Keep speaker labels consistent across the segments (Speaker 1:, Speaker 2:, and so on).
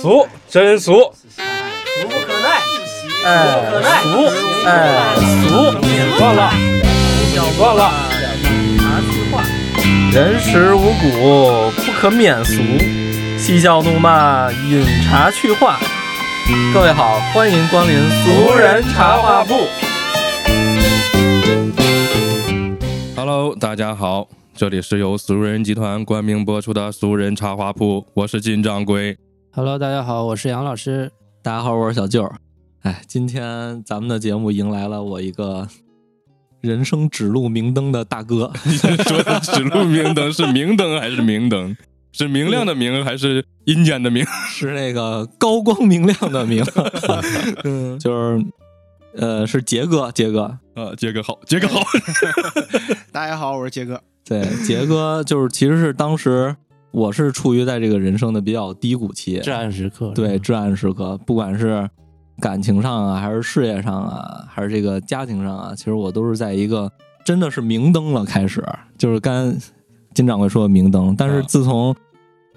Speaker 1: 俗，真俗，
Speaker 2: 俗不可耐，
Speaker 3: 哎
Speaker 2: 可耐
Speaker 1: 俗，
Speaker 3: 哎，
Speaker 1: 俗，你算了，你算了，
Speaker 3: 人食五谷，不可免俗，嬉笑怒骂，饮茶去话。各位好，欢迎光临俗人茶话铺。
Speaker 4: Hello，大家好，这里是由俗人集团冠名播出的俗人茶话铺，我是金掌柜。
Speaker 5: Hello，大家好，我是杨老师。
Speaker 3: 大家好，我是小舅。哎，今天咱们的节目迎来了我一个人生指路明灯的大哥，
Speaker 4: 你说的指路明灯是明灯还是明灯？是明亮的明还是阴间的明？
Speaker 3: 是那个高光明亮的 明，嗯，就是呃，是杰哥，杰哥，
Speaker 4: 啊，杰哥好，杰哥好，
Speaker 6: 大家好，我是杰哥。
Speaker 3: 对，杰哥就是其实是当时我是处于在这个人生的比较低谷期，
Speaker 5: 至暗时刻，
Speaker 3: 对，至暗时刻，不管是感情上啊，还是事业上啊，还是这个家庭上啊，其实我都是在一个真的是明灯了开始，就是刚金掌柜说的明灯。但是
Speaker 4: 啊
Speaker 3: 自从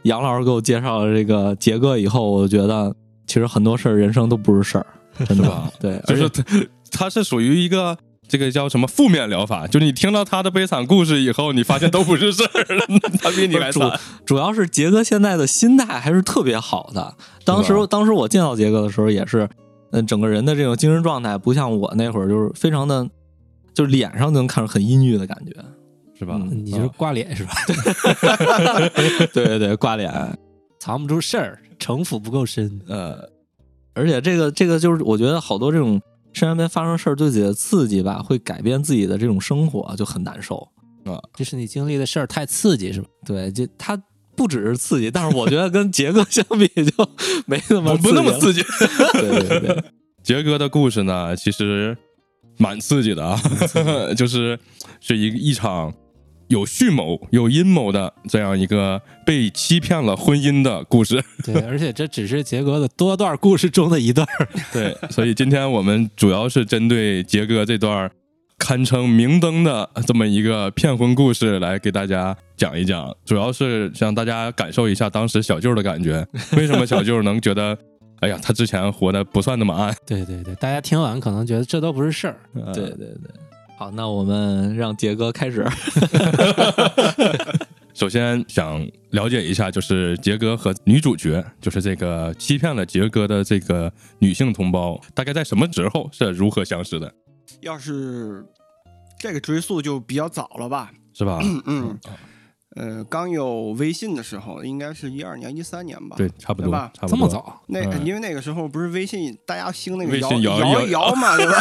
Speaker 3: 杨老师给我介绍了这个杰哥以后，我觉得其实很多事儿人生都不是事 儿，真
Speaker 4: 是
Speaker 3: 的
Speaker 4: 吧？
Speaker 3: 对，
Speaker 4: 就
Speaker 3: 而且
Speaker 4: 是他他是属于一个这个叫什么负面疗法，就是你听到他的悲惨故事以后，你发现都不是 事儿，他比你还
Speaker 3: 主
Speaker 4: 惨。
Speaker 3: 主要是杰哥现在的心态还是特别好的。当时
Speaker 4: 是吧
Speaker 3: 当时我见到杰哥的时候也是，嗯，整个人的这种精神状态不像我那会儿就是非常的，就是脸上能看着很阴郁的感觉。
Speaker 4: 是吧？
Speaker 3: 嗯
Speaker 5: 你就是挂脸是吧？
Speaker 3: 对对对，挂脸。
Speaker 5: 藏不住事儿，城府不够深。
Speaker 3: 呃，而且这个这个就是我觉得好多这种身边发生事儿对自己的刺激吧，会改变自己的这种生活，就很难受。
Speaker 5: 就是你经历的事儿太刺激是吧？
Speaker 3: 对，就他。不只是刺激，但是我觉得跟杰哥相比就没那么
Speaker 4: 不不那么
Speaker 3: 激
Speaker 4: 刺激。
Speaker 3: 了。对对对，
Speaker 4: 杰哥的故事呢，其实蛮刺激的啊， 就是是一一场有蓄谋、有阴谋的这样一个被欺骗了婚姻的故事。
Speaker 5: 对，而且这只是杰哥的多段故事中的一段儿。
Speaker 4: 对， 所以今天我们主要是针对杰哥这段堪称明灯的这么一个骗婚故事来给大家讲一讲，主要是让大家感受一下当时小舅的感觉。为什么小舅能觉得，哎呀，他之前活的不算那么 暗？
Speaker 5: 对对对，大家听完可能觉得这都不是事 儿。
Speaker 3: 对对对。好，那我们让杰哥开始。
Speaker 4: 首先想了解一下，就是杰哥和女主角，就是这个欺骗了杰哥的这个女性同胞，大概在什么时候是如何相识的，
Speaker 6: 要是这个追溯就比较早了吧？
Speaker 4: 是吧？
Speaker 6: 嗯，呃，刚有微信的时候，应该是一二年、一三年吧？
Speaker 4: 对，，差不多
Speaker 6: 对吧，
Speaker 4: 差不多。
Speaker 5: 这么？早，
Speaker 6: 那
Speaker 4: 嗯
Speaker 6: 因为那个时候不是微信，大家兴那个
Speaker 4: 微信摇
Speaker 6: 摇
Speaker 4: 摇
Speaker 6: 一 摇嘛，对吧？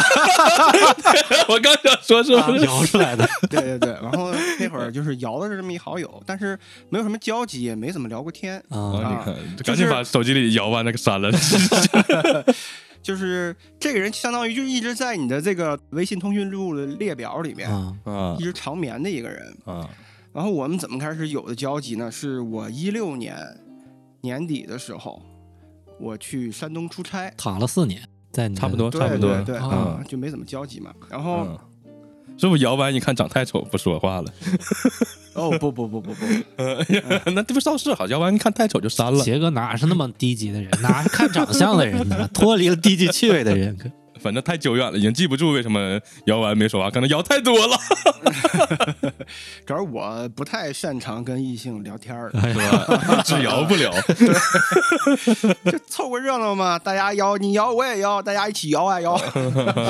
Speaker 4: 我刚想说是不是？
Speaker 5: 摇出来的。
Speaker 6: 对对对。然后那会儿就是摇的是这么一好友，但是没有什么交集，也没怎么聊过天。
Speaker 5: 啊，
Speaker 4: 啊，你看，赶
Speaker 6: 就
Speaker 4: 紧
Speaker 6: 是
Speaker 4: 把手机里摇完那个删了。
Speaker 6: 就是这个人相当于就一直在你的这个微信通讯录的列表里面，
Speaker 5: 啊，
Speaker 4: 啊
Speaker 6: 一直长眠的一个人。
Speaker 4: 啊，
Speaker 6: 然后我们怎么开始有的交集呢？是我一六年年底的时候，我去山东出差，
Speaker 5: 躺了四年，在你的
Speaker 4: 差不多，
Speaker 6: 对
Speaker 4: 差不多。
Speaker 6: 对对，
Speaker 4: 啊
Speaker 6: 啊，就没怎么交集嘛。然后、
Speaker 4: 嗯，是不是摇完一看长太丑，不说话了？
Speaker 6: 哦不不不不不，
Speaker 4: 那这不肇事好，摇完一看太丑就删了。
Speaker 5: 杰哥哪是那么低级的人，哪是看长相的人呢？ 脱离了低级趣味的人，
Speaker 4: 反正太久远了，已经记不住为什么摇完没说话，可能摇太多了。
Speaker 6: 主要我不太擅长跟异性聊天儿，
Speaker 4: 是吧？只摇不了。
Speaker 6: 就凑个热闹嘛，大家摇你摇我也摇，大家一起摇啊摇。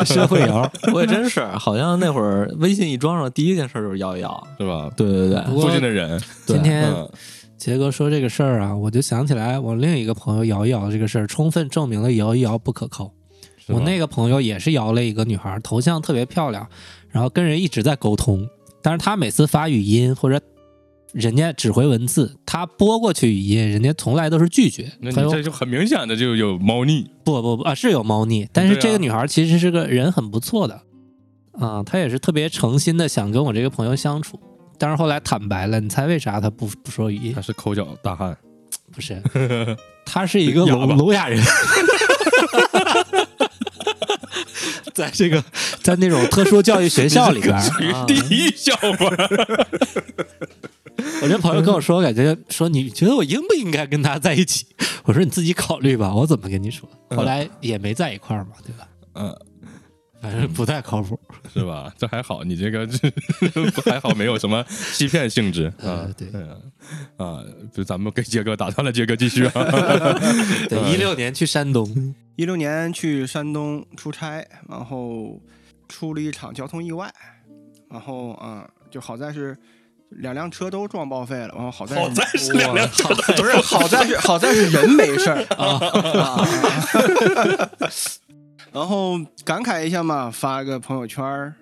Speaker 5: 社会 摇。
Speaker 3: 我也真是，好像那会儿微信一装上，第一件事就是摇一摇。
Speaker 4: 是吧？
Speaker 3: 对对对，
Speaker 5: 不过
Speaker 4: 附近的人，
Speaker 3: 对
Speaker 5: 今天
Speaker 4: 嗯
Speaker 5: 杰哥说这个事儿啊，我就想起来我另一个朋友摇一摇这个事儿，充分证明了摇一摇不可靠。
Speaker 4: 是吧
Speaker 5: 我那个朋友也是摇了一个女孩，头像特别漂亮，然后跟人一直在沟通，但是她每次发语音或者人家只回文字，她拨过去语音，人家从来都是拒绝。
Speaker 4: 那
Speaker 5: 她
Speaker 4: 你
Speaker 5: 有
Speaker 4: 这就很明显的就有猫腻，
Speaker 5: 不不不啊，是有猫腻，但是
Speaker 4: 对啊
Speaker 5: 这个女孩其实是个人很不错的，啊，她也是特别诚心的想跟我这个朋友相处，但是后来坦白了，你猜为啥她不不说语音
Speaker 4: 他？是抠脚大汉，
Speaker 5: 不是，他是一个
Speaker 4: 哑巴
Speaker 5: 聋聋哑人，在这个在
Speaker 4: 啊
Speaker 5: 那种特殊教育学校里边儿，
Speaker 4: 属于地狱笑话。
Speaker 5: 我这朋友跟我说，感觉说你觉得我应不应该跟他在一起？我说你自己考虑吧，我怎么跟你说？后来也没在一块儿嘛，对吧？
Speaker 4: 嗯，
Speaker 5: 反正不太靠谱。
Speaker 4: 是吧？这还好，你这个还好，没有什么欺骗性 质啊
Speaker 5: 呃。对
Speaker 4: 啊啊，就咱们给杰哥打断了，杰哥继续啊。
Speaker 5: 对，一六年去山东，
Speaker 6: 一六年去山东出差，然后出了一场交通意外，然后啊、就好在是两辆车都撞报废了，然后好在好在是两辆车不是好在是好在是人没事儿啊。啊然后感慨一下嘛，发个朋友圈儿。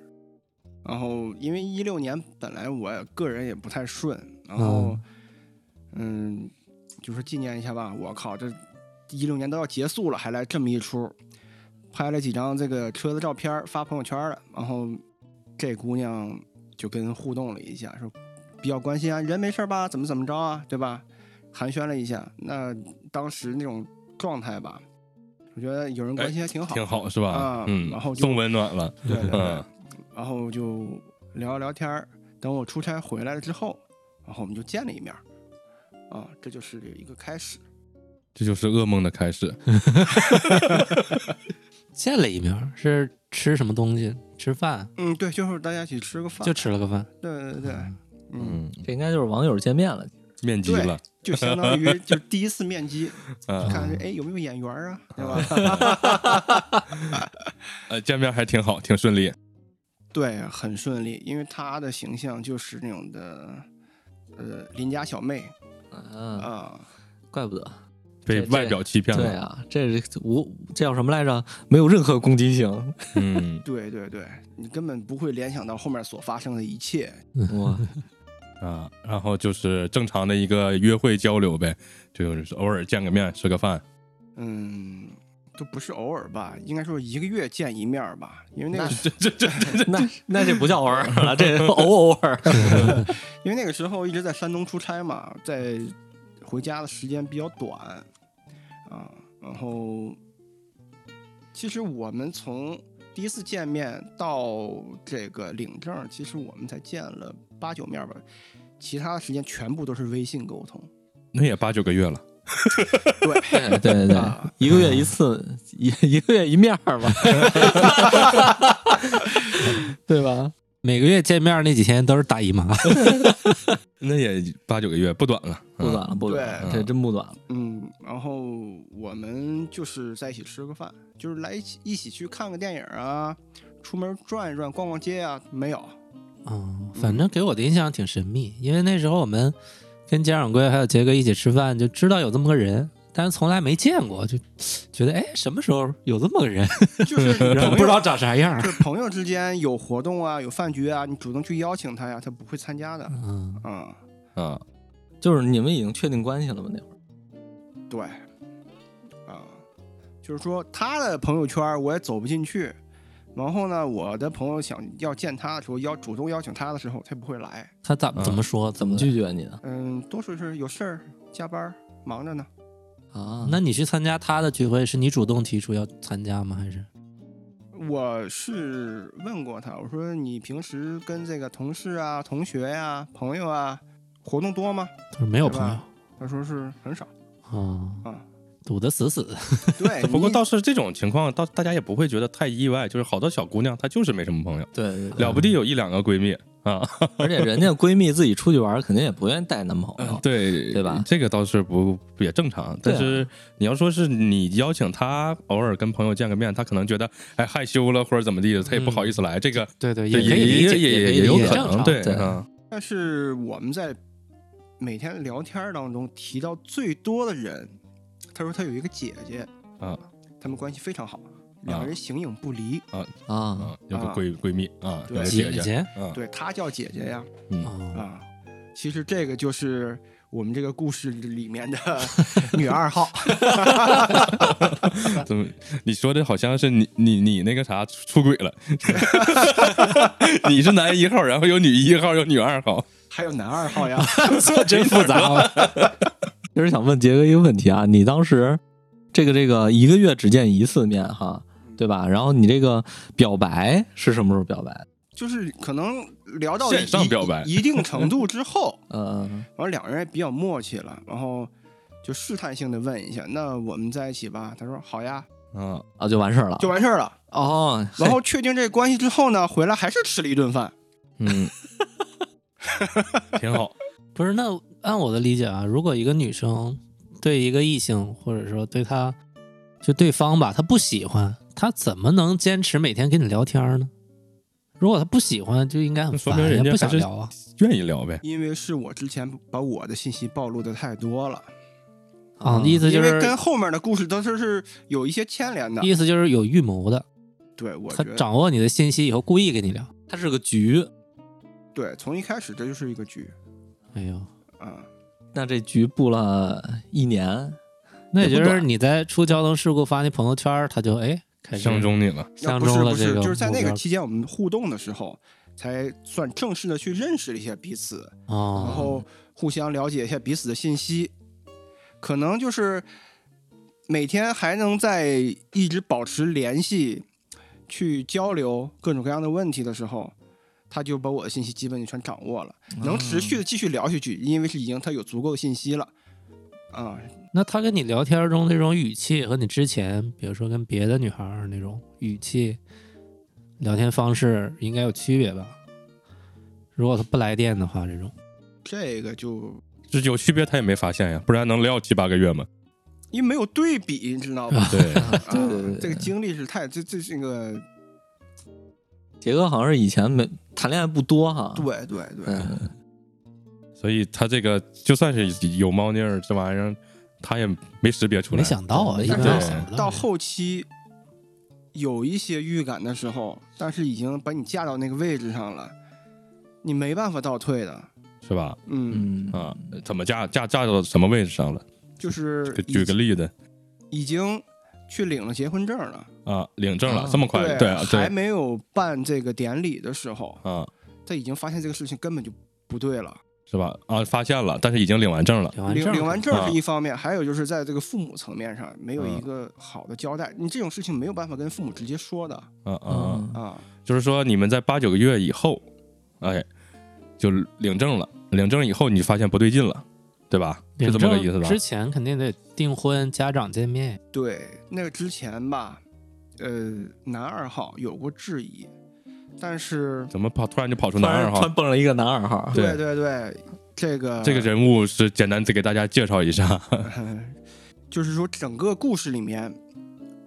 Speaker 6: 然后因为一六年本来我个人也不太顺，然后嗯，就说纪念一下吧。我靠，这一六年都要结束了，还来这么一出，拍了几张这个车的照片儿发朋友圈儿了。然后这姑娘就跟互动了一下，说比较关心啊，人没事儿吧？怎么怎么着啊？对吧？寒暄了一下，那当时那种状态吧，我觉得有人关心还挺好，
Speaker 4: 挺好是吧
Speaker 6: 啊？
Speaker 4: 嗯
Speaker 6: 然后，就
Speaker 4: 送温暖了。
Speaker 6: 对对对
Speaker 4: 哎嗯
Speaker 6: 然后就聊聊天儿。等我出差回来了之后，然后我们就见了一面儿，啊，这就是一个开始。
Speaker 4: 这就是噩梦的开始。
Speaker 5: 见了一面，是吃什么东西？吃饭，
Speaker 6: 嗯，对，就是大家一起吃个饭，
Speaker 5: 就吃了个饭。
Speaker 6: 对对对，嗯，
Speaker 4: 嗯，
Speaker 3: 这应该就是网友见面了。
Speaker 4: 面基了。
Speaker 6: 就相当于就是第一次面基，
Speaker 4: 嗯
Speaker 6: 看这哎有没有眼缘儿啊，对吧？
Speaker 4: 呃，见面还挺好，挺顺利。
Speaker 6: 对，很顺利，因为她的形象就是那种的，呃，邻家小妹
Speaker 3: 嗯，
Speaker 6: 啊，
Speaker 3: 怪不得。
Speaker 4: 被
Speaker 3: 这这
Speaker 4: 外表欺骗
Speaker 3: 对
Speaker 4: 了，
Speaker 3: 啊，这是无这叫什么来着？没有任何攻击性。
Speaker 4: 嗯，
Speaker 6: 对对对，你根本不会联想到后面所发生的一切，
Speaker 3: 哇，
Speaker 4: 啊，然后就是正常的一个约会交流呗，就是偶尔见个面吃个饭，
Speaker 6: 嗯，都不是偶尔吧，应该说一个月见一面儿吧，因为那个
Speaker 4: 这这这
Speaker 3: 那那这不叫偶尔 了，这偶偶尔。
Speaker 6: 因为那个时候一直在山东出差嘛，在回家的时间比较短啊。然后，其实我们从第一次见面到这个领证，其实我们才见了八九面吧，其他的时间全部都是微信沟通。
Speaker 4: 那也八九个月了，
Speaker 3: 对对对，一个月一次，一一个月一面儿吧，对吧？
Speaker 5: 每个月见面那几天都是大姨妈，
Speaker 4: 那也八九个月不短了，
Speaker 3: 不短
Speaker 4: 啊
Speaker 3: 了，不短了，
Speaker 4: 对
Speaker 3: 这真不短了。
Speaker 6: 嗯，然后我们就是在一起吃个饭，就是来一起一起去看个电影啊，出门转一转、逛逛街啊，没有。
Speaker 5: 嗯，反正给我的印象挺神秘，因为那时候我们跟江掌柜还有杰哥一起吃饭，就知道有这么个人，但是从来没见过，就觉得哎，什么时候有这么个 人，
Speaker 6: 就是你
Speaker 5: 然后
Speaker 6: 朋
Speaker 5: 不知
Speaker 6: 友
Speaker 5: 道长啥样
Speaker 6: 就。是朋友之间有活动啊，有饭局啊，你主动去邀请他呀，他不会参加的。
Speaker 5: 嗯，
Speaker 6: 嗯，
Speaker 4: 啊，
Speaker 3: 就是你们已经确定关系了吗？那会儿
Speaker 6: 对，啊、就是说他的朋友圈我也走不进去，然后呢，我的朋友想要见他的时候，邀主动邀请他的时候，他不会来。
Speaker 5: 他怎么
Speaker 4: 嗯
Speaker 5: 怎么说？
Speaker 3: 怎么？拒绝你的
Speaker 6: 嗯，多数是有事儿，加班，忙着呢。
Speaker 3: 啊？
Speaker 5: 那你去参加他的聚会，是你主动提出要参加吗？还是
Speaker 6: 我是问过他，我说你平时跟这个同事啊、同学呀、朋友啊活动多吗？
Speaker 5: 他说没有朋
Speaker 6: 对吧
Speaker 5: 友？
Speaker 6: 他说是很少。
Speaker 5: 嗯
Speaker 6: 啊，
Speaker 5: 堵得死死的。
Speaker 6: 对，
Speaker 4: 哎不过
Speaker 6: 你
Speaker 4: 倒是这种情况，倒大家也不会觉得太意外，就是好多小姑娘她就是没什么朋友，
Speaker 3: 对对对，
Speaker 4: 了不地有一两个闺蜜啊，
Speaker 3: 而且人家闺蜜自己出去玩儿，肯定也不愿意带男朋友。
Speaker 4: 啊对
Speaker 3: 嗯对吧
Speaker 4: 这个倒是不也正常，
Speaker 3: 对
Speaker 4: 但
Speaker 3: 啊
Speaker 4: 是你要说是你邀请她偶尔跟朋友见个面，她可能觉得哎害羞了或者怎么地的，她也不好意思来，这个
Speaker 5: 对对，
Speaker 4: 也
Speaker 5: 可以理
Speaker 4: 也
Speaker 5: 解，
Speaker 4: 也
Speaker 5: 可以
Speaker 4: 也有
Speaker 5: 理解
Speaker 4: 可
Speaker 5: 正
Speaker 4: 能
Speaker 5: 常
Speaker 4: 对
Speaker 3: 对
Speaker 4: 啊
Speaker 6: 但是我们在每天聊天当中提到最多的人，他说他有一个姐姐
Speaker 4: 啊，
Speaker 6: 他们关系非常好，两个人形影不离。
Speaker 3: 啊，
Speaker 4: 啊，有个闺闺蜜啊，有
Speaker 6: 对
Speaker 4: 个
Speaker 5: 姐
Speaker 4: 姐姐，
Speaker 5: 姐
Speaker 4: 嗯，
Speaker 6: 对他叫姐姐呀，
Speaker 5: 哦
Speaker 6: 啊，其实这个就是我们这个故事里面 的女二号。
Speaker 4: 怎么？你说的好像是你你你那个啥出出轨了？ 你是男一号，然后有女一号，有女二号。
Speaker 6: 还有男二号 呀，
Speaker 5: 真复杂啊。
Speaker 3: 就是想问杰哥一个问题啊，你当时这个这个一个月只见一次面哈，对吧？然后你这个表白是什么时候表白？
Speaker 6: 就是可能聊到
Speaker 4: 线上
Speaker 6: 一
Speaker 4: 表白
Speaker 6: 一定程度 之后，
Speaker 3: 嗯
Speaker 6: 完了两个人也比较默契了，然后就试探性的问一下，那我们在一起吧？他说好呀，
Speaker 4: 嗯，
Speaker 3: 啊就完事儿了
Speaker 6: 就完事儿了。
Speaker 3: 哦，
Speaker 6: 然后确定这关系之后呢，回来还是吃了一顿饭，
Speaker 4: 嗯，挺好。
Speaker 5: 不是，那按我的理解啊，如果一个女生对一个异性，或者说对他，就对方吧，她不喜欢，她怎么能坚持每天跟你聊天呢？如果她不喜欢，就应该很
Speaker 4: 那说
Speaker 5: 烦
Speaker 4: 明
Speaker 5: 呀，
Speaker 4: 人家
Speaker 5: 不想
Speaker 4: 还是
Speaker 5: 聊啊。
Speaker 4: 愿意聊呗，
Speaker 6: 因为是我之前把我的信息暴露的太多了，
Speaker 5: 啊，
Speaker 3: 哦
Speaker 4: 嗯
Speaker 5: 意思就
Speaker 6: 因为
Speaker 5: 是
Speaker 6: 跟后面的故事都是是有一些牵连的。
Speaker 5: 意思就是有预谋的，
Speaker 6: 对，我
Speaker 5: 她
Speaker 6: 觉得
Speaker 5: 掌握你的信息以后故意跟你聊。
Speaker 3: 它是个局，
Speaker 6: 对，从一开始这就是一个局
Speaker 5: 哎呦，
Speaker 6: 啊，
Speaker 3: 那这局布了一年，
Speaker 5: 那也就
Speaker 3: 也不
Speaker 5: 是
Speaker 3: 短
Speaker 5: 你在出交通事故发你朋友圈，她就哎开始
Speaker 4: 相中你了，
Speaker 6: 那
Speaker 5: 相
Speaker 6: 不是
Speaker 5: 中了
Speaker 6: 不
Speaker 5: 这
Speaker 6: 是，
Speaker 5: 个目标，
Speaker 6: 就是在那个期间我们互动的时候，才算正式的去认识了一下彼此，然
Speaker 5: 哦，
Speaker 6: 后互相了解一下彼此的信息，可能就是每天还能在一直保持联系，去交流各种各样的问题的时候，他就把我的信息基本就全掌握了，
Speaker 3: 嗯
Speaker 6: 能持续的继续聊下去，因为是已经他有足够的信息了，啊，
Speaker 5: 那他跟你聊天中那种语气和你之前，比如说跟别的女孩儿那种语气、聊天方式应该有区别吧？如果他不来电的话，这种
Speaker 6: 这个就
Speaker 4: 这有区别他也没发现呀，不然能聊七八个月吗？
Speaker 6: 因为没有对比，你知道吧？
Speaker 4: 对，
Speaker 6: 啊
Speaker 3: 对对对
Speaker 6: 这个经历是太这这这个
Speaker 3: 杰哥好像是以前没谈恋爱不多哈，
Speaker 6: 对对对，
Speaker 3: 嗯，
Speaker 4: 所以他这个就算是有猫腻儿，这玩意儿他也没识别出来。
Speaker 5: 没想到啊，
Speaker 3: 对
Speaker 5: 一直
Speaker 6: 对
Speaker 5: 想不到
Speaker 6: 到后期有一些预感的时候，但是已经把你架到那个位置上了，你没办法倒退的。
Speaker 4: 是吧？
Speaker 6: 嗯，
Speaker 3: 嗯
Speaker 4: 啊，怎么架架架到什么位置上了？
Speaker 6: 就是
Speaker 4: 给
Speaker 6: 已
Speaker 4: 举个例子
Speaker 6: 已经去领了结婚证了，
Speaker 4: 啊，领证了
Speaker 3: 啊，
Speaker 4: 这么快？对啊，
Speaker 6: 还
Speaker 4: 对
Speaker 6: 没有办这个典礼的时候，
Speaker 4: 啊，
Speaker 6: 他已经发现这个事情根本就不对了。
Speaker 4: 是吧？啊，发现了，但是已经领完证了，
Speaker 5: 领完
Speaker 6: 领
Speaker 5: 证
Speaker 6: 领完证
Speaker 4: 啊
Speaker 6: 是一方面，还有就是在这个父母层面上没有
Speaker 4: 嗯
Speaker 6: 一个好的交代，你这种事情没有办法跟父母直接说的
Speaker 4: 啊啊，
Speaker 3: 嗯
Speaker 6: 啊。
Speaker 4: 就是说你们在八九个月以后，哎，就领证了，领证以后你发现不对劲了，对吧？是这么个意思吧？
Speaker 5: 之前肯定得订婚、家长见面，
Speaker 6: 对，那个之前吧，呃，男二号有过质疑，但是
Speaker 4: 怎么跑突然就跑出
Speaker 3: 突
Speaker 4: 嗯男
Speaker 3: 然
Speaker 4: 二
Speaker 3: 突
Speaker 4: 号
Speaker 3: 然？蹦了一个男二号，
Speaker 6: 对
Speaker 4: 哦对
Speaker 6: 对对，这个
Speaker 4: 这个人物是简单再给大家介绍一下，
Speaker 6: 就是说整个故事里面，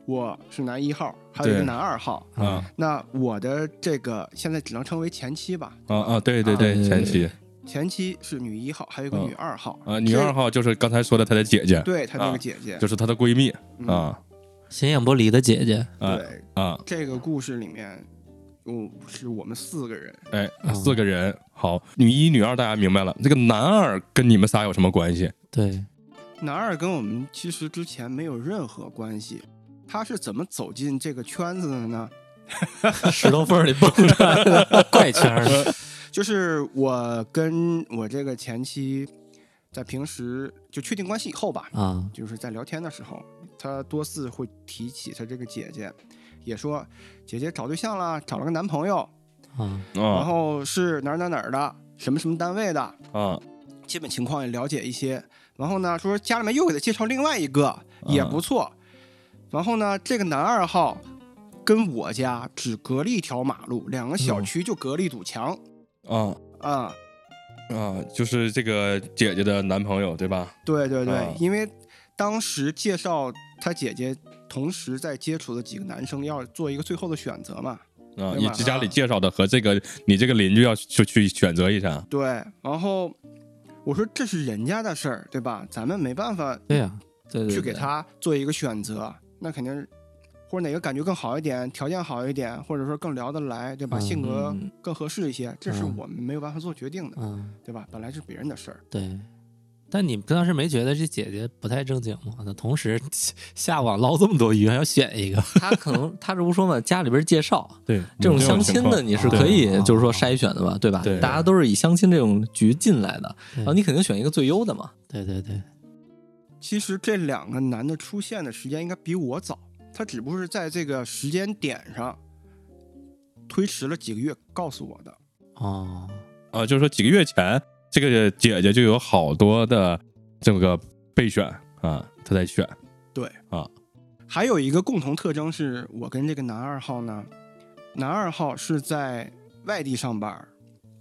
Speaker 6: 我是男一号，还有一个
Speaker 4: 对
Speaker 6: 男二号。
Speaker 4: 啊
Speaker 6: 那我的这个现在只能称为前妻吧，
Speaker 4: 啊啊！对对
Speaker 3: 啊
Speaker 4: 对，
Speaker 6: 哎
Speaker 3: 对
Speaker 4: 前妻
Speaker 6: 前妻是女一号，还有一个
Speaker 4: 嗯
Speaker 6: 女二号。
Speaker 4: 啊，女
Speaker 6: 这
Speaker 4: 二号就是刚才说的她的姐姐，
Speaker 6: 对她那个
Speaker 4: 啊
Speaker 6: 姐姐
Speaker 4: 就是她的闺蜜
Speaker 6: 嗯
Speaker 4: 啊
Speaker 5: 形影不离的姐姐，
Speaker 4: 啊
Speaker 6: 对，
Speaker 4: 啊！
Speaker 6: 这个故事里面，我是我们四个人，
Speaker 4: 哎
Speaker 5: 嗯，
Speaker 4: 四个人，好，女一、女二大家明白了，这个男二跟你们仨有什么关系？
Speaker 5: 对，
Speaker 6: 男二跟我们其实之前没有任何关系，他是怎么走进这个圈子的呢？
Speaker 3: 石头缝儿里蹦出来的，
Speaker 5: 怪圈儿的
Speaker 6: 就是我跟我这个前妻，在平时就确定关系以后吧，
Speaker 5: 啊，
Speaker 6: 就是在聊天的时候，他多次会提起他这个姐姐，也说姐姐找对象啦，找了个男朋友，
Speaker 5: 啊，
Speaker 6: 然
Speaker 4: 啊
Speaker 6: 后是哪儿哪儿哪儿的，什么什么单位的，
Speaker 4: 啊
Speaker 6: 基本情况也了解一些。然后呢，说家里面又给他介绍另外一个，也不错。然后呢，这个男二号跟我家只隔了一条马路，两个小区就隔了一堵墙
Speaker 4: 啊
Speaker 6: 啊、
Speaker 4: 啊！就是这个姐姐的男朋友对吧？
Speaker 6: 对对对，
Speaker 4: 啊
Speaker 6: 因为当时介绍他姐姐，同时在接触的几个男生要做一个最后的选择嘛。
Speaker 4: 啊，
Speaker 6: 对
Speaker 4: 你
Speaker 6: 吧
Speaker 4: 家里介绍的和这个你这个邻居要去去选择一下，
Speaker 6: 对，然后我说这是人家的事儿，对吧？咱们没办法
Speaker 5: 对啊呀，
Speaker 3: 对对对，
Speaker 6: 去给他做一个选择，那肯定是或者哪个感觉更好一点，条件好一点，或者说更聊得来，对吧？
Speaker 5: 嗯
Speaker 6: 性格
Speaker 3: 嗯
Speaker 6: 更合适一些，这是
Speaker 5: 嗯
Speaker 6: 我们没有办法做决定的，
Speaker 5: 嗯，
Speaker 6: 对吧？本来是别人的事儿，
Speaker 5: 对。但你当时没觉得这姐姐不太正经吗？那同时下网捞这么多鱼，还要选一个，
Speaker 3: 他可能他这不说嘛，家里边介绍，
Speaker 4: 对
Speaker 3: 这种相亲的你是可以就是说筛选的吧，对吧？
Speaker 4: 对
Speaker 3: 大家都是以相亲这种局进来的，
Speaker 5: 对
Speaker 3: 然后你肯定选一个最优的嘛。
Speaker 5: 对对对，
Speaker 6: 其实这两个男的出现的时间应该比我早，他只不过是在这个时间点上推迟了几个月告诉我的。
Speaker 5: 哦，
Speaker 4: 啊，就是说几个月前，这个姐姐就有好多的这么个备选啊，她在选，
Speaker 6: 还有一个共同特征是我跟这个男二号呢，男二号是在外地上班儿，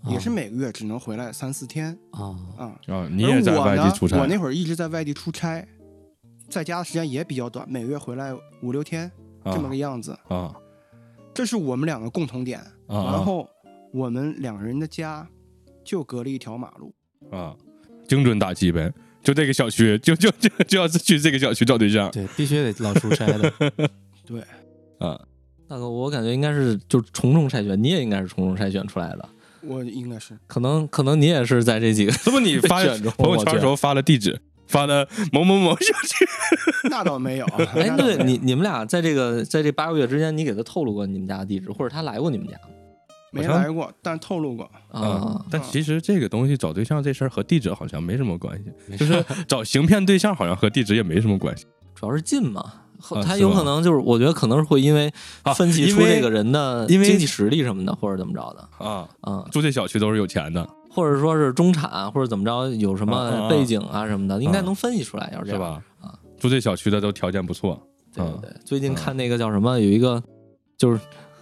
Speaker 6: 也
Speaker 3: 啊
Speaker 6: 是每个月只能回来三四天
Speaker 5: 啊
Speaker 6: 啊。
Speaker 4: 啊，你也在
Speaker 6: 而我
Speaker 4: 外
Speaker 6: 呢
Speaker 4: 地出差
Speaker 6: 我那会儿一直在外地出差，在家的时间也比较短，每个月回来五六天这么个样子。
Speaker 4: 啊啊
Speaker 6: 这是我们两个共同点。
Speaker 4: 啊
Speaker 6: 然后我们两个人的家就隔了一条马路。
Speaker 4: 啊，精准打击呗，就这个小区，就就就就要去这个小区找对象
Speaker 5: 对，必须得老出差的。
Speaker 4: 啊，
Speaker 3: 大哥，我感觉应该是就是重重筛选，你也应该是重重筛选出来的，
Speaker 6: 我应该是
Speaker 3: 可能可能你也是在这 几个
Speaker 4: 这不你发
Speaker 3: 被卷中
Speaker 4: 朋友圈的时候发了地址，发了某某某小区，
Speaker 6: 那倒没 有。
Speaker 3: 哎，
Speaker 6: 那倒没有
Speaker 3: 对你你们俩在这个在这八个月之间，你给他透露过你们家地址，或者他来过你们家吗
Speaker 6: 没来过，但透露过。
Speaker 3: 啊？
Speaker 4: 但其实这个东西找对象这事儿和地址好像没什么关系，就是找行骗对象好像和地址也没什 么关系
Speaker 3: 主要是近嘛，后
Speaker 4: 啊
Speaker 3: 他
Speaker 4: 是
Speaker 3: 有
Speaker 4: 吧
Speaker 3: 可能就是我觉得可能是会因为
Speaker 4: 啊
Speaker 3: 分析
Speaker 4: 因
Speaker 3: 出
Speaker 4: 为
Speaker 3: 这个人的
Speaker 4: 因为
Speaker 3: 经济实力什么的，或者怎么着的，
Speaker 4: 啊。
Speaker 3: 嗯，
Speaker 4: 住这小区都是有钱的，
Speaker 3: 或者说是中产或者怎么着有什
Speaker 4: 啊啊
Speaker 3: 么
Speaker 4: 啊
Speaker 3: 背景啊什么的，应该
Speaker 4: 啊
Speaker 3: 能分析出来，要这
Speaker 4: 是
Speaker 3: 样？
Speaker 4: 吧？
Speaker 3: 啊，
Speaker 4: 住这小区的都条件不错，
Speaker 3: 对对
Speaker 4: 啊
Speaker 3: 对，最近看那个叫什么，有一个就是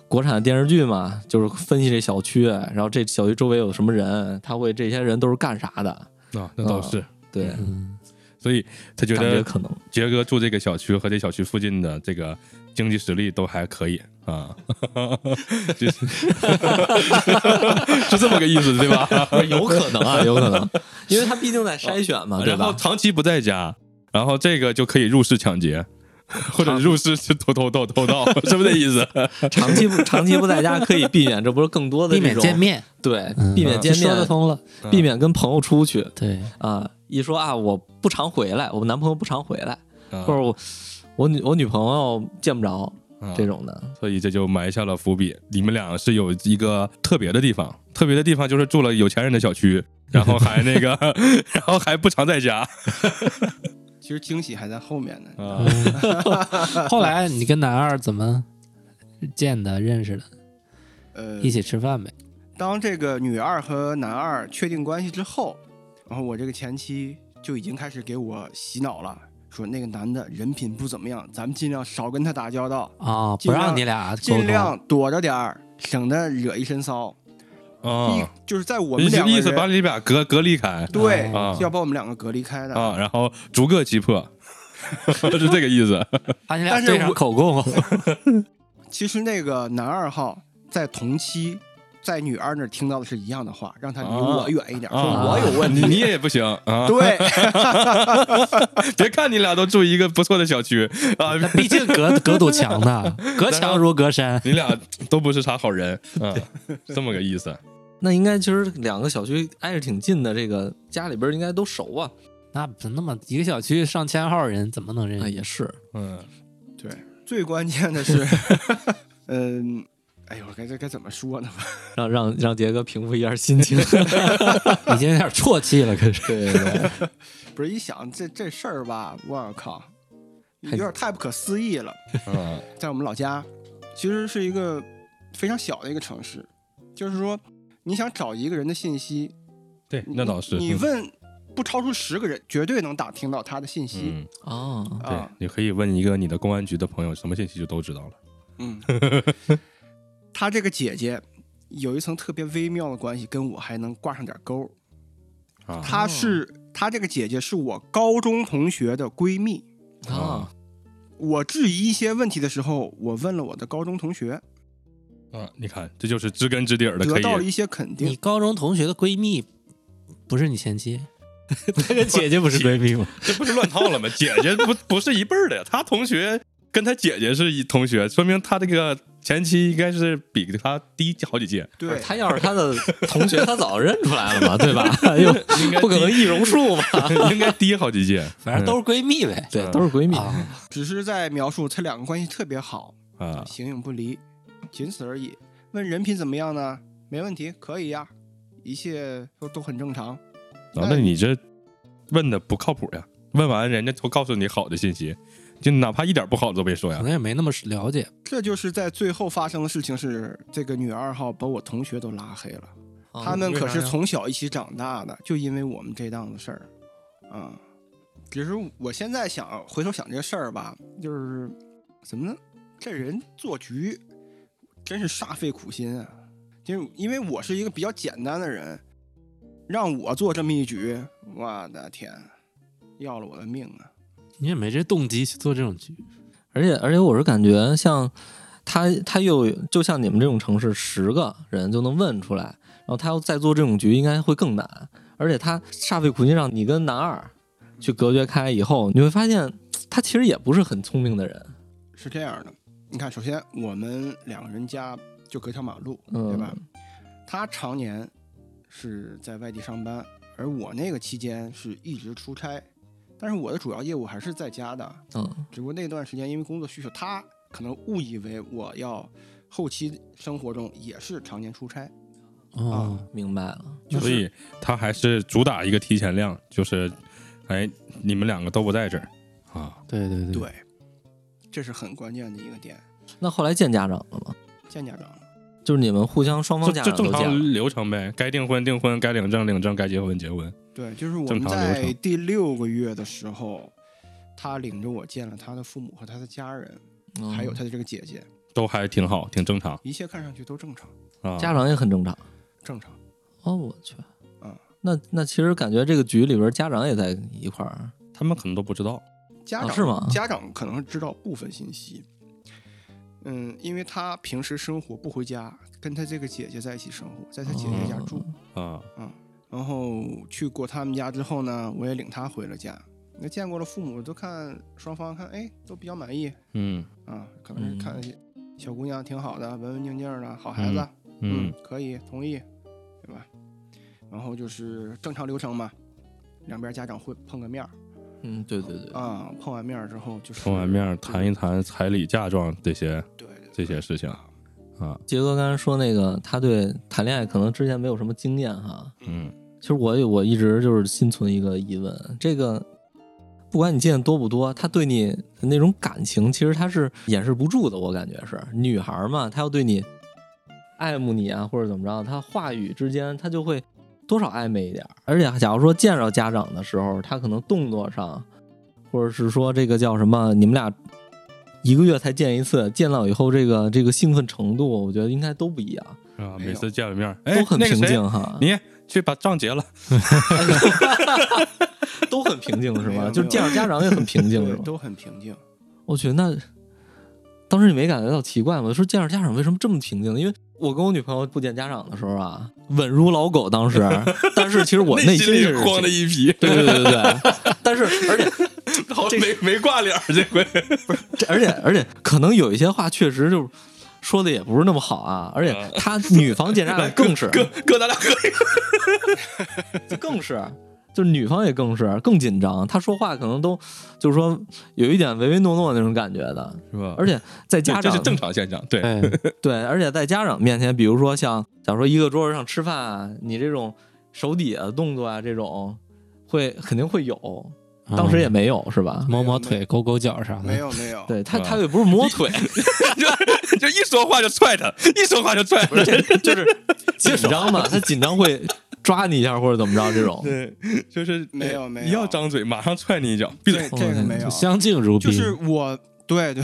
Speaker 3: 国产的电视剧嘛，就是分析这小区，然后这小区周围有什么人，他会这些人都是干啥的，
Speaker 4: 啊，那倒
Speaker 3: 啊
Speaker 4: 是。
Speaker 3: 对，
Speaker 5: 嗯，
Speaker 4: 所以他觉
Speaker 3: 感觉
Speaker 4: 得
Speaker 3: 可能。
Speaker 4: 杰哥住这个小区和这小区附近的这个经济实力都还可以 啊， 就是 是这么个意思对吧？
Speaker 3: 有可能啊，有可 能，因为他毕竟在筛选
Speaker 6: 啊
Speaker 3: 嘛，对
Speaker 4: 哦然后
Speaker 3: 吧？
Speaker 4: 长期不在家，然后这个就可以入室抢劫， 或者入室去偷偷盗偷 盗，是不是这意思？
Speaker 6: 啊
Speaker 3: 长期不长期不在家可以避免，这不是更多的
Speaker 5: 避
Speaker 3: 这
Speaker 5: 免
Speaker 3: 种
Speaker 5: 见，面，
Speaker 3: 对
Speaker 5: 嗯，
Speaker 3: 避免见
Speaker 5: 说得
Speaker 3: 面，
Speaker 5: 通了。嗯
Speaker 3: 避免跟朋友出去
Speaker 5: 对，
Speaker 3: 啊。一说啊，我不常回来，我男朋友不常回来，
Speaker 4: 啊
Speaker 5: 嗯
Speaker 3: 或者我我女我女朋友见不着
Speaker 5: 嗯
Speaker 3: 这种的，
Speaker 4: 啊所以这就埋下了伏笔。你们俩是有一个特别的地方，特别的地方就是住了有钱人的小 区，然后还那个， 然后还不常在家
Speaker 6: 其实惊喜还在后面呢。
Speaker 4: 啊。
Speaker 5: 嗯 后来你跟男二怎么见的、认识的？
Speaker 6: 呃，
Speaker 4: 嗯
Speaker 5: 一起吃饭呗。
Speaker 6: 当这个女二和男二确定关系之后，然后我这个前妻就已经开始给我洗脑了，说那个男的人品不怎么样，咱们尽量少跟他打交道，
Speaker 5: 啊，不
Speaker 6: 尽量
Speaker 5: 让你俩沟
Speaker 6: 尽
Speaker 5: 通。
Speaker 6: 量躲着点儿，省得惹一身骚。一
Speaker 4: 啊，
Speaker 6: 就是在我
Speaker 4: 意
Speaker 6: 们
Speaker 4: 思
Speaker 6: 两
Speaker 4: 意思
Speaker 6: 个
Speaker 4: 把
Speaker 6: 人
Speaker 4: 你俩隔隔离开
Speaker 6: 对、
Speaker 4: 啊
Speaker 6: 要把我们两个隔离开的。
Speaker 4: 啊，然后逐个击破， 是这个意思
Speaker 5: 把你俩
Speaker 6: 但是
Speaker 5: 对上
Speaker 6: 我
Speaker 5: 口供 了。
Speaker 6: 其实那个男二号在同期在女二那儿听到的是一样的话，让他离我远一点，说
Speaker 4: 啊。
Speaker 6: 我有问
Speaker 4: 你，你
Speaker 6: 题。
Speaker 4: 也不行啊！
Speaker 6: 对，
Speaker 4: 别看你俩都住一个不错的小区啊，
Speaker 5: 那毕竟隔隔堵墙呢，隔墙如隔山。
Speaker 4: 你俩都不是啥好 人啊，这么个意思。
Speaker 3: 那应该其实两个小区挨着挺近的，这个家里边应该都熟啊。
Speaker 5: 那不那么一个小区上千号人，怎么能认
Speaker 3: 啊，
Speaker 5: 识？
Speaker 3: 也是，
Speaker 4: 嗯，
Speaker 6: 对，最关键的是，嗯，哎呦，该这该怎么说呢？
Speaker 3: 让让让杰哥平复一下心情。
Speaker 5: 已经有点啜泣了，可是。
Speaker 3: 对对对，
Speaker 6: 不是一想这这事儿吧，我靠，有点太不可思议了。
Speaker 4: 啊
Speaker 6: 在我们老家，其实是一个非常小的一个城市，就是说，你想找一个人的信息，
Speaker 4: 对，那倒是。嗯
Speaker 6: 你你问不超出十个人，绝对能打听到他的信息、
Speaker 4: 嗯，
Speaker 3: 哦，
Speaker 4: 对
Speaker 6: 啊。，
Speaker 4: 你可以问一个你的公安局的朋友，什么信息就都知道了。
Speaker 6: 嗯， 他这个姐姐有一层特别微妙的关系，跟我还能挂上点钩。
Speaker 4: 啊
Speaker 6: 她是她这个姐姐是我高中同学的闺蜜。
Speaker 3: 啊，
Speaker 6: 我质疑一些问题的时候，我问了我的高中同学，
Speaker 4: 啊，你看，这就是知根知底儿的，可
Speaker 6: 得到了
Speaker 4: 以
Speaker 6: 一些肯
Speaker 5: 你
Speaker 6: 定。
Speaker 5: 高中同学的闺蜜不是你 前妻，她跟姐姐不是闺蜜 吗？
Speaker 4: 这不是乱套了吗？ 姐姐不不是一辈儿的呀，她同学跟她姐姐是一同学，说明她这个前妻应该是比她低好几 届，
Speaker 6: 对，
Speaker 3: 他要是他的同学，他早认出来了 嘛，对吧？又不可能易容术嘛，
Speaker 4: 应该低好几届。
Speaker 5: 反正都是闺蜜呗。
Speaker 3: 对，都是闺蜜。
Speaker 5: 啊，
Speaker 6: 只是在描述他两个关系特别好，
Speaker 4: 啊，
Speaker 6: 形影不离，仅此而已。问人品怎么样呢？没问题，可以呀，一切都都很正常。
Speaker 4: 啊那你这问的不靠谱呀，问完人家都告诉你好的信息，就哪怕一点不好的都别说呀
Speaker 5: 可。能也没那么了解。
Speaker 6: 这就是在最后发生的事情是，这个女二号把我同学都拉黑了。
Speaker 5: 啊
Speaker 6: 他们可是从小一起长大的，就因为我们这档子事儿，啊、其实我现在想回头想这个事儿吧，就是怎么呢？这人做局真是煞费苦心啊！就是因为我是一个比较简单的人，让我做这么一局，我的天，要了我的命啊！
Speaker 5: 你也没这动机去做这种局，
Speaker 3: 而且而且我是感觉像他他又就像你们这种城市，十个人就能问出来，然后他要再做这种局，应该会更难。而且他煞费苦心让你跟男二去隔绝开以后，你会发现他其实也不是很聪明的人，
Speaker 6: 是这样的，你看，首先我们两个人家就隔条马路，
Speaker 3: 嗯
Speaker 6: 对吧？他常年是在外地上班，而我那个期间是一直出差，但是我的主要业务还是在家的。
Speaker 3: 嗯，
Speaker 6: 只不过那段时间因为工作需求，他可能误以为我要后期生活中也是常年出差，
Speaker 5: 哦，
Speaker 3: 明白了，
Speaker 4: 所以他还是主打一个提前量，就是，哎，你们两个都不在这儿啊，
Speaker 5: 对对对，
Speaker 6: 对，这是很关键的一个点。
Speaker 3: 那后来见家长了吗？
Speaker 6: 见家长了，
Speaker 3: 就是你们互相双
Speaker 4: 就
Speaker 3: 方家
Speaker 4: 就
Speaker 3: 长都
Speaker 4: 正
Speaker 3: 见了，
Speaker 4: 常流程呗，该订婚订婚，该领证领证，该结婚结婚。
Speaker 6: 对，就是我
Speaker 4: 正
Speaker 6: 们
Speaker 4: 常流
Speaker 6: 在
Speaker 4: 程
Speaker 6: 第六个月的时候，他领着我见了他的父母和他的家人。
Speaker 3: 嗯
Speaker 6: 还有他的这个姐姐，
Speaker 4: 都还挺好，挺正常
Speaker 6: 一切看上去都正常，
Speaker 4: 啊。
Speaker 3: 家长也很正常。
Speaker 6: 正常。
Speaker 3: 哦，我去，
Speaker 6: 嗯，
Speaker 3: 那那其实感觉这个局里边家长也在一块儿，
Speaker 4: 他们可能都不知道，
Speaker 6: 家长、
Speaker 3: 哦是吗
Speaker 6: 家长可能知道部分信息，嗯，因为他平时生活不回家，跟他这个姐姐在一起生活，在他姐姐家住。
Speaker 3: 哦
Speaker 4: 啊，
Speaker 6: 然后去过他们家之后呢，我也领他回了家。那见过了父母，都看双方看，哎，都比较满意
Speaker 4: 嗯
Speaker 6: 啊，可能是
Speaker 3: 嗯
Speaker 6: 看小姑娘挺好的，文文静静的，好孩子。
Speaker 4: 嗯嗯，
Speaker 6: 可以，同意，对吧？然后就是正常流程嘛，两边家长会碰个面儿
Speaker 3: 嗯，对对对，
Speaker 6: 啊、碰完面儿之后就是
Speaker 4: 碰完面儿谈一谈彩礼嫁妆这些
Speaker 6: 对对
Speaker 4: 这些事情
Speaker 6: 啊，
Speaker 4: 啊，
Speaker 3: 杰哥刚才说那个，他对谈恋爱可能之前没有什么经验哈。
Speaker 4: 嗯，
Speaker 3: 其实我也我一直就是心存一个疑问，这个不管你见的多不多，他对你那种感情，其实他是掩饰不住的。我感觉是女孩嘛，她要对你爱慕你啊，或者怎么着，她话语之间她就会多少暧昧一点儿。而且假如说见着家长的时候，他可能动作上，或者是说这个叫什么，你们俩一个月才见一次，见到以后这个这个兴奋程度，我觉得应该都不一样，
Speaker 4: 啊，
Speaker 6: 没有
Speaker 4: 每次见了面儿，
Speaker 3: 都
Speaker 4: 哎，
Speaker 3: 很
Speaker 4: 那个
Speaker 3: 平
Speaker 4: 谁
Speaker 3: 静啊哈。
Speaker 4: 你去把账结了，
Speaker 3: 都很平静是
Speaker 6: 没有
Speaker 3: 吗？就是见着家长也很平静是
Speaker 6: 对
Speaker 3: 吗？
Speaker 6: 都很平静。
Speaker 3: 我觉得那当时你没感觉到奇怪吗？说见着家长为什么这么平静？因为我跟我女朋友不见家长的时候啊，稳如老狗。当时，但是其实我内心
Speaker 4: 里
Speaker 3: 是
Speaker 4: 慌的一批，
Speaker 3: 对对对对对，但是而且
Speaker 4: 好没没挂脸儿这回，
Speaker 3: 这而且而且可能有一些话确实就是说的也不是那么好啊，而且她女方见家长更是
Speaker 4: 哥哥咱俩喝一个，
Speaker 3: 更是，就是女方也更是更紧张，她说话可能都就是说有一点唯唯诺诺那种感觉的，
Speaker 4: 是吧？
Speaker 3: 而且在
Speaker 4: 这
Speaker 3: 家
Speaker 4: 这
Speaker 3: 长
Speaker 4: 是正常现象，对，
Speaker 5: 哎，
Speaker 3: 对，而且在家长面前，比如说像假如说一个桌子上吃饭啊，你这种手底下的动作啊，这种会肯定会有，当
Speaker 4: 嗯
Speaker 3: 时也没有、是吧？
Speaker 5: 啊摸摸腿、勾勾脚啥的，
Speaker 6: 没有没有，
Speaker 3: 对他，
Speaker 4: 啊
Speaker 3: 他又不是 摸腿，
Speaker 4: 就就一说话就踹他，一说话就踹他，
Speaker 3: 就是紧张嘛，他紧张会抓你一下或者怎么着这种。
Speaker 4: 对，就是 哎
Speaker 6: 没有没有
Speaker 4: 一要张嘴马上踹你一脚，闭
Speaker 6: 这
Speaker 4: 嘴，
Speaker 6: 这个没有，
Speaker 5: 相敬如宾，
Speaker 6: 就是我对 对。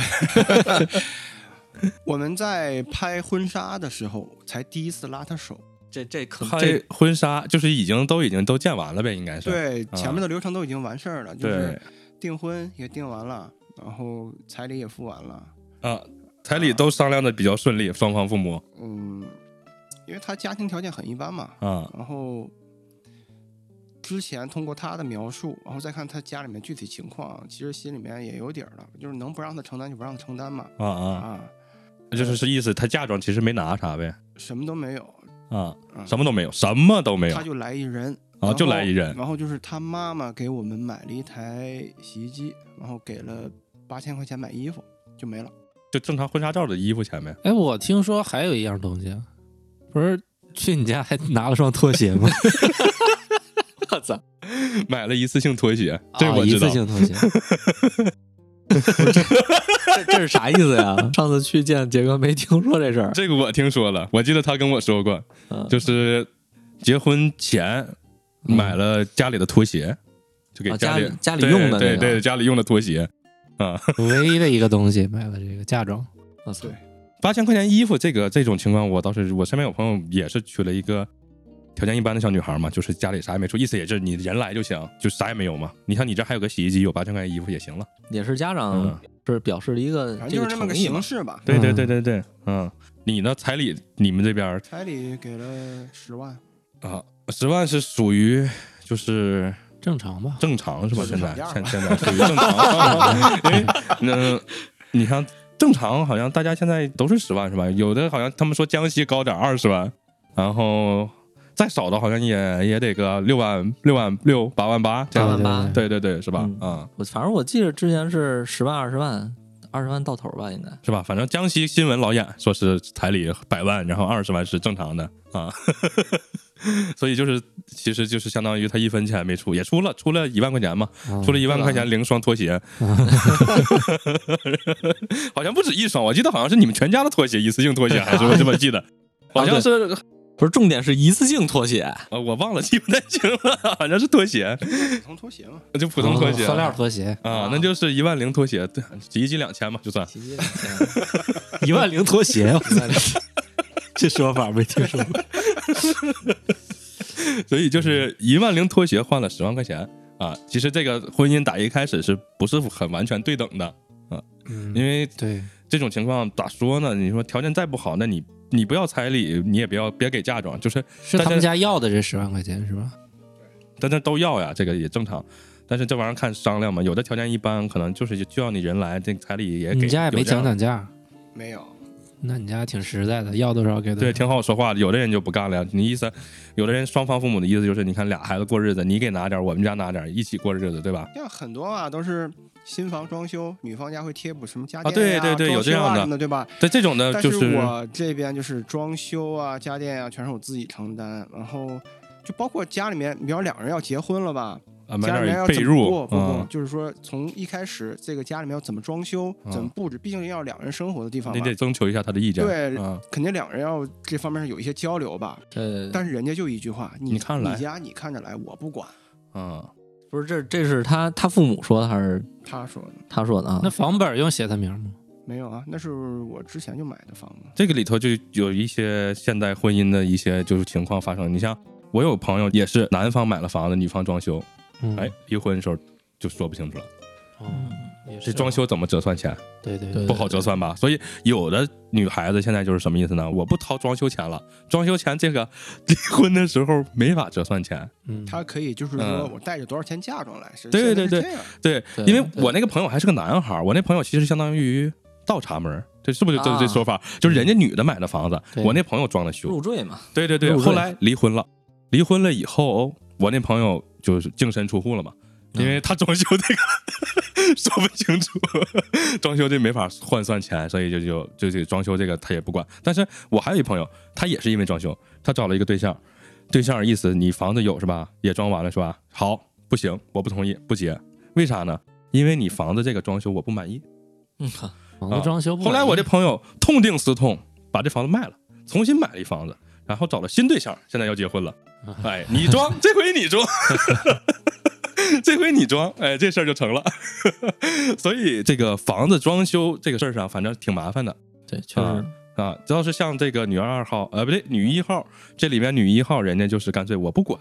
Speaker 6: 我们在拍婚纱的时候才第一次拉他手，
Speaker 3: 这这可
Speaker 4: 拍
Speaker 3: 这
Speaker 4: 婚纱就是已经都已经都见完了呗，应该是
Speaker 6: 对，
Speaker 4: 啊
Speaker 6: 前面的流程都已经完事儿了，就是
Speaker 4: 对
Speaker 6: 订婚也订完了，然后彩礼也付完了，
Speaker 4: 啊，彩礼都商量的比较顺利，双方父母
Speaker 6: 嗯，因为他家庭条件很一般嘛，
Speaker 4: 啊，
Speaker 6: 然后之前通过他的描述，然后再看他家里面具体情况，其实心里面也有底儿了，就是能不让他承担就不让他承担嘛，
Speaker 4: 啊啊，
Speaker 6: 啊，
Speaker 4: 就是是意思他嫁妆其实没拿啥呗，
Speaker 6: 什么都没有，
Speaker 4: 啊，
Speaker 6: 啊、
Speaker 4: 什么都没有，什么都没有
Speaker 6: 他就来一人。然
Speaker 4: 啊，
Speaker 6: 后
Speaker 4: 就来一人
Speaker 6: 然后就是他妈妈给我们买了一台洗衣机，然后给了八千块钱买衣服，就没了。
Speaker 4: 就正常婚纱照的衣服钱呗，
Speaker 5: 哎，我听说还有一样东西，啊不是去你家还拿了双拖鞋吗？
Speaker 3: 我操，
Speaker 4: 买了一次性拖鞋，这
Speaker 5: 啊
Speaker 4: 我
Speaker 5: 一
Speaker 4: 知道
Speaker 5: 次。性 拖鞋。这这是啥意思 呀？上次去见杰哥没听说这事 儿，
Speaker 4: 这个我听说了，我记得他跟我说过，
Speaker 3: 嗯
Speaker 4: 就是结婚前买了家里的拖鞋，就给
Speaker 3: 啊
Speaker 4: 家里、
Speaker 3: 家里家里用的
Speaker 4: 对
Speaker 3: 那
Speaker 4: 对
Speaker 3: 个
Speaker 4: 对，家里用的拖鞋啊，
Speaker 5: 唯一的一个东西买了这个嫁妆，
Speaker 3: 我操
Speaker 6: 对
Speaker 4: 八千块钱衣服这个这种情况，我倒是我身边有朋友也是娶了一个条件一般的小女孩嘛，就是家里啥也没出，意思也是你人来就行，就啥也没有嘛。你像你这还有个洗衣机，有八千块钱衣服也行了。
Speaker 3: 也是家
Speaker 4: 嗯
Speaker 3: 长是表示了一个
Speaker 6: 反正
Speaker 3: 这
Speaker 6: 就
Speaker 3: 个
Speaker 6: 是那么
Speaker 3: 诚
Speaker 6: 个
Speaker 3: 意嘛
Speaker 6: 形，式吧。
Speaker 4: 对对
Speaker 5: 嗯
Speaker 4: 对对对，嗯，你呢？彩礼你们这边儿
Speaker 6: 彩礼给了十万，
Speaker 4: 啊，十万是属于就是
Speaker 5: 正常吧？
Speaker 4: 正常是吧？
Speaker 6: 就是
Speaker 4: 现在
Speaker 6: 涨价
Speaker 4: 现现在
Speaker 6: 吧
Speaker 4: 属于正常，因为嗯，你看正常好像大家现在都是十万是吧？有的好像他们说江西高点二十万，然后再少的好像也也得个六万六万六八万八这
Speaker 5: 对
Speaker 4: 样。
Speaker 3: 万八
Speaker 5: 对
Speaker 4: 对
Speaker 5: 对
Speaker 4: 对对，是吧？啊、
Speaker 3: 嗯我反正我记得之前是十万二十万，二十万到头吧，应该。
Speaker 4: 是吧？反正江西新闻老演说是彩礼百万，然后二十万是正常的啊。 所以就是，其实就是相当于他一分钱没出，也出了，出了一万块钱嘛，
Speaker 5: 嗯
Speaker 4: 出了一万块钱零双拖
Speaker 5: 啊
Speaker 4: 鞋， 好像不止一双，我记得好像是你们全家的拖鞋，一次性拖鞋还是我这么 记得，好像是
Speaker 3: 啊不是重点是一次性拖鞋，
Speaker 4: 呃我忘了，记不太清了，好像是拖鞋，
Speaker 6: 普通拖鞋嘛。
Speaker 4: 就普通拖鞋，
Speaker 5: 哦塑料拖鞋，
Speaker 4: 啊，那就是一万零拖鞋，对，洗衣机两千嘛，就算
Speaker 5: 一万零拖鞋，我操这说法没听说过。
Speaker 4: 所以
Speaker 5: 嗯
Speaker 4: 就是一万零拖鞋换了十万块钱啊。其实这个婚姻打一开始是不是很完全对等的？啊因
Speaker 5: 嗯，
Speaker 4: 为
Speaker 5: 对，
Speaker 4: 这种情况咋说呢？你说条件再不好，那你你不要彩礼，你也不要别给嫁妆，就是
Speaker 5: 是他们家要的这十万块钱是吧？
Speaker 4: 大家都要呀，这个也正常。但是这玩意儿看商量嘛，有的条件一般，可能就是就要你人来，这彩礼也给。
Speaker 5: 你家也
Speaker 4: 有
Speaker 5: 没
Speaker 4: 这样
Speaker 5: 讲讲价，
Speaker 6: 没有，
Speaker 5: 那你家挺实在的，要多少给多
Speaker 4: 对，
Speaker 5: 少。
Speaker 4: 挺好说话的。有的人就不干了呀，你意思，有的人双方父母的意思就是，你看俩孩子过日子，你给拿点儿，我们家拿点儿，一起过日子，对吧？
Speaker 6: 像很多啊都是新房装修，女方家会贴补什么家
Speaker 4: 啊
Speaker 6: 电
Speaker 4: 对
Speaker 6: 呀
Speaker 4: 对对有
Speaker 6: 装
Speaker 4: 这
Speaker 6: 修
Speaker 4: 样
Speaker 6: 啊
Speaker 4: 的
Speaker 6: 什么的，对吧？
Speaker 4: 在这种的
Speaker 6: 但
Speaker 4: 就是是
Speaker 6: 我这边就是装修啊、家电啊，全是我自己承担。然后就包括家里面，比方两个人要结婚了吧，
Speaker 4: 啊，买
Speaker 6: 家里面
Speaker 4: 点
Speaker 6: 要
Speaker 4: 儿
Speaker 6: 怎
Speaker 4: 被
Speaker 6: 么
Speaker 4: 褥
Speaker 6: 过不不，
Speaker 4: 啊，
Speaker 6: 就是说从一开始这个家里面要怎么装修、
Speaker 4: 嗯
Speaker 6: 怎么布置，毕竟要两人生活的地方
Speaker 4: 你
Speaker 6: 嘛
Speaker 4: 得，征求一下他的意见。
Speaker 6: 对
Speaker 4: 啊，
Speaker 6: 肯定两人要这方面有一些交流吧。
Speaker 3: 呃，
Speaker 6: 但是人家就一句话，你
Speaker 4: 你看来
Speaker 6: 你家你看着来，我不管。
Speaker 4: 啊，
Speaker 3: 不是这这是他他父母说的还是
Speaker 6: 他说的
Speaker 3: 他说的啊？
Speaker 5: 那房本用写他名吗？
Speaker 6: 没有啊，那是我之前就买的房子，
Speaker 4: 这个里头就有一些现代婚姻的一些就是情况发生。你像我有朋友也是男方买了房子，女方装修，
Speaker 5: 嗯
Speaker 4: 哎，，离婚的时候就说不清楚了，
Speaker 5: 哦，也是
Speaker 4: 这
Speaker 6: 啊
Speaker 4: 装修怎么折算钱？
Speaker 5: 对对
Speaker 3: 对
Speaker 4: 不好折算吧？所以有的女孩子现在就是什么意思呢？我不掏装修钱了，装修钱这个 离婚的时候没法折算钱。
Speaker 5: 嗯，
Speaker 6: 他可以就是说
Speaker 4: 嗯
Speaker 6: 我带着多少钱嫁妆来，是
Speaker 4: 对
Speaker 6: 现在
Speaker 4: 对
Speaker 6: 是
Speaker 4: 对
Speaker 6: 这样
Speaker 4: 对，
Speaker 3: 对
Speaker 4: 因为
Speaker 3: 对
Speaker 4: 我那个朋友还是个男孩儿，我那朋友其实相当于倒插门儿，这是不是就这、这
Speaker 3: 啊
Speaker 4: 说法？就是人家女的买的房子，
Speaker 5: 对
Speaker 4: 我那朋友装的修，
Speaker 3: 入赘嘛，
Speaker 4: 对对对，
Speaker 3: 入赘
Speaker 4: 后来离婚了，离婚了以后，我那朋友就是净身出户了嘛，因为他装修这个 说不清楚，装修这没法换算钱，所以就就就这装修这个他也不管。但是我还有一朋友，他也是因为装修，他找了一个对象，对象意思你房子有是吧？也装完了是吧？好，不行，我不同意，不结，为啥呢？因为你房子这个装修我不满意。
Speaker 3: 嗯，
Speaker 5: 房子
Speaker 4: 啊
Speaker 5: 装修不满意。
Speaker 4: 后来我这朋友痛定思痛，把这房子卖了，重新买了一房子，然后找了新对象，现在要结 婚了。哎，你装，这回你装， 这回你装，哎，这事儿就成了。 所以这个房子装修这个事儿上，反正挺麻烦的
Speaker 3: 对，确实
Speaker 4: 啊啊。只要是像这个女二号，呃，不对，女一号，这里面女一号人家就是干脆我不管，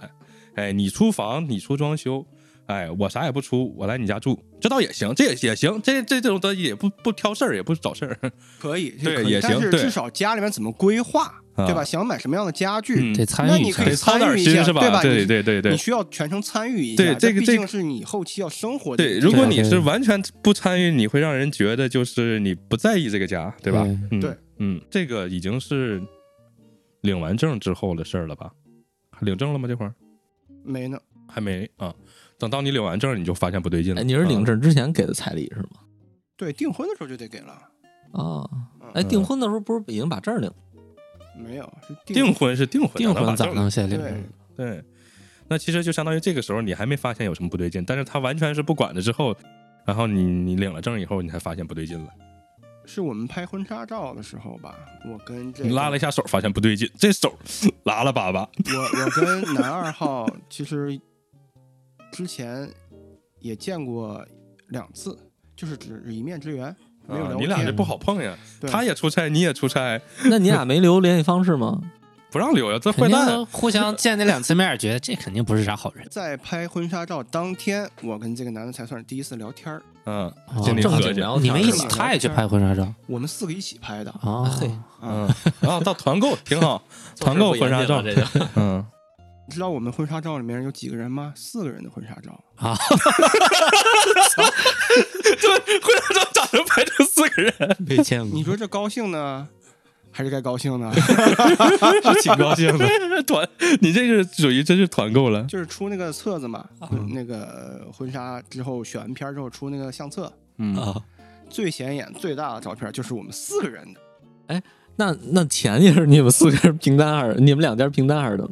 Speaker 4: 哎，你出房，你出装修。哎，我啥也不出，我来你家住，这倒也行，这也也行，这这这种东西也不不挑事儿，也不找事儿。
Speaker 6: 可以，这
Speaker 4: 对
Speaker 6: 可以
Speaker 4: 也行
Speaker 6: 但是
Speaker 4: 对
Speaker 6: 至少家里面怎么规划，
Speaker 4: 啊
Speaker 6: 对吧？想买什么样的家具，
Speaker 4: 嗯
Speaker 5: 得
Speaker 6: 那
Speaker 5: 参与
Speaker 6: 你
Speaker 5: 一下
Speaker 6: 可以
Speaker 4: 得操点
Speaker 6: 参与一
Speaker 4: 心
Speaker 6: 下
Speaker 4: 是吧
Speaker 6: 对？吧
Speaker 4: 对
Speaker 6: 你
Speaker 4: 对对
Speaker 6: 你
Speaker 4: 对
Speaker 6: 需要全程参与一下，
Speaker 4: 对这个
Speaker 6: 毕
Speaker 4: 这
Speaker 6: 竟是你后期要生活的
Speaker 4: 对，
Speaker 6: 地方。
Speaker 4: 如果你
Speaker 5: 对
Speaker 4: 是完全不参与，你会让人觉得就是你不在意这个家，对吧？嗯，
Speaker 6: 对，
Speaker 4: 嗯，这个已经是领完证之后的事儿了吧？领证了吗？这会儿
Speaker 6: 没呢，
Speaker 4: 还没啊。等到你领完证，你就发现不对劲了。
Speaker 3: 哎，你是领
Speaker 4: 啊
Speaker 3: 证之前给的彩礼是吗？
Speaker 6: 对，订婚的时候就得给了，
Speaker 3: 啊，
Speaker 6: 嗯
Speaker 3: 哎，订婚的时候不是已经把证儿领了？
Speaker 6: 没有是
Speaker 4: 订婚是订婚，
Speaker 5: 订
Speaker 4: 哪能
Speaker 5: 婚
Speaker 4: 把
Speaker 5: 咋
Speaker 4: 证
Speaker 5: 能写领？
Speaker 6: 对
Speaker 4: 对，那其实就相当于这个时候你还没发现有什么不对劲，但是他完全是不管了之后，然后你你领了证以后，你才发现不对劲了。
Speaker 6: 是我们拍婚纱照的时候吧，我跟这
Speaker 4: 你拉了一下手，发现不对劲，这手 拉了粑粑。
Speaker 6: 我我跟男二号其实之前也见过两次，就是只一面之缘，没有
Speaker 4: 啊
Speaker 6: 聊过
Speaker 4: 你俩
Speaker 6: 天
Speaker 4: 这不好碰呀，
Speaker 6: 对
Speaker 4: 他也出差，你也出差，
Speaker 3: 那你俩没留联系方式吗？
Speaker 4: 不让留呀，这嗯坏
Speaker 5: 肯定啊
Speaker 4: 蛋
Speaker 5: 都互相见那两次面，觉得这肯定不是啥好人。
Speaker 6: 在拍婚纱照当天，我跟这个男的才算是第一次聊天儿。
Speaker 4: 嗯
Speaker 5: 哦，
Speaker 4: 经理
Speaker 3: 正
Speaker 4: 合
Speaker 3: 经
Speaker 4: 计，
Speaker 3: 聊
Speaker 5: 你们一
Speaker 6: 正
Speaker 5: 起，
Speaker 6: 常
Speaker 5: 他也去拍婚纱照
Speaker 6: 我们四个一起拍的，
Speaker 5: 啊？
Speaker 3: 嘿
Speaker 4: 嗯，然后到团购挺好，团购婚纱照，嗯，
Speaker 6: 你知道我们婚纱照里面有几个人吗？四个人的婚纱照，
Speaker 4: 婚纱照咋能拍成四个人？
Speaker 5: 没见
Speaker 6: 你，说这高兴呢，还是该高兴呢？
Speaker 4: 是挺高兴的。团，你这是属于真是团购了。
Speaker 6: 就是出那个册子嘛，
Speaker 4: 啊
Speaker 6: 嗯那个婚纱之后选完片儿之后出那个相册，
Speaker 4: 嗯，
Speaker 5: 啊？
Speaker 6: 最显眼最大的照片就是我们四个人的。
Speaker 3: 那那钱也是你们四个人平摊而，你们两家平摊而的。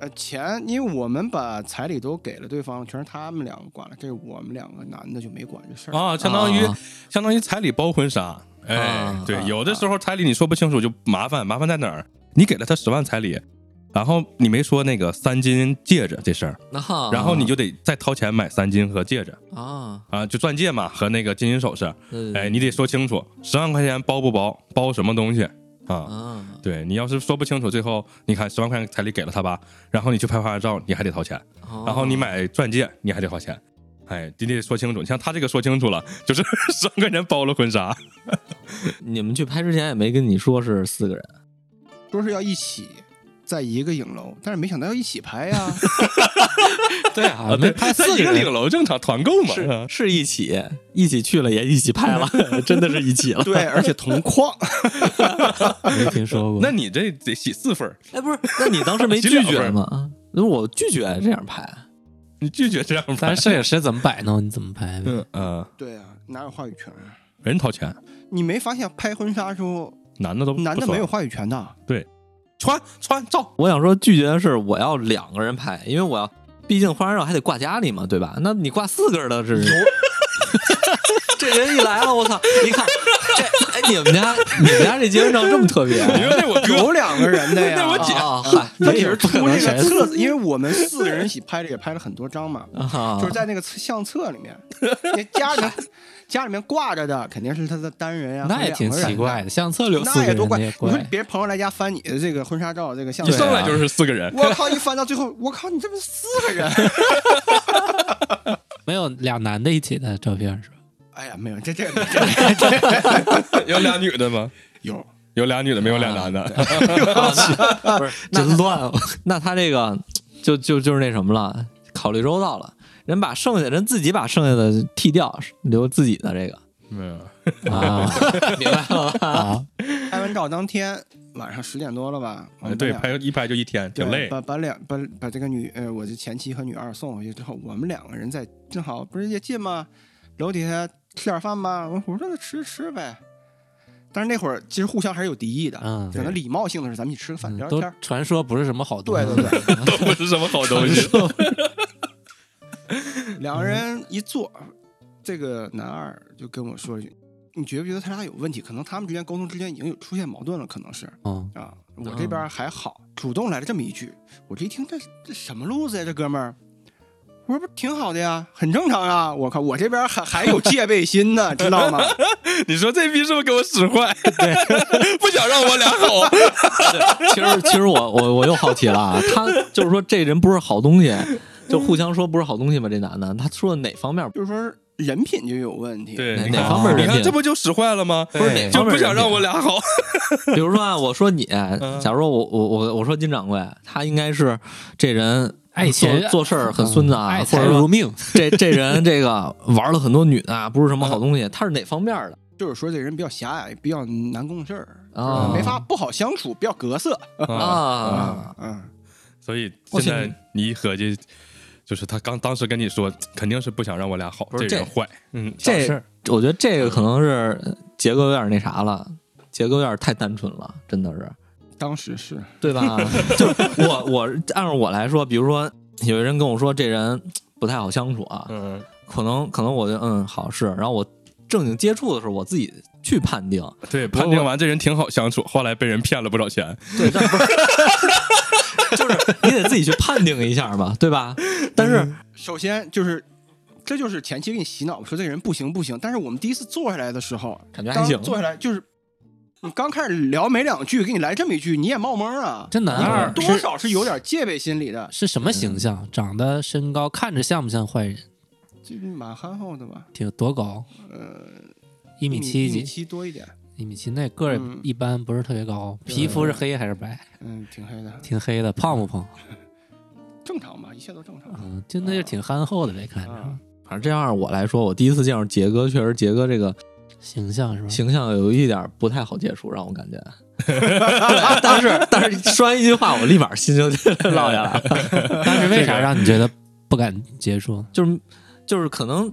Speaker 6: 呃，钱，因为我们把彩礼都给了对方，全是他们两个管了，这我们两个男的就没管这事儿。
Speaker 4: 啊，相当于
Speaker 3: 啊
Speaker 4: 相当于彩礼包婚纱。哎
Speaker 3: 啊，
Speaker 4: 对
Speaker 6: 啊，
Speaker 4: 有的时候彩礼你说不清楚就麻烦，麻烦在哪儿？你给了他十万彩礼，然后你没说那个三金戒指这事儿，
Speaker 3: 那
Speaker 4: 然后你就得再掏钱买三金和戒指
Speaker 3: 啊，
Speaker 4: 啊，就钻戒嘛和那个金银首饰。
Speaker 3: 对
Speaker 4: 哎，你得说清楚，十万块钱包不包，包什么东西啊？
Speaker 3: 啊，
Speaker 4: 对你要是说不清楚，最后你看十万块钱彩礼给了他吧，然后你去拍婚纱照你还得掏钱，
Speaker 3: 哦
Speaker 4: 然后你买钻戒你还得花钱，哎，你得说清楚。你像他这个说清楚了，就是 十万块钱包了婚纱，
Speaker 3: 你们去拍之前也没跟你说是四个人，
Speaker 6: 说是要一起在一个影楼，但是没想到要一起拍呀、
Speaker 5: 对啊，没拍
Speaker 4: 在
Speaker 5: 四
Speaker 4: 一个
Speaker 5: 人
Speaker 4: 领，楼正常团购嘛。啊
Speaker 3: 是是一起，一起去了也一起拍了，真的是一起了。
Speaker 6: 对，而且同 框，
Speaker 5: 没听说过。
Speaker 4: 那你这得洗四分儿，
Speaker 3: 哎，不是，那你当时 没拒绝吗？那我拒绝这样拍，啊
Speaker 4: 你拒绝这样拍
Speaker 5: 咱，摄影师怎么摆弄？你怎么拍？
Speaker 4: 嗯呃，
Speaker 6: 对啊，哪有话语权啊？
Speaker 4: 人掏钱，
Speaker 6: 你没发现拍婚纱的时候，
Speaker 4: 男的都不
Speaker 6: 男的
Speaker 4: 说
Speaker 6: 没有话语权 的？
Speaker 4: 穿穿照，
Speaker 3: 我想说拒绝的是我要两个人拍，因为我要，毕竟婚纱照还得挂家里嘛，对吧？那你挂四个人的是。 这人一来了，我操！一看，这哎，你们家你们家这结婚照这么特别，
Speaker 4: 因为那 我哥
Speaker 6: 有两个人的呀
Speaker 4: 那。我姐
Speaker 3: 啊，嗨，
Speaker 6: 他
Speaker 3: 没
Speaker 6: 只是
Speaker 3: 人
Speaker 6: 出
Speaker 3: 出
Speaker 6: 那
Speaker 3: 这
Speaker 6: 个
Speaker 3: 个
Speaker 6: 册子，因为我们四个人一起拍的，也拍了很多 张嘛，
Speaker 3: 啊，
Speaker 6: 就是在那个相册里面，那家里面家里面挂着的肯定是他的单人呀，
Speaker 5: 那也挺奇怪
Speaker 6: 的，
Speaker 5: 的，相册里有四
Speaker 6: 那
Speaker 5: 个
Speaker 6: 也
Speaker 5: 人
Speaker 6: 多怪。
Speaker 5: 也
Speaker 6: 你说
Speaker 5: 怪。
Speaker 6: 别人朋友来家翻你的这个婚纱照，这个相
Speaker 4: 一
Speaker 6: 册，啊
Speaker 4: 上来就是四个人，
Speaker 6: 我靠！一翻到最后，我靠，你这不是四个人？啊
Speaker 5: 没有俩男的一起的照片是吧？
Speaker 6: 哎呀，没有，这这个这个
Speaker 4: 有俩女的吗？
Speaker 6: 有
Speaker 4: 有俩女的，没有俩男的。
Speaker 3: 不是真乱哦。那他这个就就就是那什么了，考虑周到了，人把剩下人自己把剩下的剃掉，留自己的这个，
Speaker 4: 没有。
Speaker 5: 啊，
Speaker 3: 明白了吧？
Speaker 5: 啊，
Speaker 6: 拍完照当天晚上十点多了吧？
Speaker 5: 呃
Speaker 6: 我
Speaker 4: 哎，
Speaker 6: 们
Speaker 4: 对，
Speaker 6: 俩
Speaker 4: 拍一拍就一天，
Speaker 6: 对
Speaker 4: 挺 累。
Speaker 6: 把把两把把这个女呃，我的前妻和女二送回去之后，我们两个人在正好不是也近吗？楼底下吃点饭吧。我我说那吃吃呗。但是那会儿其实互相还是有敌意的，
Speaker 5: 嗯
Speaker 6: 可能礼貌性的是咱们一起吃个饭聊聊
Speaker 5: 都
Speaker 6: 天儿。
Speaker 5: 传说不是什么好东
Speaker 6: 对
Speaker 5: 西。
Speaker 6: 对对，
Speaker 4: 都不是什么好东 西。
Speaker 6: 两
Speaker 5: 嗯
Speaker 6: 个人一坐，这个男二就跟我说了一句：“你觉不觉得他俩有问题？可能他们之间沟通之间已经有出现矛盾了，可能是
Speaker 5: 嗯，
Speaker 6: 啊。”我这边还好，主动来了这么一句，我这一听这这什么路子呀，这哥们儿。我说不挺好的呀，很正常啊！我靠，我这边还还有戒备心呢，知道吗？
Speaker 4: 你说这逼是不是给我使坏？不想让我俩好。
Speaker 3: 其实其实我我我又好奇了啊，他就是说这人不是好东西，就互相说不是好东西吗？这男的他说的哪方面
Speaker 6: 就是说人品就有问题。
Speaker 4: 对，
Speaker 3: 哪
Speaker 4: 你看
Speaker 3: 哪方面
Speaker 4: 你
Speaker 3: 人
Speaker 4: 看
Speaker 3: 品
Speaker 4: 这？不就使坏了吗？
Speaker 3: 不是哪
Speaker 4: 就
Speaker 3: 方面人
Speaker 4: 不
Speaker 3: 品
Speaker 4: 想让我俩好。
Speaker 3: 比如说啊，我说你，
Speaker 5: 嗯
Speaker 3: 假如说我我我我说金掌柜，他应该是这人
Speaker 5: 爱
Speaker 3: 做
Speaker 5: 钱嗯
Speaker 3: 做事儿很孙子啊，
Speaker 5: 爱
Speaker 3: 或
Speaker 5: 财
Speaker 3: 者说
Speaker 5: 如命，
Speaker 3: 这这人这个玩了很多女的啊，不是什么好
Speaker 5: 嗯
Speaker 3: 东西，他是哪方面的？
Speaker 6: 就是说这人比较狭隘，比较难共事儿，
Speaker 5: 嗯
Speaker 3: 啊
Speaker 6: 没法不好相处，比较格色。
Speaker 3: 啊，
Speaker 6: 嗯，
Speaker 4: 所以现在你一合计，就是他刚当时跟你说，肯定是不想让我俩好，
Speaker 3: 不是
Speaker 4: 人
Speaker 3: 这
Speaker 4: 坏。嗯，
Speaker 3: 这我觉得这个可能是杰哥有点那啥了，杰哥有点太单纯了，真的是，
Speaker 6: 当时是
Speaker 3: 对吧？就是我我按照我来说，比如说有一人跟我说这人不太好相处啊，
Speaker 4: 嗯
Speaker 3: 可能可能我就嗯好是，然后我正经接触的时候我自己去判定，
Speaker 4: 对，判定完这人挺好相处，后来被人骗了不少钱。
Speaker 3: 对，但不是， 就是你得自己去判定一下嘛，对吧？但是、
Speaker 6: 首先就是，这就是前期给你洗脑，说这个人不行不行。但是我们第一次坐下来的时候，
Speaker 3: 感觉还
Speaker 6: 当
Speaker 3: 行，
Speaker 6: 坐下来就是，你刚开始聊没两句，给你来这么一句，你也冒懵啊。
Speaker 5: 这男二
Speaker 6: 多少是有点戒备心理的，
Speaker 5: 是什么形象？长得、身高，看着像不像坏人？
Speaker 6: 这蛮憨厚的吧？
Speaker 5: 挺多高？
Speaker 6: 呃，
Speaker 5: 一
Speaker 6: 一
Speaker 5: 米
Speaker 6: 七
Speaker 5: 七
Speaker 6: 一米
Speaker 5: 几？
Speaker 6: 七多一点，
Speaker 5: 一米七那个儿
Speaker 6: 嗯
Speaker 5: 一般，不是特别高。
Speaker 6: 对
Speaker 5: 皮肤是黑还是白？
Speaker 6: 嗯，挺黑的，
Speaker 5: 挺黑的，胖不胖？
Speaker 6: 正常吧，一切都正
Speaker 3: 啊
Speaker 6: 常。
Speaker 5: 嗯，就那就挺憨厚的，这看着
Speaker 6: 啊
Speaker 3: 反正这样我来说，我第一次见着杰哥，确实杰哥这个
Speaker 5: 形象是吧？
Speaker 3: 形象有一点不太好接触，让我感觉。 对，但是但是说完一句话，我立马心就 落下来了。
Speaker 5: 当时为啥让你觉得不敢接触？
Speaker 3: 就是就是可能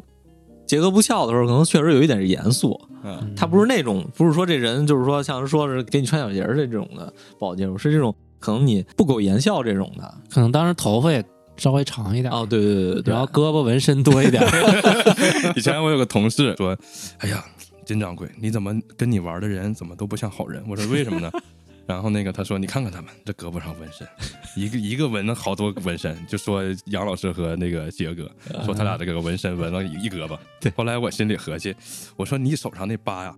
Speaker 3: 杰哥不笑的时候，可能确实有一点严肃。
Speaker 4: 嗯，
Speaker 3: 他不是那种不是说这人就是说像是说是给你穿小鞋儿的这种的不好接触，是这种可能你不苟言笑这种的。
Speaker 5: 可能当时头发也稍微长一点，
Speaker 3: 哦，对对对对对，哎
Speaker 5: 然后胳膊纹身多一点，
Speaker 4: 以前我有个同事说：“ 哎呀，金掌柜，你怎么跟你玩的人怎么都不像好人？”我说：“为什么呢？” 然后那个他说：“你看看他们，这胳膊上纹身，一个一个纹了好多纹身。”就说杨老师和那个杰哥说他俩这个纹身纹了一一胳膊。
Speaker 3: 对
Speaker 4: 后来我心里合计，我说你手上那疤呀、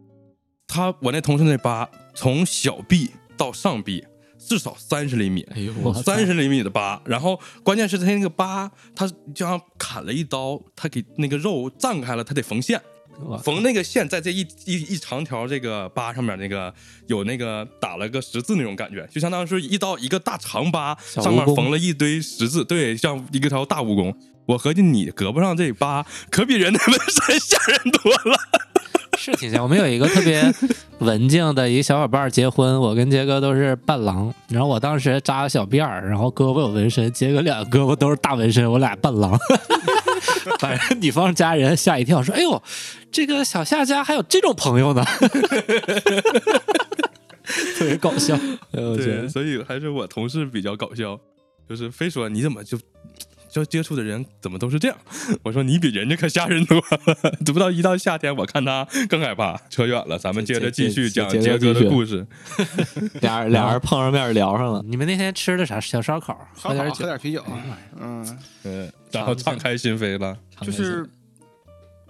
Speaker 4: 他我那同事那疤从小臂到上臂至少三十厘米，
Speaker 3: 哎呦，
Speaker 5: 我
Speaker 4: 三十厘米的疤，然后关键是他那个疤，他就像砍了一刀，他给那个肉绽开了，他得缝线，
Speaker 5: 我
Speaker 4: 缝那个线在这一一一长条这个疤上面那个有那个打了个十字那种感觉，就相当于是一刀一个大长疤，
Speaker 5: 蜈蚣
Speaker 4: 上面缝了一堆十字，对，像一个条大蜈蚣。我合计你胳膊上这疤可比人的纹身 吓人多了。
Speaker 5: 是挺像。我们有一个特别文静的一个小伙伴结婚，我跟杰哥都是伴郎，然后我当时扎个小辫儿，然后胳膊有纹身，杰哥两个胳膊都是大纹身，我俩伴郎。 反正女方家人吓一跳，说：“哎呦，这个小夏家还有这种朋友呢，特别搞笑。”
Speaker 4: 对，所以还是我同事比较搞笑，就是非说你怎么就就接触的人怎么都是这样。 我说你比人家可吓人多了， 这不到一到夏天，我看他更害怕。扯远了，咱们接着继续
Speaker 3: 接接
Speaker 4: 讲
Speaker 3: 接
Speaker 4: 杰
Speaker 3: 接
Speaker 4: 哥
Speaker 3: 着继续
Speaker 4: 的故事。
Speaker 3: 俩人俩人碰上面聊上了。
Speaker 5: 你们那天吃的啥小烧烤？
Speaker 6: 喝
Speaker 5: 喝点
Speaker 6: 点
Speaker 5: 酒哎
Speaker 6: 喝。点啤酒，嗯，
Speaker 4: 嗯， 然后敞开心扉了。
Speaker 6: 就是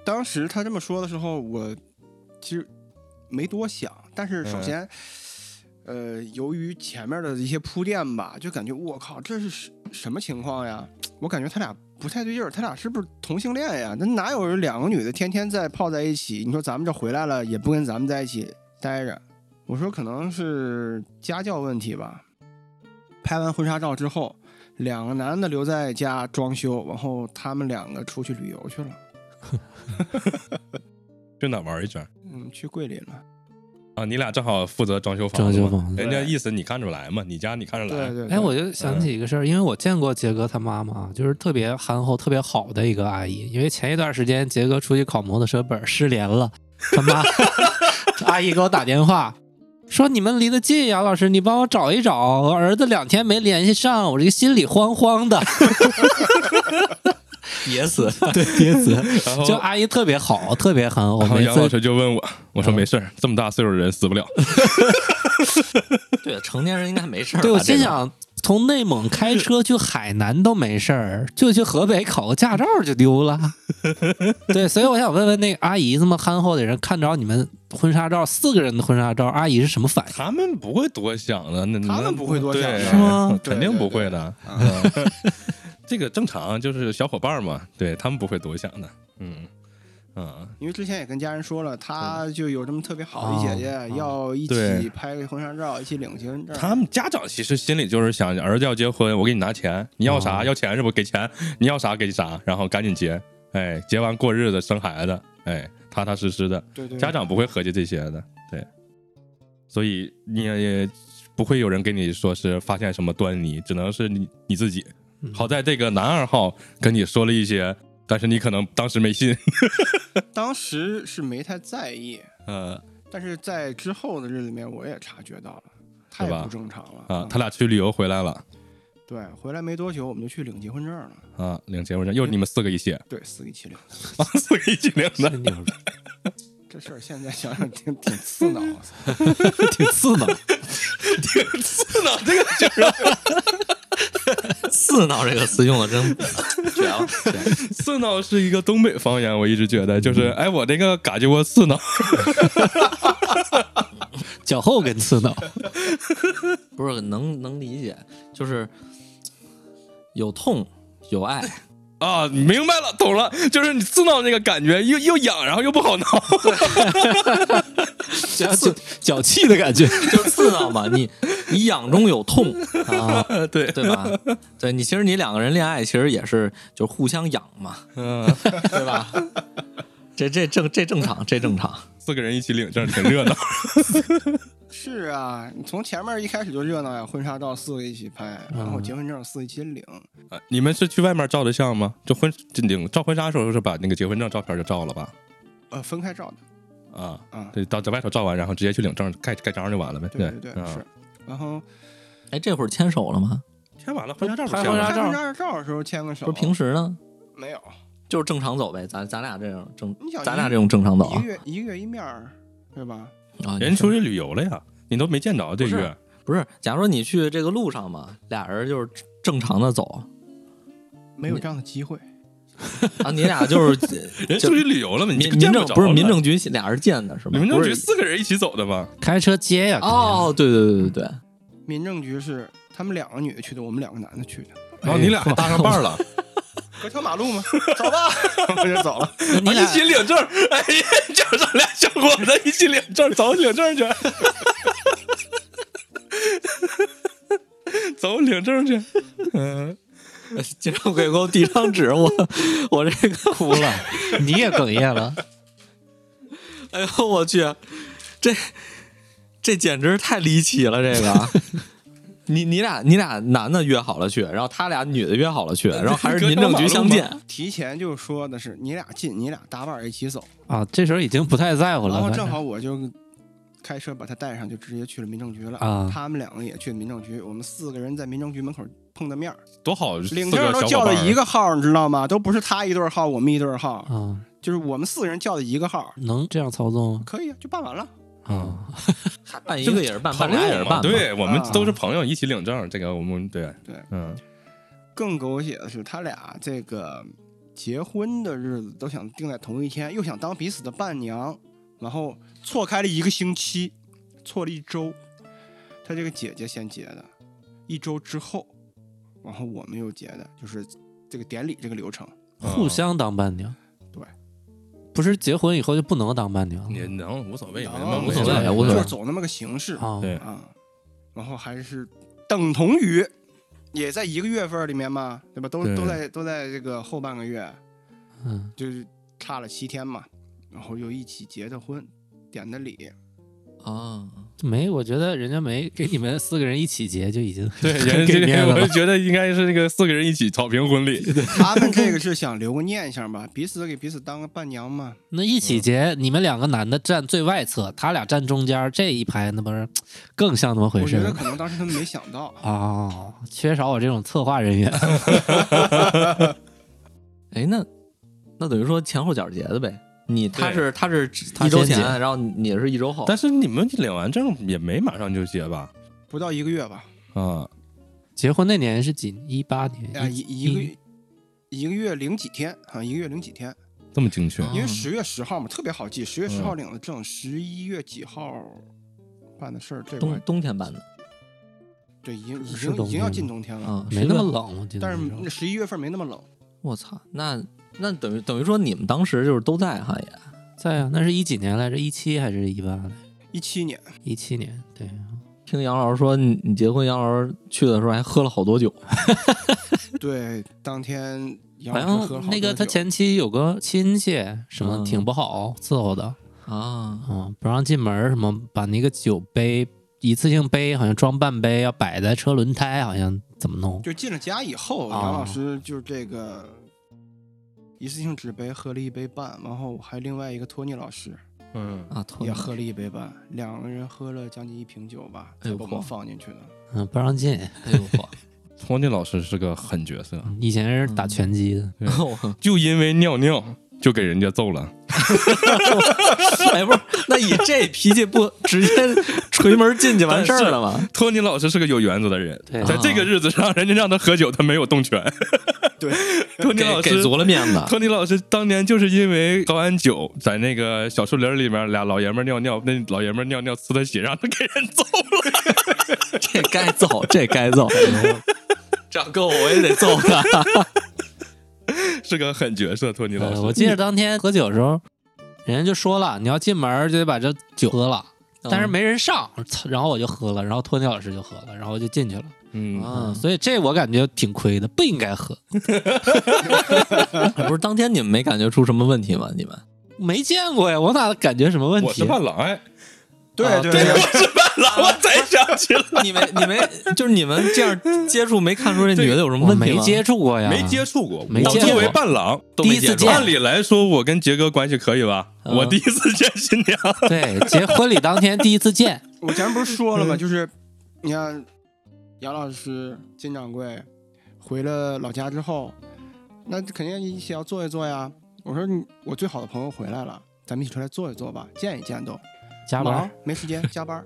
Speaker 6: 当时他这么说的时候，我其实没多想，但是首先，呃，由于前面的一些铺垫吧，就感觉我靠，这是什什么情况呀？我感觉他俩不太对劲儿，他俩是不是同性恋呀？那哪有两个女的天天在泡在一起？你说咱们这回来了也不跟咱们在一起待着，我说可能是家教问题吧。拍完婚纱照之后，两个男的留在家装修，然后他们两个出去旅游去了，
Speaker 4: 去哪玩一圈
Speaker 6: 嗯，去桂林了。
Speaker 4: 啊？你俩正好负责装修房
Speaker 5: 装
Speaker 4: 子
Speaker 5: 修
Speaker 4: 嘛，
Speaker 5: 房子。
Speaker 4: 人家意思你看出来嘛？你家你看出来
Speaker 6: 对？对，对
Speaker 5: 哎，我就
Speaker 4: 嗯
Speaker 5: 想起一个事儿，因为我见过杰哥他妈妈，就是特别憨厚、特别好的一个阿姨。因为前一段时间杰哥出去考摩托车本儿失联了，他 妈阿姨给我打电话说：“你们离得近，杨老师，你帮我找一找，我儿子两天没联系上，我这个心里慌慌的。
Speaker 3: 野死，”
Speaker 5: 别死，
Speaker 4: 然后
Speaker 5: 就阿姨特别好，特别憨厚，
Speaker 4: 然后
Speaker 5: 每
Speaker 4: 杨老
Speaker 5: 次
Speaker 4: 师就问我，我说没事儿，这么大岁数的人死不了。
Speaker 3: 对，成年人应该没事儿吧。
Speaker 5: 对我
Speaker 3: 这
Speaker 5: 心
Speaker 3: 种，
Speaker 5: 想。从内蒙开车去海南都没事儿，就去河北考个驾照就丢了。 对，所以我想问问那个阿姨，这么憨厚的人，看着你们婚纱照，四个人的婚纱照，阿姨是什么反应？
Speaker 4: 他们不会多想的，那
Speaker 6: 他们不会多想的
Speaker 4: 嗯对
Speaker 6: 是
Speaker 5: 吗
Speaker 4: 嗯 肯定不会的。嗯 这个正常，就是小伙伴嘛，对他们不会多想的。嗯嗯，
Speaker 6: 因为之前也跟家人说了，他就有这么特别好的姐
Speaker 4: 啊
Speaker 6: 姐，要一
Speaker 4: 对
Speaker 6: 起拍个婚纱照，一起领结婚证。
Speaker 4: 他们家长其实心里就是想，儿子要结婚，我给你拿钱，你要啥、
Speaker 5: 哦
Speaker 4: 要钱是不？给钱，你要啥给啥，然后赶紧结，哎，结完过日子，生孩子，哎，踏踏实实的，
Speaker 6: 对对，
Speaker 4: 家长不会合计这些的，对，所以你也不会有人跟你说是发现什么端倪，只能是你你自己。好在这个男二号跟你说了一些，但是你可能当时没信。
Speaker 6: 当时是没太在意，
Speaker 4: 呃
Speaker 6: 但是在之后的日子里面，我也察觉到了，
Speaker 4: 吧啊
Speaker 6: 太不正常了嗯
Speaker 4: 啊，他俩去旅游回来了，
Speaker 6: 对，回来没多久我们就去领结婚证了，
Speaker 4: 啊，领结婚证又是你们四个一起，
Speaker 6: 对，四个一起领。
Speaker 4: 啊，四个一起领的，
Speaker 5: 真牛逼，
Speaker 6: 这事儿现在想想挺挺刺挠，
Speaker 5: 挺 刺挠，
Speaker 4: 刺挠这个形容，
Speaker 3: 刺挠这个词用的真绝了，
Speaker 4: 刺挠是一个东北方言，我一直觉得
Speaker 5: 嗯
Speaker 4: 就是，哎，我那个嘎叽窝刺挠，
Speaker 5: 脚后跟刺挠，
Speaker 3: 不是能能理解，就是有痛有 爱，
Speaker 4: 啊，明白了，懂了，就是你刺挠那个感觉又又痒，然后又不好挠，
Speaker 5: 脚脚气的感 觉，
Speaker 3: 就是刺挠嘛，你你痒中有痛 啊，
Speaker 4: 对，
Speaker 3: 对吧？对你其实你两个人恋爱其实也是就是互相痒嘛，
Speaker 4: 嗯、
Speaker 3: 对吧？这这正这正常，这正常。
Speaker 4: 四个人一起领证挺热闹，
Speaker 6: 是啊，你从前面一开始就热闹呀，婚纱照四个一起拍，然后结婚证四个一起领，
Speaker 4: 啊你们是去外面照的相吗？就婚这领照婚纱的时候是把那个结婚证照片就照了吧？
Speaker 6: 呃，分开照的。
Speaker 4: 啊
Speaker 6: 啊
Speaker 4: 对，到在外头照完，然后直接去领证，盖盖章就完了呗。
Speaker 6: 对
Speaker 4: 对
Speaker 6: 对对，
Speaker 4: 啊
Speaker 6: 是。然后
Speaker 3: 哎，这会儿牵手了吗？
Speaker 4: 签完了婚纱照就
Speaker 5: 拍
Speaker 4: 行
Speaker 5: 婚
Speaker 4: 了
Speaker 5: 纱
Speaker 6: 拍
Speaker 5: 照
Speaker 6: 婚纱照的时候牵个手，
Speaker 3: 不是平时呢，
Speaker 6: 没有，
Speaker 3: 就是正常走呗。咱咱俩这种正
Speaker 6: 你想，
Speaker 3: 咱俩这种正常走
Speaker 6: 一
Speaker 3: 啊
Speaker 6: 个。月一个月一面儿，对吧？
Speaker 3: 啊，你
Speaker 4: 人
Speaker 3: 说
Speaker 4: 出去旅游了呀，你都没见着这
Speaker 3: 不是
Speaker 4: 月
Speaker 3: 不是？假如说你去这个路上嘛，俩人就是正常的走
Speaker 6: 没有这样的机会，
Speaker 3: 啊，你俩就是
Speaker 4: 人
Speaker 3: 就
Speaker 4: 出去旅游了嘛，你
Speaker 3: 民
Speaker 4: 就
Speaker 3: 民
Speaker 4: 见
Speaker 3: 政
Speaker 4: 着
Speaker 3: 不是
Speaker 4: 了
Speaker 3: 民政局俩人见的是吗？
Speaker 4: 民政
Speaker 3: 不是
Speaker 4: 局四个人一起走的嘛，
Speaker 5: 开车接呀，
Speaker 3: 哦，对对对对对，
Speaker 6: 民政局是他们两个女的去的，我们两个男的去的，
Speaker 3: 哎
Speaker 4: 然后你俩还搭上伴儿了，
Speaker 6: 隔条马路嘛，走吧，我就走了。
Speaker 5: 肯定你
Speaker 4: 一
Speaker 5: 俩
Speaker 4: 起领证，哎呀，叫上俩小伙子一起领证，走领证去， 走领 证去，嗯，
Speaker 3: 经常给我递张纸， 我我这个
Speaker 5: 哭了，你也哽咽了，
Speaker 3: 哎呦我去，这这简直太离奇了！这 个，你你俩你俩男的约好了去，然后他俩女的约好了 去，然后还是民政局相见。
Speaker 6: 提前就说的是你俩进，你俩搭伴儿一起走，
Speaker 5: 啊，这时候已经不太在乎了，
Speaker 6: 然后
Speaker 5: 反哦
Speaker 6: 正
Speaker 5: 正
Speaker 6: 好我就开车把他带上，就直接去了民政局了。
Speaker 5: 啊
Speaker 6: 他们两个也去民政局，我们四个人在民政局门口碰的面儿，
Speaker 4: 多好，
Speaker 6: 领证都叫了一
Speaker 4: 个
Speaker 6: 个号，你知道吗？都不是他一对儿号，我们一对儿号，
Speaker 5: 啊，
Speaker 6: 就是我们四个人叫的一个号，
Speaker 5: 能这样操纵吗
Speaker 6: 可以啊，就办完了。
Speaker 5: 啊？
Speaker 3: 办一个也是办，
Speaker 4: 小伙
Speaker 3: 办
Speaker 4: 伴
Speaker 3: 俩也是
Speaker 4: 儿朋友
Speaker 3: 办
Speaker 4: 嘛，
Speaker 3: 嘛。
Speaker 4: 对我们
Speaker 6: 啊
Speaker 4: 都是朋友一起领证，这个我们对
Speaker 6: 对
Speaker 4: 嗯，
Speaker 6: 更狗血的是，他俩这个结婚的日子都想定在同一天，又想当彼此的伴娘，然后错开了一个星期，错了一周。他这个姐姐先结的，一周之后，然后我们又结的，就是这个典礼这个流程。
Speaker 5: 互相当伴娘，
Speaker 6: 对，
Speaker 5: 不是结婚以后就不能当伴娘了
Speaker 4: 也能无所谓，哎没
Speaker 6: 然
Speaker 4: 什
Speaker 6: 后
Speaker 4: 么
Speaker 3: 啊无所谓
Speaker 4: 的
Speaker 3: 无所
Speaker 6: 就
Speaker 3: 谓
Speaker 6: 是走那么个形式
Speaker 5: 啊？
Speaker 4: 对
Speaker 6: 啊。然后还是等同于，也在一个月份里面嘛，对吧？都
Speaker 4: 对
Speaker 6: 都在都在这个后半个月，
Speaker 5: 嗯，
Speaker 6: 就是差了七天嘛，然后又一起结的婚，点的礼，
Speaker 3: 啊，
Speaker 5: 没，我觉得人家没给你们四个人一起结就已经
Speaker 4: 对，
Speaker 5: 很
Speaker 4: 人
Speaker 5: 给
Speaker 4: 这
Speaker 5: 面
Speaker 4: 个
Speaker 5: 子
Speaker 4: 我就
Speaker 5: 了。
Speaker 4: 觉得应该是那个四个人一起草坪婚礼，
Speaker 6: 他们这个是想留个念想吧，彼此给彼此当个伴娘嘛。
Speaker 5: 那一
Speaker 6: 嗯
Speaker 5: 起结，你们两个男的站最外侧，他俩站中间这一排，那不是更像那么回
Speaker 6: 我
Speaker 5: 事
Speaker 6: 觉得
Speaker 5: 儿？，
Speaker 6: 可能当时他们没想到
Speaker 5: 哦，缺少我这种策划 人员，
Speaker 3: 哎，那那等于说前后脚结的呗。你他
Speaker 4: 对
Speaker 3: 是他是
Speaker 5: 他
Speaker 3: 一周
Speaker 5: 先
Speaker 3: 前
Speaker 5: 结，
Speaker 3: 然后你是一周后。
Speaker 4: 但是你们领完证也没马上就结吧？
Speaker 6: 不到一个月吧，
Speaker 4: 啊，
Speaker 5: 结婚那年是几？一八
Speaker 6: 啊，
Speaker 5: 年，
Speaker 6: 一一个月一个月零几天啊，一个月零几天，
Speaker 4: 这么精确
Speaker 3: 啊
Speaker 6: 因为十月十号嘛，特别好记，十月十
Speaker 4: 嗯
Speaker 6: 号领的证，十一月几号办的事儿，这块
Speaker 3: 冬
Speaker 6: 儿
Speaker 3: 冬天办的
Speaker 6: 对已经已
Speaker 5: 是
Speaker 6: 经
Speaker 5: 冬
Speaker 6: 已经要
Speaker 5: 天
Speaker 6: 进冬天了，
Speaker 3: 啊，
Speaker 5: 没那么
Speaker 3: 是吧。
Speaker 5: 冷，我记得那
Speaker 6: 但是
Speaker 5: 时候。
Speaker 6: 那十一月份没那么冷，
Speaker 3: 我操，那那等于等于说你们当时就是都在哈也
Speaker 5: 在啊，那是一几年来着？一七还是一八？
Speaker 6: 一七 年
Speaker 5: 一七年，对，
Speaker 3: 听杨老师说你你结婚，杨老师去的时候还喝了好多酒。
Speaker 6: 对当天杨
Speaker 5: 好
Speaker 6: 老师喝
Speaker 5: 像
Speaker 6: 了好
Speaker 5: 那
Speaker 6: 多
Speaker 5: 个他
Speaker 6: 酒
Speaker 5: 前妻有个亲戚什么
Speaker 3: 嗯
Speaker 5: 挺不好伺候的，
Speaker 3: 啊，
Speaker 5: 嗯，不让进门儿什么，把那个酒杯一次性杯好像装半杯，要摆在车轮胎，好像怎么弄？
Speaker 6: 就进了家以后，
Speaker 5: 啊
Speaker 6: 杨老师就是这个一次性纸杯喝了一杯半，然后还另外一个托尼老师
Speaker 4: 嗯，
Speaker 3: 啊，特
Speaker 6: 也喝了一杯半，两个人喝了将近一瓶酒吧，
Speaker 3: 哎
Speaker 6: 才
Speaker 3: 呦
Speaker 6: 把我们
Speaker 3: 嚯
Speaker 5: 啊
Speaker 6: 放进去的。
Speaker 5: 嗯，不让进，
Speaker 3: 哎呦嚯，
Speaker 4: 托尼老师是个狠角色，
Speaker 5: 嗯以前是打
Speaker 4: 嗯
Speaker 5: 拳击的，
Speaker 4: 就因为尿尿就给人家揍了。
Speaker 3: 哎，不是，那以这脾气不直接捶门进去完事儿了吗？啊
Speaker 4: 托尼老师是个有原则的人，
Speaker 5: 对
Speaker 4: 在这个日子上，人家让他喝酒，他没有动 拳。
Speaker 6: 对，
Speaker 4: 托尼
Speaker 3: 给
Speaker 4: 老
Speaker 3: 给
Speaker 4: 师。
Speaker 3: 足了面
Speaker 5: 啊
Speaker 3: 子，
Speaker 4: 托尼老师当年就是因为喝完酒，在那个小树林里面，俩老爷们儿尿尿，那老爷们儿尿尿呲他血，让他给人揍 了。
Speaker 3: 这该揍，这该揍。长够我也得揍他。
Speaker 4: 是个狠角色，托尼老
Speaker 5: 呃
Speaker 4: 师。
Speaker 5: 我记得当天喝酒的时候，人家就说了，你要进门就得把这酒喝了，
Speaker 4: 嗯
Speaker 5: 但是没人上，操然后我就喝了，然后托尼老师就喝了，然后我就进去了。
Speaker 4: 嗯，
Speaker 3: 啊，
Speaker 5: 所以这我感觉挺亏的，不应该喝。
Speaker 3: 不是当天你们没感觉出什么问题吗？你们
Speaker 5: 没见过呀，我哪感觉什么问
Speaker 4: 我是
Speaker 5: 题？啊
Speaker 4: 伴郎 哎，
Speaker 6: 对对
Speaker 3: 对
Speaker 6: 对，
Speaker 3: 我才想起来，你们你们就是你们这样接触，没看出这女的有什么
Speaker 5: 我
Speaker 3: 问题
Speaker 5: 没
Speaker 3: 吗？
Speaker 5: 接触过呀，
Speaker 4: 没接触过。
Speaker 5: 没
Speaker 4: 我
Speaker 5: 见
Speaker 4: 作为
Speaker 5: 过
Speaker 4: 伴郎，
Speaker 3: 都
Speaker 5: 第
Speaker 3: 没
Speaker 5: 一次
Speaker 3: 接触
Speaker 5: 见
Speaker 4: 按理来说，我跟杰哥关系可以吧？
Speaker 3: 嗯
Speaker 4: 我第一次见新娘，
Speaker 5: 对，结婚礼当天第一次见，
Speaker 6: 我前面不是说 了吗？就是你看杨老师、金掌柜回了老家之后，那肯定一起要坐一坐呀。我说你我最好的朋友回来了，咱们一起出来坐一坐吧，见一见都。
Speaker 5: 加
Speaker 6: 忙
Speaker 5: 班。
Speaker 6: 没时间，加班儿。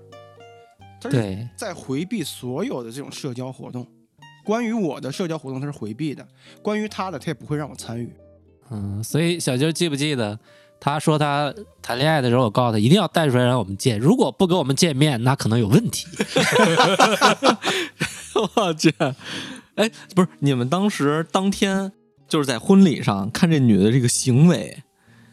Speaker 6: 他是
Speaker 5: 对，
Speaker 6: 在回避所有的这种社交活动。关于我的社交活动，他是回避的；关于他的，他也不会让我参与。
Speaker 5: 嗯，所以小舅记不记得？他说他谈恋爱的时候，我告诉他一定要带出来让我们见，如果不跟我们见面，那可能有问题。
Speaker 3: 我去，哎，不是你们当时当天就是在婚礼上看这女的这个行为，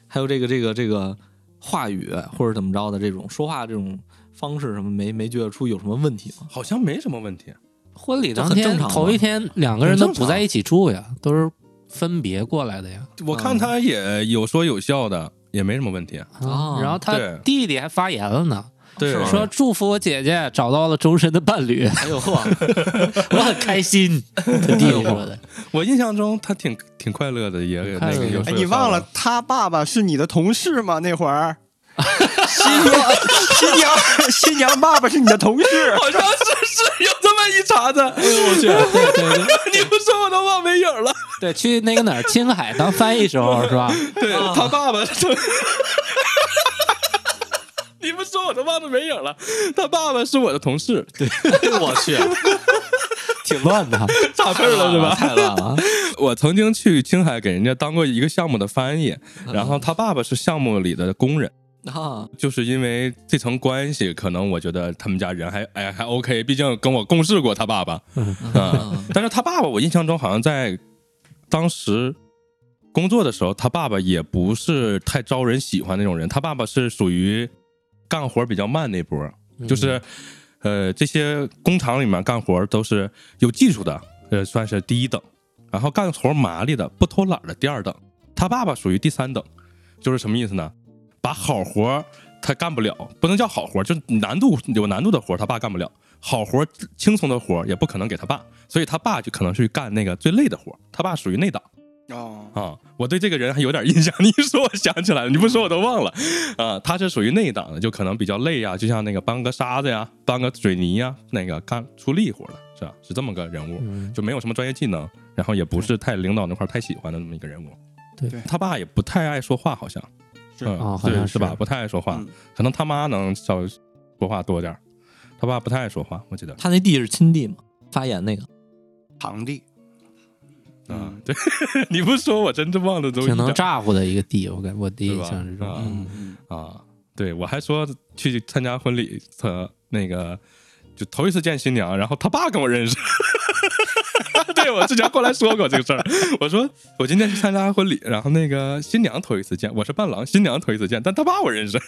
Speaker 3: 还有这个这个这个话语或者怎么着的这种说话这种方式什么，没没觉得出有什么问题吗？
Speaker 4: 好像没什么问题。
Speaker 5: 婚礼
Speaker 3: 这
Speaker 5: 当
Speaker 3: 很
Speaker 5: 天
Speaker 3: 正常嘛
Speaker 5: 头一天，两个人都
Speaker 6: 很正
Speaker 5: 不
Speaker 6: 常
Speaker 5: 在一起住呀，都是分别过来的呀。啊
Speaker 4: 我看他也有说有笑的，也没什么问题。
Speaker 5: 嗯
Speaker 3: 哦
Speaker 5: 然后他
Speaker 4: 对
Speaker 5: 弟弟还发言了呢，
Speaker 4: 对
Speaker 3: 是吗
Speaker 5: 说祝福我姐姐找到了终身的伴 侣，
Speaker 3: 哎呦呵，
Speaker 5: 我很开 心。他弟弟说的，
Speaker 4: 我印象中他挺挺快乐的，也
Speaker 5: 快
Speaker 4: 那
Speaker 5: 乐
Speaker 4: 个有说有笑的
Speaker 6: 哎，你忘了他爸爸是你的同事吗？那会 儿，新娘、新娘、新娘爸爸是你的同事。
Speaker 4: 好像是是有这么一茬子，
Speaker 3: 我去，对对对，
Speaker 4: 你不说我都忘没影儿了。
Speaker 5: 对，去那个哪儿青海当翻译时候是吧？
Speaker 4: 对他爸 爸，他你不说我都忘得没影儿了。他爸爸是我的同事，
Speaker 3: 我去，
Speaker 5: 挺乱的，
Speaker 4: 差事儿了是 吧？
Speaker 3: 太烂了，
Speaker 4: 我曾经去青海给人家当过一个项目的翻译，然后他爸爸是项目里的工人，
Speaker 3: 啊，
Speaker 4: 就是因为这层关系，可能我觉得他们家人还哎还 OK，毕竟跟我共事过他爸爸，
Speaker 5: 嗯
Speaker 4: 嗯，但是他爸爸我印象中好像在当时。工作的时候，他爸爸也不是太招人喜欢那种人。他爸爸是属于干活比较慢那波，就是呃，这些工厂里面干活都是有技术的，呃，算是第一等，然后干活麻利的、不偷懒的第二等，他爸爸属于第三等，就是什么意思呢？把好活儿他干不了，不能叫好活儿，就是难度有难度的活儿他爸干不了，好活儿轻松的活儿也不可能给他爸，所以他爸就可能去干那个最累的活儿，他爸属于内档。
Speaker 6: 哦，
Speaker 4: 啊，我对这个人还有点印象。你 一说，我想起来了；你不说，我都忘了。啊，他是属于内档的，就可能比较累啊，就像那个搬个沙子呀、搬个水泥呀，那个干出力活的，是吧？是这么个人物，
Speaker 5: 嗯
Speaker 4: 就没有什么专业技能，然后也不是太领导那块儿太喜欢的那么一个人物。
Speaker 5: 对
Speaker 6: 对
Speaker 4: 他爸也不太爱说话，好像
Speaker 6: 是
Speaker 4: 嗯
Speaker 5: 哦好
Speaker 4: 对
Speaker 5: 像
Speaker 4: 是吧
Speaker 5: 是？
Speaker 4: 不太爱说话，
Speaker 6: 嗯
Speaker 4: 可能他妈能少说话多点儿他爸不太爱说话，我记得。啊
Speaker 3: 他那弟是亲弟嘛，发言那个，
Speaker 6: 堂弟，
Speaker 4: 啊，
Speaker 6: 嗯
Speaker 4: 对， 你不说，我真的忘 了都
Speaker 5: 挺能
Speaker 4: 一点
Speaker 5: 咋呼的一个弟，我感我的
Speaker 4: 对
Speaker 5: 印
Speaker 4: 吧
Speaker 5: 象之
Speaker 4: 啊
Speaker 5: 中，
Speaker 6: 嗯嗯，
Speaker 4: 啊，对我还说去参加婚礼，他那个就头一次见新娘，然后他爸跟我认识。 对我之前后来说过这个事儿，我说我今天去参加婚礼，然后那个新娘头一次见，我是伴郎，新娘头一次见，但他爸我认识。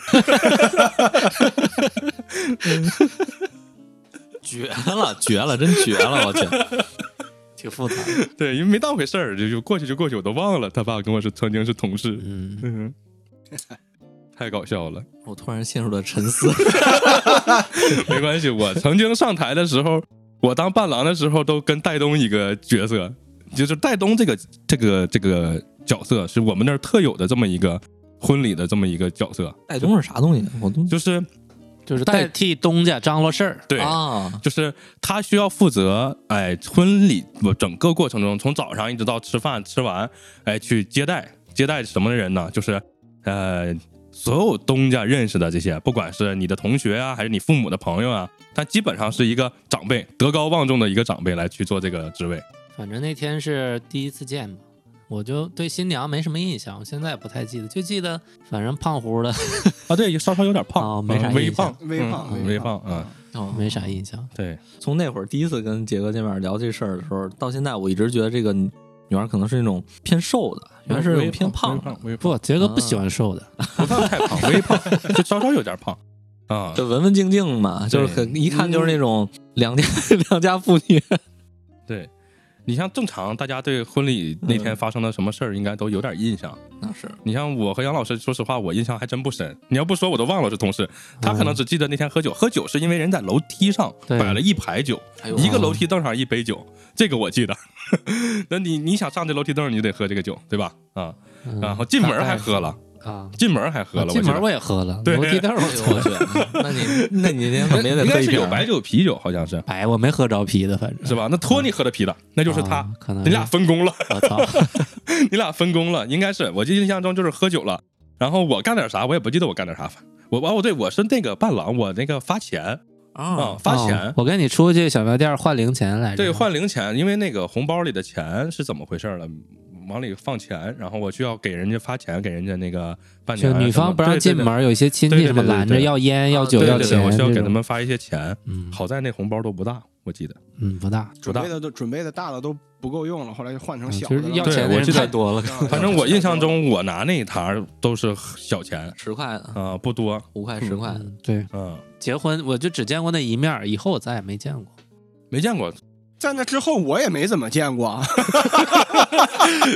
Speaker 3: 绝了，绝了，真绝了，我去，
Speaker 5: 挺复杂的。
Speaker 4: 对，因为没当回事儿，就就过去就过去，我都忘了他爸跟我是曾经是同事。
Speaker 5: 嗯，
Speaker 4: 嗯， 太搞笑了。
Speaker 3: 我突然陷入了沉思。
Speaker 4: 没关系，我曾经上台的时候，我当伴郎的时候都跟戴东一个角色，就是戴东这个这个这个角色是我们
Speaker 3: 哎
Speaker 4: 那儿特有的这么一个婚礼的这么一个角色，
Speaker 3: 戴东是啥东西？我都
Speaker 4: 就是
Speaker 5: 就是代替东家张罗事儿。
Speaker 4: 对
Speaker 3: 啊，
Speaker 4: 就是他需要负责，哎，婚礼不整个过程中，从早上一直到吃饭吃完，哎，去接待接待什么人呢？就是呃，所有东家认识的这些，不管是你的同学啊，还是你父母的朋友啊，他基本上是一个长辈，德高望重的一个长辈来去做这个职位。
Speaker 5: 反正那天是第一次见嘛，我就对新娘没什么印象，我现在也不太记得，就记得反正胖乎的，
Speaker 4: 啊，对，稍稍有点胖，
Speaker 5: 哦没啥
Speaker 4: 嗯微
Speaker 5: 印象
Speaker 4: 胖，
Speaker 6: 微胖
Speaker 4: 嗯微
Speaker 6: 微
Speaker 4: 胖
Speaker 6: 胖
Speaker 4: 啊，
Speaker 3: 哦
Speaker 5: 没啥印象。
Speaker 4: 对，
Speaker 3: 从那会儿第一次跟杰哥见面聊这事儿的时候，到现在我一直觉得这个女孩可能是那种偏瘦的，原来是那种偏
Speaker 4: 微
Speaker 3: 胖的，
Speaker 4: 胖，微胖，
Speaker 5: 不，杰哥不喜欢瘦的，
Speaker 4: 不算太胖，微胖，就稍稍有点胖啊。
Speaker 3: 就文文静静嘛，就是很一看就是那种良家良家妇女。
Speaker 4: 对，你像正常大家对婚礼那天发生的什么事儿，应该都有点印象。
Speaker 3: 那是
Speaker 4: 你像我和杨老师，说实话，我印象还真不深。你要不说，我都忘了是同事。他可能只记得那天喝酒，喝酒是因为人在楼梯上
Speaker 5: 对
Speaker 4: 摆了一排酒，
Speaker 3: 呦
Speaker 4: 一个楼梯凳上一杯酒，这个我记得。 那你你想上这楼梯凳，你就得喝这个酒，对吧？啊，
Speaker 5: 嗯
Speaker 4: 然后进门还喝了，
Speaker 5: 啊，
Speaker 4: 进门还喝
Speaker 5: 啊
Speaker 4: 了，
Speaker 5: 进门
Speaker 4: 我
Speaker 5: 我也喝了，
Speaker 4: 对
Speaker 5: 楼梯凳 我
Speaker 3: 我
Speaker 5: 喝
Speaker 3: 去
Speaker 5: 了，，
Speaker 3: 那你那你那天
Speaker 4: 记
Speaker 3: 可
Speaker 4: 得
Speaker 3: 能也得喝
Speaker 4: 应该
Speaker 3: 一
Speaker 4: 是
Speaker 3: 瓶啊
Speaker 4: 有白酒、啤酒，好像是
Speaker 5: 白哎我没喝着啤的，反正
Speaker 4: 是吧？那托尼喝的啤的，那就是他
Speaker 5: 啊，可能
Speaker 4: 你俩分工了。
Speaker 5: 我操，
Speaker 4: 你俩分工了，应该是我记印象中就是喝酒了，然后我干点啥，我也不记得我干点啥，我哦对，我是那个伴郎，我那个发钱 啊、
Speaker 3: 啊，
Speaker 4: 发
Speaker 5: 哦
Speaker 4: 钱，
Speaker 5: 我跟你出去小卖店换零钱来着，
Speaker 4: 对，换零钱，因为那个红包里的钱是怎么回事了？往里放钱，然后我需要给人家发钱，给人家那个伴娘
Speaker 5: 就
Speaker 4: 啊什么的。
Speaker 5: 女方不让
Speaker 4: 对
Speaker 5: 进，门，有一些亲戚什么
Speaker 4: 对对对对
Speaker 5: 拦着
Speaker 4: 对
Speaker 5: 要烟、要
Speaker 4: 对
Speaker 5: 酒、
Speaker 4: 对
Speaker 5: 要
Speaker 4: 对对对
Speaker 5: 钱，
Speaker 4: 对，我需要给
Speaker 5: 这
Speaker 4: 他
Speaker 5: 种，
Speaker 4: 们发一些钱。
Speaker 5: 嗯，
Speaker 4: 好在那红包都不大，我记得。
Speaker 5: 嗯，不大，
Speaker 6: 准备的都准备的大的都不够用了，后来就换成
Speaker 5: 嗯
Speaker 6: 小
Speaker 5: 就
Speaker 6: 的
Speaker 5: 是要
Speaker 6: 了。
Speaker 4: 对
Speaker 5: 钱的
Speaker 4: 我
Speaker 5: 人
Speaker 4: 记得
Speaker 5: 太多了，
Speaker 4: 反正我印象，中，我拿那一沓都是小钱
Speaker 3: 十块的，
Speaker 4: 啊、不多，
Speaker 3: 五块十块的，
Speaker 5: 嗯，对，
Speaker 4: 嗯，
Speaker 5: 结婚我就只见过那一面儿，以后我再也没见过。
Speaker 4: 没见过。
Speaker 6: 在那之后我也没怎么见过啊。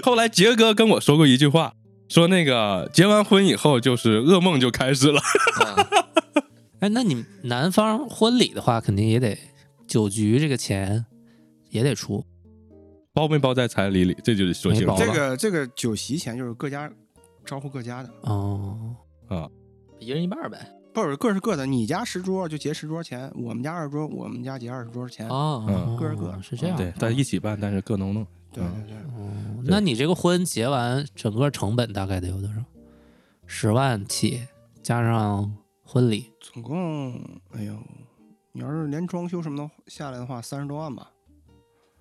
Speaker 4: 后来杰哥跟我说过一句话，说那个结完婚以后就是噩梦就开始了。
Speaker 3: 啊
Speaker 5: 哎，那你男方婚礼的话，肯定也得酒局这个钱也得出，
Speaker 4: 包没包在彩礼里，这就是说清
Speaker 5: 没包
Speaker 4: 楚
Speaker 6: 这个这个酒席钱就是各家招呼各家的，
Speaker 5: 哦，
Speaker 3: 一人一半呗。
Speaker 6: 不是各是各的，你家十桌就结十桌钱，我们家二桌我们家结二十桌钱。
Speaker 3: 哦，
Speaker 4: 嗯
Speaker 6: 各是各
Speaker 5: 哦是这样，
Speaker 4: 对，在一起办，但是各弄弄。
Speaker 6: 对对对，
Speaker 5: 哦，那你这个婚结完，整个成本大概得有多少？十万起，加上婚礼，
Speaker 6: 总共哎呦，你要是连装修什么的下来的话，三十多万吧。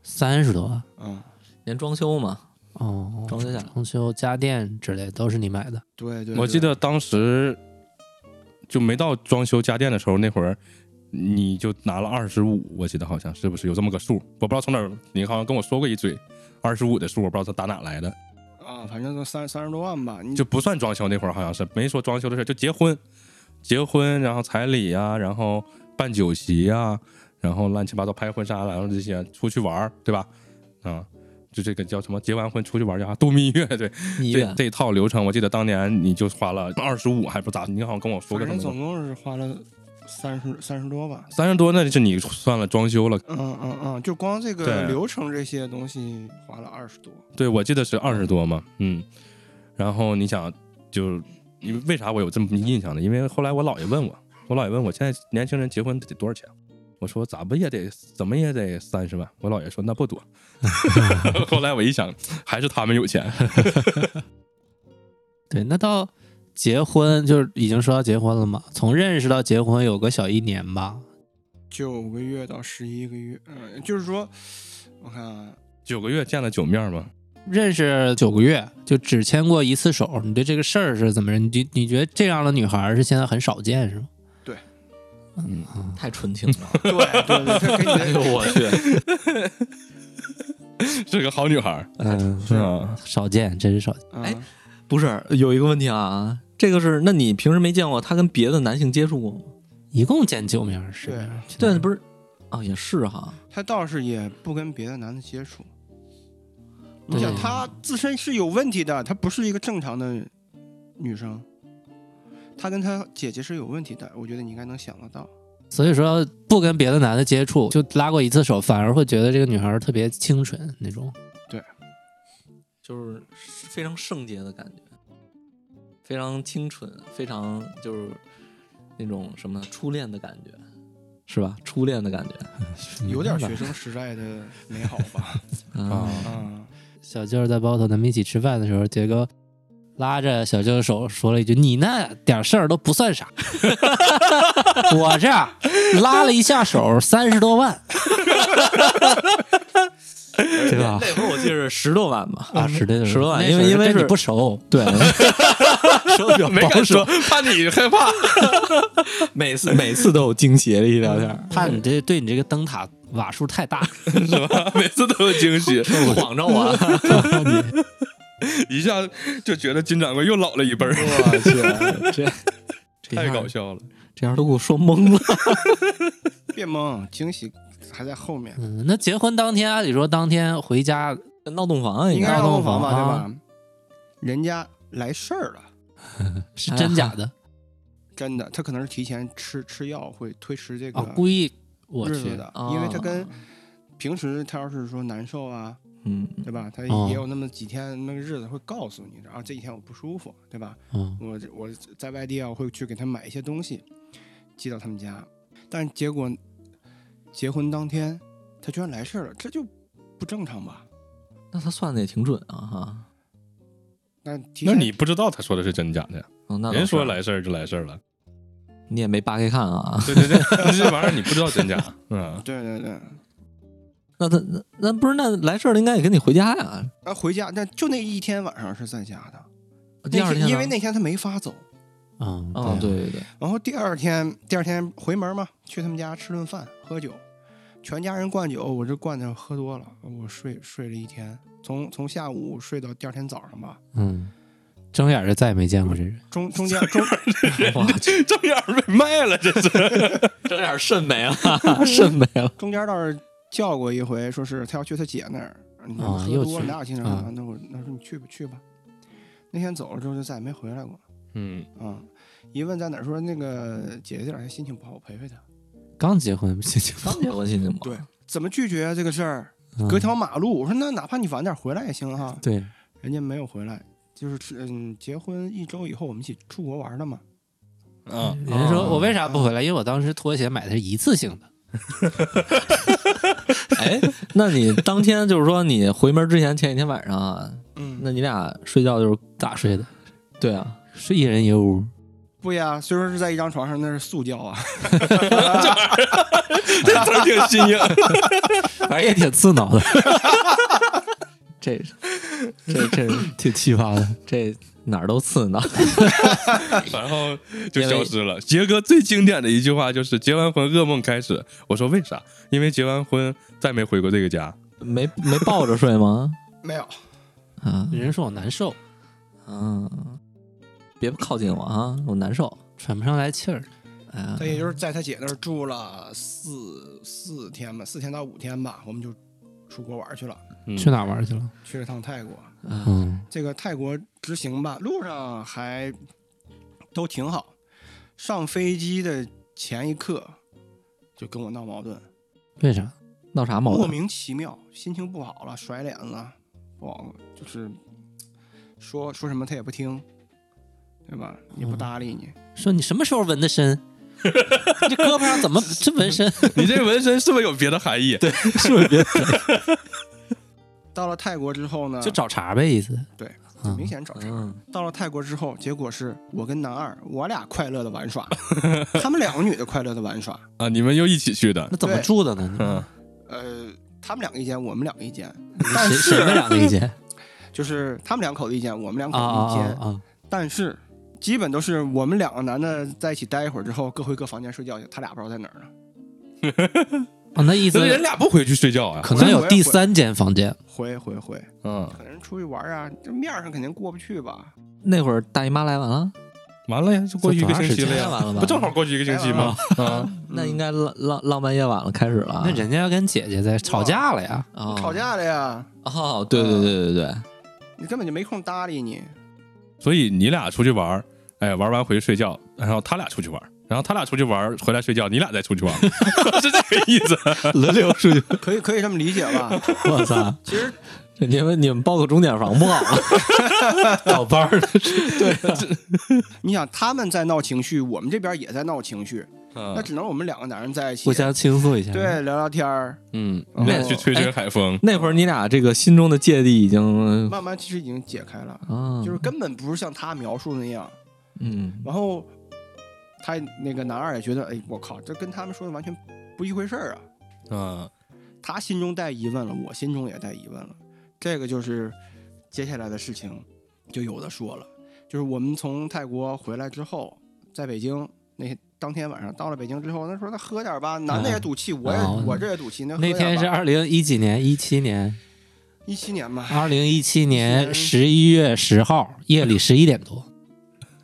Speaker 5: 三十多万。
Speaker 6: 嗯，
Speaker 3: 连装修嘛，
Speaker 5: 哦，
Speaker 3: 装修下来
Speaker 5: 装修、家电之类都是你买的。
Speaker 6: 对对，
Speaker 4: 我
Speaker 6: 对
Speaker 4: 记得当时就没到装修家电的时候，那会儿你就拿了二十五，我记得好像是不是有这么个数？我不知道从哪儿，你好像跟我说过一嘴。二十五的数我不知道他打哪来的，
Speaker 6: 啊，反正都三三十多万吧。你
Speaker 4: 就不算装修那会儿好像是没说装修的事儿，就结婚，结婚，然后彩礼啊，然后办酒席啊，然后乱七八糟拍婚纱，然后这些出去玩儿，对吧？啊、就这个叫什么？结完婚出去玩儿叫啥？度蜜月，对，
Speaker 3: 一
Speaker 4: 这
Speaker 3: 院
Speaker 4: 这一套流程，我记得当年你就花了二十五，还不咋，你好像跟我说过
Speaker 6: 反
Speaker 4: 什
Speaker 6: 正
Speaker 4: 么
Speaker 6: 总共是花了三十三十多吧。
Speaker 4: 三十多，那是你算了装修了。
Speaker 6: 嗯嗯嗯，就光这
Speaker 4: 对
Speaker 6: 个流程这些东西花了二十多。
Speaker 4: 对，我记得是二十多嘛，嗯。然后你想，就因为为啥我有这么印象呢？因为后来我姥爷问我，我姥爷问我现在年轻人结婚得多少钱？我说咋不也得怎么也得三十万？我姥爷说那不 多。 后来我一想，还是他们有钱。
Speaker 5: 对，
Speaker 3: 嗯
Speaker 5: 那到结婚就是已经说到结婚了嘛，从认识到结婚有个小一年吧。
Speaker 6: 九个月到十一个月，嗯，就是说，我看啊，
Speaker 4: 九个月见了九面嘛，
Speaker 5: 认识九个月就只牵过一次手，你对这个事儿是怎么着？你觉你觉得这样的女孩儿是现在很少见是吗？
Speaker 6: 对，
Speaker 5: 嗯，
Speaker 3: 太纯情了，
Speaker 6: 对对对，这给
Speaker 3: 哎呦
Speaker 6: 你的
Speaker 3: 我 去，
Speaker 4: 是个好女孩儿，啊
Speaker 5: 嗯，
Speaker 4: 是
Speaker 6: 啊
Speaker 4: 吧？
Speaker 5: 少见，真是少见。
Speaker 3: 哎
Speaker 6: 嗯，
Speaker 3: 不是有一个问题啊，这个是那你平时没见过他跟别的男性接触过吗？
Speaker 5: 一共见九面儿是
Speaker 6: 对
Speaker 5: 吧？
Speaker 3: 对，不是啊，也是哈，
Speaker 6: 他倒是也不跟别的男的接触。
Speaker 5: 对
Speaker 6: 你想，她自身是有问题的，她不是一个正常的女生，她跟她姐姐是有问题的，我觉得你应该能想得到。
Speaker 5: 所以说不跟别的男的接触，就拉过一次手，反而会觉得这个女孩儿特别清纯那种。
Speaker 3: 就是非常圣洁的感觉，非常清纯，非常就是那种什么初恋的感觉，是吧？初恋的感觉
Speaker 5: 嗯
Speaker 6: 有点学生时代的美好 吧。
Speaker 3: 啊，
Speaker 6: 啊，
Speaker 5: 小舅儿在包头咱们一起吃饭的时候，杰哥拉着小舅的手说了一句：“你那点事儿都不算啥。” 我这样拉了一下手，三十多万，对吧？
Speaker 3: 那会儿我记得是十多万吧，
Speaker 5: 啊，是的，
Speaker 3: 十多万，
Speaker 5: 那
Speaker 3: 因为
Speaker 5: 时候
Speaker 3: 因为
Speaker 5: 跟
Speaker 3: 是
Speaker 5: 你不熟，
Speaker 3: 对，说 的比较
Speaker 4: 没
Speaker 3: 保
Speaker 4: 敢
Speaker 3: 守
Speaker 4: 说，，怕你害怕。
Speaker 3: 每次每次都有惊喜了一聊天儿，
Speaker 5: 怕你这对你这个灯塔瓦数太大，
Speaker 4: 是吧？每次都有惊喜，
Speaker 3: 晃着我，
Speaker 4: 一下就觉得金掌柜又老了一辈儿，
Speaker 3: 我去，这这
Speaker 4: 太
Speaker 3: 样
Speaker 4: 搞笑了。
Speaker 3: 这样都给我说懵了。
Speaker 6: 别懵，惊喜还在后面，
Speaker 5: 嗯，那结婚当天，按理说当天回家，
Speaker 3: 闹洞房啊，
Speaker 6: 应该
Speaker 5: 闹
Speaker 6: 让
Speaker 5: 洞
Speaker 6: 洞房吧，
Speaker 5: 房
Speaker 6: 对
Speaker 5: 啊
Speaker 6: 吧？人家来事儿了，
Speaker 5: 是真假的
Speaker 6: 真的，他可能是提前吃吃药会推迟这个
Speaker 5: 啊？故意我
Speaker 6: 日
Speaker 5: 去啊
Speaker 6: 子的，
Speaker 3: 啊
Speaker 6: 因为他跟平时他要是说难受啊，
Speaker 3: 嗯，
Speaker 6: 对吧？他
Speaker 5: 哦
Speaker 6: 也有那么几天那个日子会告诉你，啊，这几天我不舒服，对吧？
Speaker 5: 嗯，
Speaker 6: 我这我在外地啊，我会去给他买一些东西，寄到他们家。但结果结婚当天，他居然来事儿了，这就不正常吧？
Speaker 3: 那他算的也挺准啊哈。
Speaker 6: 那提
Speaker 4: 那
Speaker 6: 前
Speaker 4: 你不知道他说的是真假的呀？
Speaker 3: 哦，那倒
Speaker 4: 人说
Speaker 3: 是
Speaker 4: 来事儿就来事儿了，
Speaker 3: 你也没扒开看啊。
Speaker 4: 对对对，这玩意儿你不知道真假， 嗯，
Speaker 6: 对对对，
Speaker 3: 那他那那不是那来事儿了，应该也跟你回家呀。
Speaker 6: 那回家那就那一天晚上是在家的，
Speaker 3: 哦第
Speaker 6: 那
Speaker 3: 二天
Speaker 6: 因为
Speaker 3: 呢
Speaker 6: 那天他没法走，
Speaker 5: 嗯
Speaker 3: 啊，对对对，
Speaker 6: 然后第二天，第二天回门嘛，去他们家吃顿饭，喝酒，全家人灌酒，我这灌的喝多了，我睡睡了一天，从从下午睡到第二天早上吧，
Speaker 5: 嗯，睁眼就再也没见过这人，
Speaker 6: 中中间中
Speaker 3: 我去，
Speaker 4: 正眼儿被卖了，这是。
Speaker 3: 整点肾没了，肾 没了。
Speaker 6: 中间倒是叫过一回，说是他要去他姐那儿，你
Speaker 5: 啊
Speaker 6: 喝
Speaker 5: 又
Speaker 6: 多了
Speaker 5: 去
Speaker 6: 哪有精神
Speaker 5: 啊
Speaker 6: 啊？那我那我说你去吧去吧，那天走了之后就再也没回来过
Speaker 4: 嗯，
Speaker 6: 啊。一问在哪儿，说那个姐姐这两天心情不好，我陪陪她。
Speaker 5: 刚结婚，心情
Speaker 3: 刚结婚心情不好
Speaker 6: 对，怎么拒绝啊这个事儿？
Speaker 5: 嗯
Speaker 6: 隔条马路，我说那哪怕你晚点回来也行哈。
Speaker 5: 对，
Speaker 6: 人家没有回来，就是吃嗯，结婚一周以后我们一起出国玩的嘛。
Speaker 4: 啊，
Speaker 5: 人说我为啥不回来？因为我当时拖鞋买的是一次性的，
Speaker 3: 哎，那你当天就是说你回门之前前一天晚上啊，
Speaker 6: 嗯
Speaker 3: 那你俩睡觉就是
Speaker 5: 咋睡的？
Speaker 3: 对啊，
Speaker 5: 是一人一屋，
Speaker 6: 不呀，虽说是在一张床上，那是塑胶啊。
Speaker 4: 这词儿挺新颖。
Speaker 5: 反正也挺刺挠的，
Speaker 3: 这这这
Speaker 5: 挺奇葩的。
Speaker 3: 这哪儿都刺挠。
Speaker 4: 然后就消失了。杰哥最经典的一句话就是：“结完婚噩梦开始。”我说为啥？因为结完婚再没回过这个家。
Speaker 3: 没没抱着睡吗？
Speaker 6: 没有，
Speaker 3: 啊
Speaker 5: 人说我难受，
Speaker 3: 嗯，别靠近我啊，我难受。
Speaker 5: 喘不上来气儿。
Speaker 3: 哎呀
Speaker 6: 他，也就是在他姐那儿住了四四天吧，四天到五天吧，我们就出国玩去了，
Speaker 4: 嗯
Speaker 5: 去哪玩去了？
Speaker 6: 去了趟泰国。
Speaker 3: 啊
Speaker 5: 嗯，
Speaker 6: 这个泰国之行吧，路上还都挺好。上飞机的前一刻就跟我闹矛盾，
Speaker 5: 为啥？
Speaker 3: 闹啥矛
Speaker 6: 莫
Speaker 3: 盾？
Speaker 6: 名其妙，心情不好了，甩脸了，不好，就是说说什么他也不听，对吧？也
Speaker 3: 嗯
Speaker 6: 不搭理你。
Speaker 5: 说你什么时候纹的身？ 你这胳膊上怎么这纹身？
Speaker 4: 你这纹身是不是有别的 含义？对，
Speaker 6: 到了泰国之后 呢，
Speaker 5: 就找茬呗，意思。
Speaker 6: 对，
Speaker 5: 嗯
Speaker 6: 明显找茬。
Speaker 3: 嗯，
Speaker 6: 到了泰国之后，结果是我跟男二，我俩快乐的玩耍，他们两个女的快乐的玩耍，
Speaker 4: 啊，你们又一起去的。
Speaker 5: 那怎么
Speaker 6: 对
Speaker 5: 住的呢？
Speaker 4: 嗯，
Speaker 6: 呃，他们两个一间，我们两个一间，但
Speaker 5: 谁谁们
Speaker 6: 是
Speaker 5: 两个一 间？
Speaker 6: 就是他们两口子一间，我们两口
Speaker 5: 啊
Speaker 6: 子一
Speaker 5: 啊
Speaker 6: 间，
Speaker 5: 啊啊！
Speaker 6: 但是基本都是我们两个男的在一起待一会儿之后，各回各房间睡觉去，他俩不知道在哪儿呢。
Speaker 5: 啊，那意思
Speaker 4: 那人俩不回去睡觉啊？
Speaker 5: 可能有第三间房间。
Speaker 6: 回回回，
Speaker 4: 嗯，
Speaker 6: 可能出去玩啊，这面儿上肯定过不去吧？
Speaker 3: 那会儿大姨妈来晚 了，
Speaker 4: 完了呀，就过去一个星期
Speaker 3: 这多长
Speaker 4: 了
Speaker 3: 时间
Speaker 4: 呀，
Speaker 3: 完了吧
Speaker 4: 不正好过去一个星期吗？啊，
Speaker 3: 那应该浪浪浪漫夜晚了，开始了。啊
Speaker 5: 那人家要跟姐姐在吵架了呀，
Speaker 3: 哦
Speaker 6: 吵架了嗯呀，
Speaker 3: 哦，对对对对对，
Speaker 6: 你根本就没空搭理你。
Speaker 4: 所以你俩出去玩儿，哎，玩完回去睡觉，然后他俩出去玩儿，然后他俩出去玩儿回来睡觉，你俩再出去玩儿， 是这个意思。
Speaker 5: 轮流出去。
Speaker 6: 可以可以这么理解吧？
Speaker 5: 我操！
Speaker 6: 其实
Speaker 5: 你们你们报个钟点房不好吗？ 倒班儿的，
Speaker 6: 你想他们在闹情绪，我们这边也在闹情绪，那
Speaker 5: 啊
Speaker 4: 嗯，
Speaker 6: 只能我们两个男人在一起
Speaker 5: 互，相倾诉一下。，
Speaker 6: 对，聊聊天儿，
Speaker 5: 嗯，
Speaker 4: 你
Speaker 6: 然
Speaker 4: 俩
Speaker 6: 后
Speaker 4: 去吹吹海风，
Speaker 3: 那会儿你俩这个心中的芥蒂已经
Speaker 6: 慢慢其实已经解开了，
Speaker 5: 嗯
Speaker 3: 啊，
Speaker 6: 就是根本不是像他描述的那样。
Speaker 3: 嗯
Speaker 6: 然后他那个男二也觉得，哎，我靠，这跟他们说的完全不一回事儿啊。
Speaker 5: 哎
Speaker 4: 嗯，
Speaker 6: 他心中带疑问了，我心中也带疑问了。这个就是接下来的事情就有的说了，就是我们从泰国回来之后，在北京那当天晚上到了北京之后，那说那喝点吧，男的也赌气，我也、
Speaker 5: 哦
Speaker 6: 我这也赌气，那喝
Speaker 5: 那天 是二零一几年，一七年，
Speaker 6: 一七年吧，
Speaker 5: 二零一七年十一月十号夜里十一点多，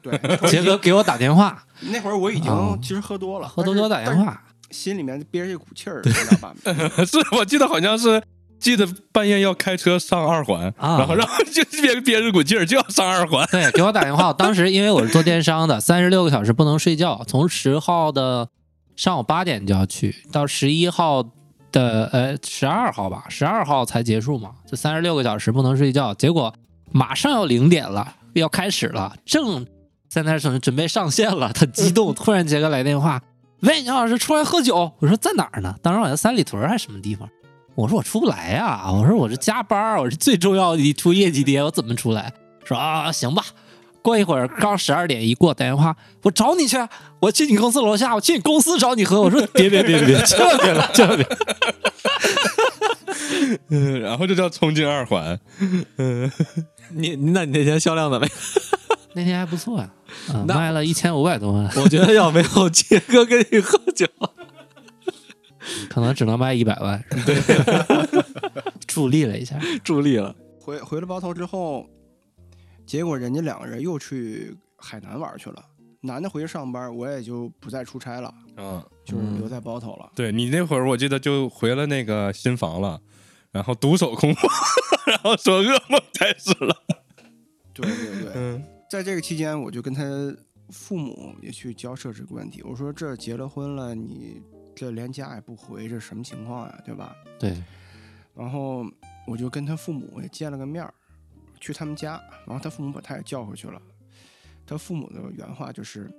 Speaker 6: 对，
Speaker 5: 杰哥给我打电话，
Speaker 6: 那会儿我已
Speaker 5: 哦
Speaker 6: 经其实喝多了，
Speaker 5: 喝多给我打
Speaker 6: 但
Speaker 5: 电
Speaker 6: 是，
Speaker 5: 话，
Speaker 6: 但是心里面憋着一股气儿，你知道吧？
Speaker 4: 是我记得好像是。记得半夜要开车上二环，
Speaker 5: 啊
Speaker 4: 然后然后就憋憋着股劲儿就要上二 环，
Speaker 5: 对，给我打电话。我当时因为我是做电商的，三十六个小时不能睡觉，从十号的上午八点就要去，到十一号的呃十二号吧，十二号才结束嘛，就三十六个小时不能睡觉。结果马上要零点了，要开始了，正在那准准备上线了，他激动，突然杰哥来电话，喂，杨老师出来喝酒？我说在哪儿呢？当时好像三里屯还是什么地方。我说我出不来呀、我说我这加班儿，我是最重要的一出业绩跌，我怎么出来？说啊，行吧。过一会儿刚十二点一过，打电话我找你去，我去你公司楼下，我去你公司找你喝。我说别别别别 别，千万别了，千万别。
Speaker 4: 嗯，然后就叫冲进二环，
Speaker 3: 你那你那天销量怎么 样？
Speaker 5: 那天还不 错呀、啊，
Speaker 3: 那
Speaker 5: 卖了一千五百多万，
Speaker 3: 我觉得要没有杰哥跟你喝酒，
Speaker 5: 可能只能卖一百万。对， 助力了一下。
Speaker 3: 助力了。
Speaker 6: 回回了包头之后，结果人家两个人又去海南玩去了。男的回去上班，我也就不再出差了，
Speaker 5: 啊
Speaker 4: 嗯，
Speaker 6: 就是留在包头了。
Speaker 4: 对你那会儿，我记得就回了那个新房了，然后独守空房， 然后说噩梦开始了。
Speaker 6: 对对对，
Speaker 4: 嗯
Speaker 6: 在这个期间，我就跟他父母也去交涉这个问题。我说这结了婚了，你这连家也不回，这什么情况呀、对吧？
Speaker 5: 对，
Speaker 6: 然后我就跟他父母也见了个面儿，去他们家，然后他父母把他也叫回去了。他父母的原话就是：“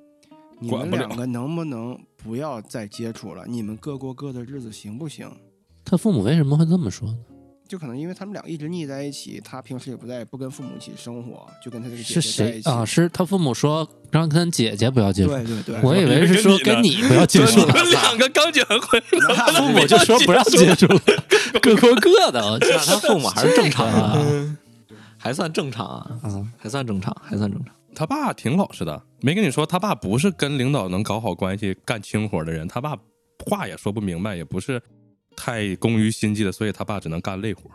Speaker 6: 你
Speaker 4: 管
Speaker 6: 们
Speaker 4: 不了
Speaker 6: 两个能不能不要再接触了？你们各过各的日子行不行
Speaker 5: 他父母为什么会这么说呢？？”
Speaker 6: 就可能因为他们俩一直腻在一起，他平时也不在不跟父母一起生活，就跟他这个
Speaker 5: 是
Speaker 6: 姐姐在一
Speaker 5: 谁
Speaker 6: 起。
Speaker 5: 啊？是他父母说让跟姐姐不要接触，
Speaker 6: 对对对，
Speaker 5: 我以为是说跟你不要接触
Speaker 4: 你。们两个刚结婚，
Speaker 5: 父母就说不让接触了，各过各的。我
Speaker 3: 那他父母还 是正常的
Speaker 5: 这
Speaker 3: 啊，还算正常啊，
Speaker 5: 嗯
Speaker 3: 还算正常，还算正常。
Speaker 4: 他爸挺老实的，没跟你说他爸不是跟领导能搞好关系、干清活的人，他爸话也说不明白，也不是太工于心计的，所以他爸只能干累活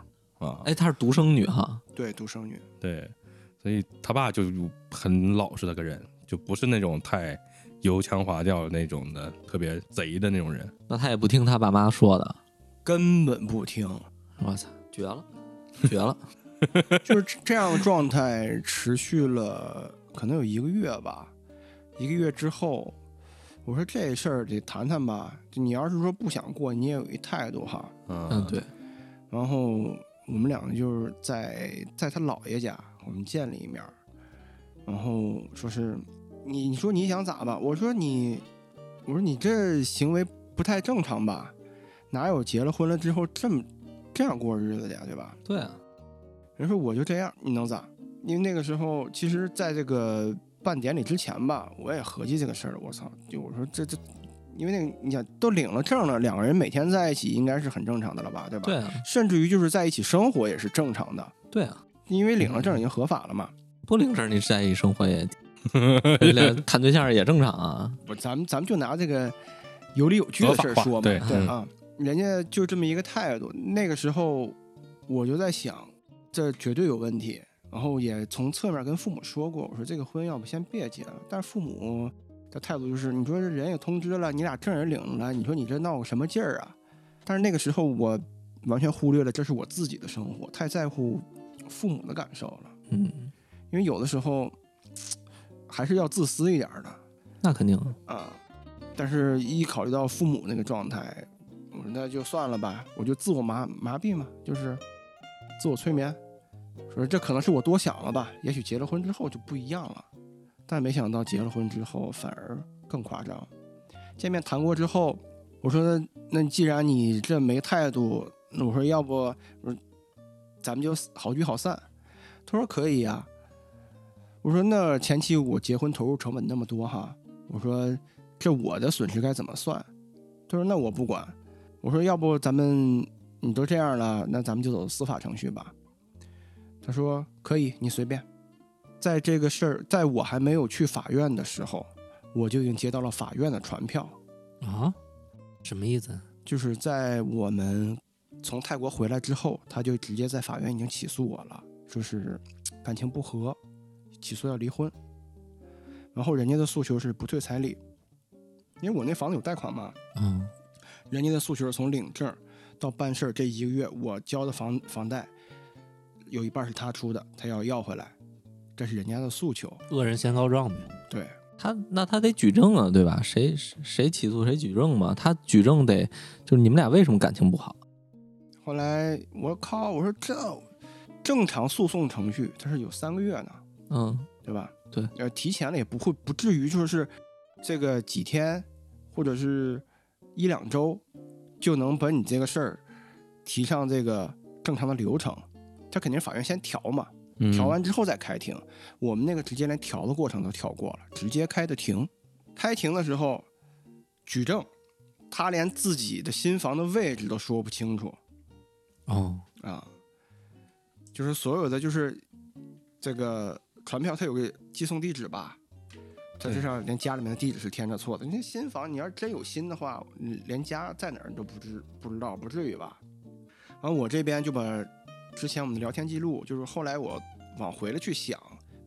Speaker 4: 啊。
Speaker 3: 哎，她是独生女哈，
Speaker 6: 对独生女，
Speaker 4: 对，所以他爸就很老实的个人，就不是那种太油腔滑调那种的，特别贼的那种人。
Speaker 3: 那她也不听她爸妈说的。
Speaker 6: 根本不听。
Speaker 3: 我操，绝 了，绝了！
Speaker 6: 就是这这样的状态持续了可能有一个月吧。一个月之后，我说这事儿得谈谈吧。就你要是说不想过，你也有一态度哈。
Speaker 3: 嗯，
Speaker 4: 嗯，
Speaker 3: 对，
Speaker 6: 然后我们两个就是在在他姥爷家，我们见了一面儿，然后说是你你说你想咋吧？我说你，我说你这行为不太正常吧？哪有结了婚了之后这么这样过日子的呀，对吧？
Speaker 3: 对啊，
Speaker 6: 人说我就这样，你能咋？因为那个时候，其实在这个办典礼之前吧，我也合计这个事儿。我操，就我说这这，因为那个你想都领了证了，两个人每天在一起应该是很正常的了吧，对吧？
Speaker 3: 对。啊，
Speaker 6: 甚至于就是在一起生活也是正常的，
Speaker 3: 对啊。
Speaker 6: 因为领了证已经合法了
Speaker 4: 嗯
Speaker 6: 嘛。
Speaker 3: 不领证，你在一起生活 也，你俩谈对象也正常啊。
Speaker 6: 不，咱们咱们就拿这个有理有据的事儿
Speaker 4: 合法化
Speaker 6: 说嘛，
Speaker 3: 对
Speaker 6: 啊，人家就这么一个态度。那个时候我就在想，这绝对有问题。然后也从侧面跟父母说过，我说这个婚要不先别结了。但是父母的态度就是，你说这人也通知了，你俩证也领了，你说你这闹个什么劲儿啊？但是那个时候我完全忽略了这是我自己的生活，太在乎父母的感受了。
Speaker 3: 嗯，
Speaker 6: 因为有的时候还是要自私一点儿的。
Speaker 3: 那肯定。
Speaker 6: 啊，但是一考虑到父母那个状态，我说那就算了吧，我就自我麻麻痹嘛，就是自我催眠，说这可能是我多想了吧，也许结了婚之后就不一样了。但没想到结了婚之后反而更夸张。见面谈过之后，我说那那既然你这没态度，那我说要不我说咱们就好聚好散。他说可以呀、啊我说那前期我结婚投入成本那么多哈，我说这我的损失该怎么算？他说那我不管。我说要不咱们你都这样了，那咱们就走司法程序吧。他说可以，你随便。在这个事儿，在我还没有去法院的时候，我就已经接到了法院的传票，
Speaker 5: 啊，什么意思？
Speaker 6: 就是在我们从泰国回来之后，他就直接在法院已经起诉我了，说是嘖感情不和，起诉要离婚。然后人家的诉求是不退彩礼，因为我那房子有贷款嘛，
Speaker 5: 嗯，
Speaker 6: 人家的诉求是从领证到办事儿这一个月，我交的房房贷有一半是他出的，他要要回来，这是人家的诉求。
Speaker 5: 恶人先告状呗。
Speaker 6: 对，
Speaker 3: 他那他得举证啊，对吧？谁谁起诉谁举证嘛？他举证得就是你们俩为什么感情不好？
Speaker 6: 后来我靠，我说这正常诉讼程序它是有三个月呢，
Speaker 3: 嗯，
Speaker 6: 对吧？
Speaker 3: 对，
Speaker 6: 呃，提前了也不会不至于说是这个几天或者是一两周就能把你这个事儿提上这个正常的流程，他肯定是法院先调嘛，
Speaker 4: 嗯
Speaker 6: 调完之后再开庭。我们那个直接连调的过程都跳过了，直接开的庭。开庭的时候举证，他连自己的新房的位置都说不清楚
Speaker 5: 哦，
Speaker 6: 啊，就是所有的就是这个传票，它有个寄送地址吧。它这上连家里面的地址是填着错的。那新房，你要是真有心的话，你连家在哪儿你都不知不知道，不至于吧？然后我这边就把之前我们的聊天记录，就是后来我往回了去想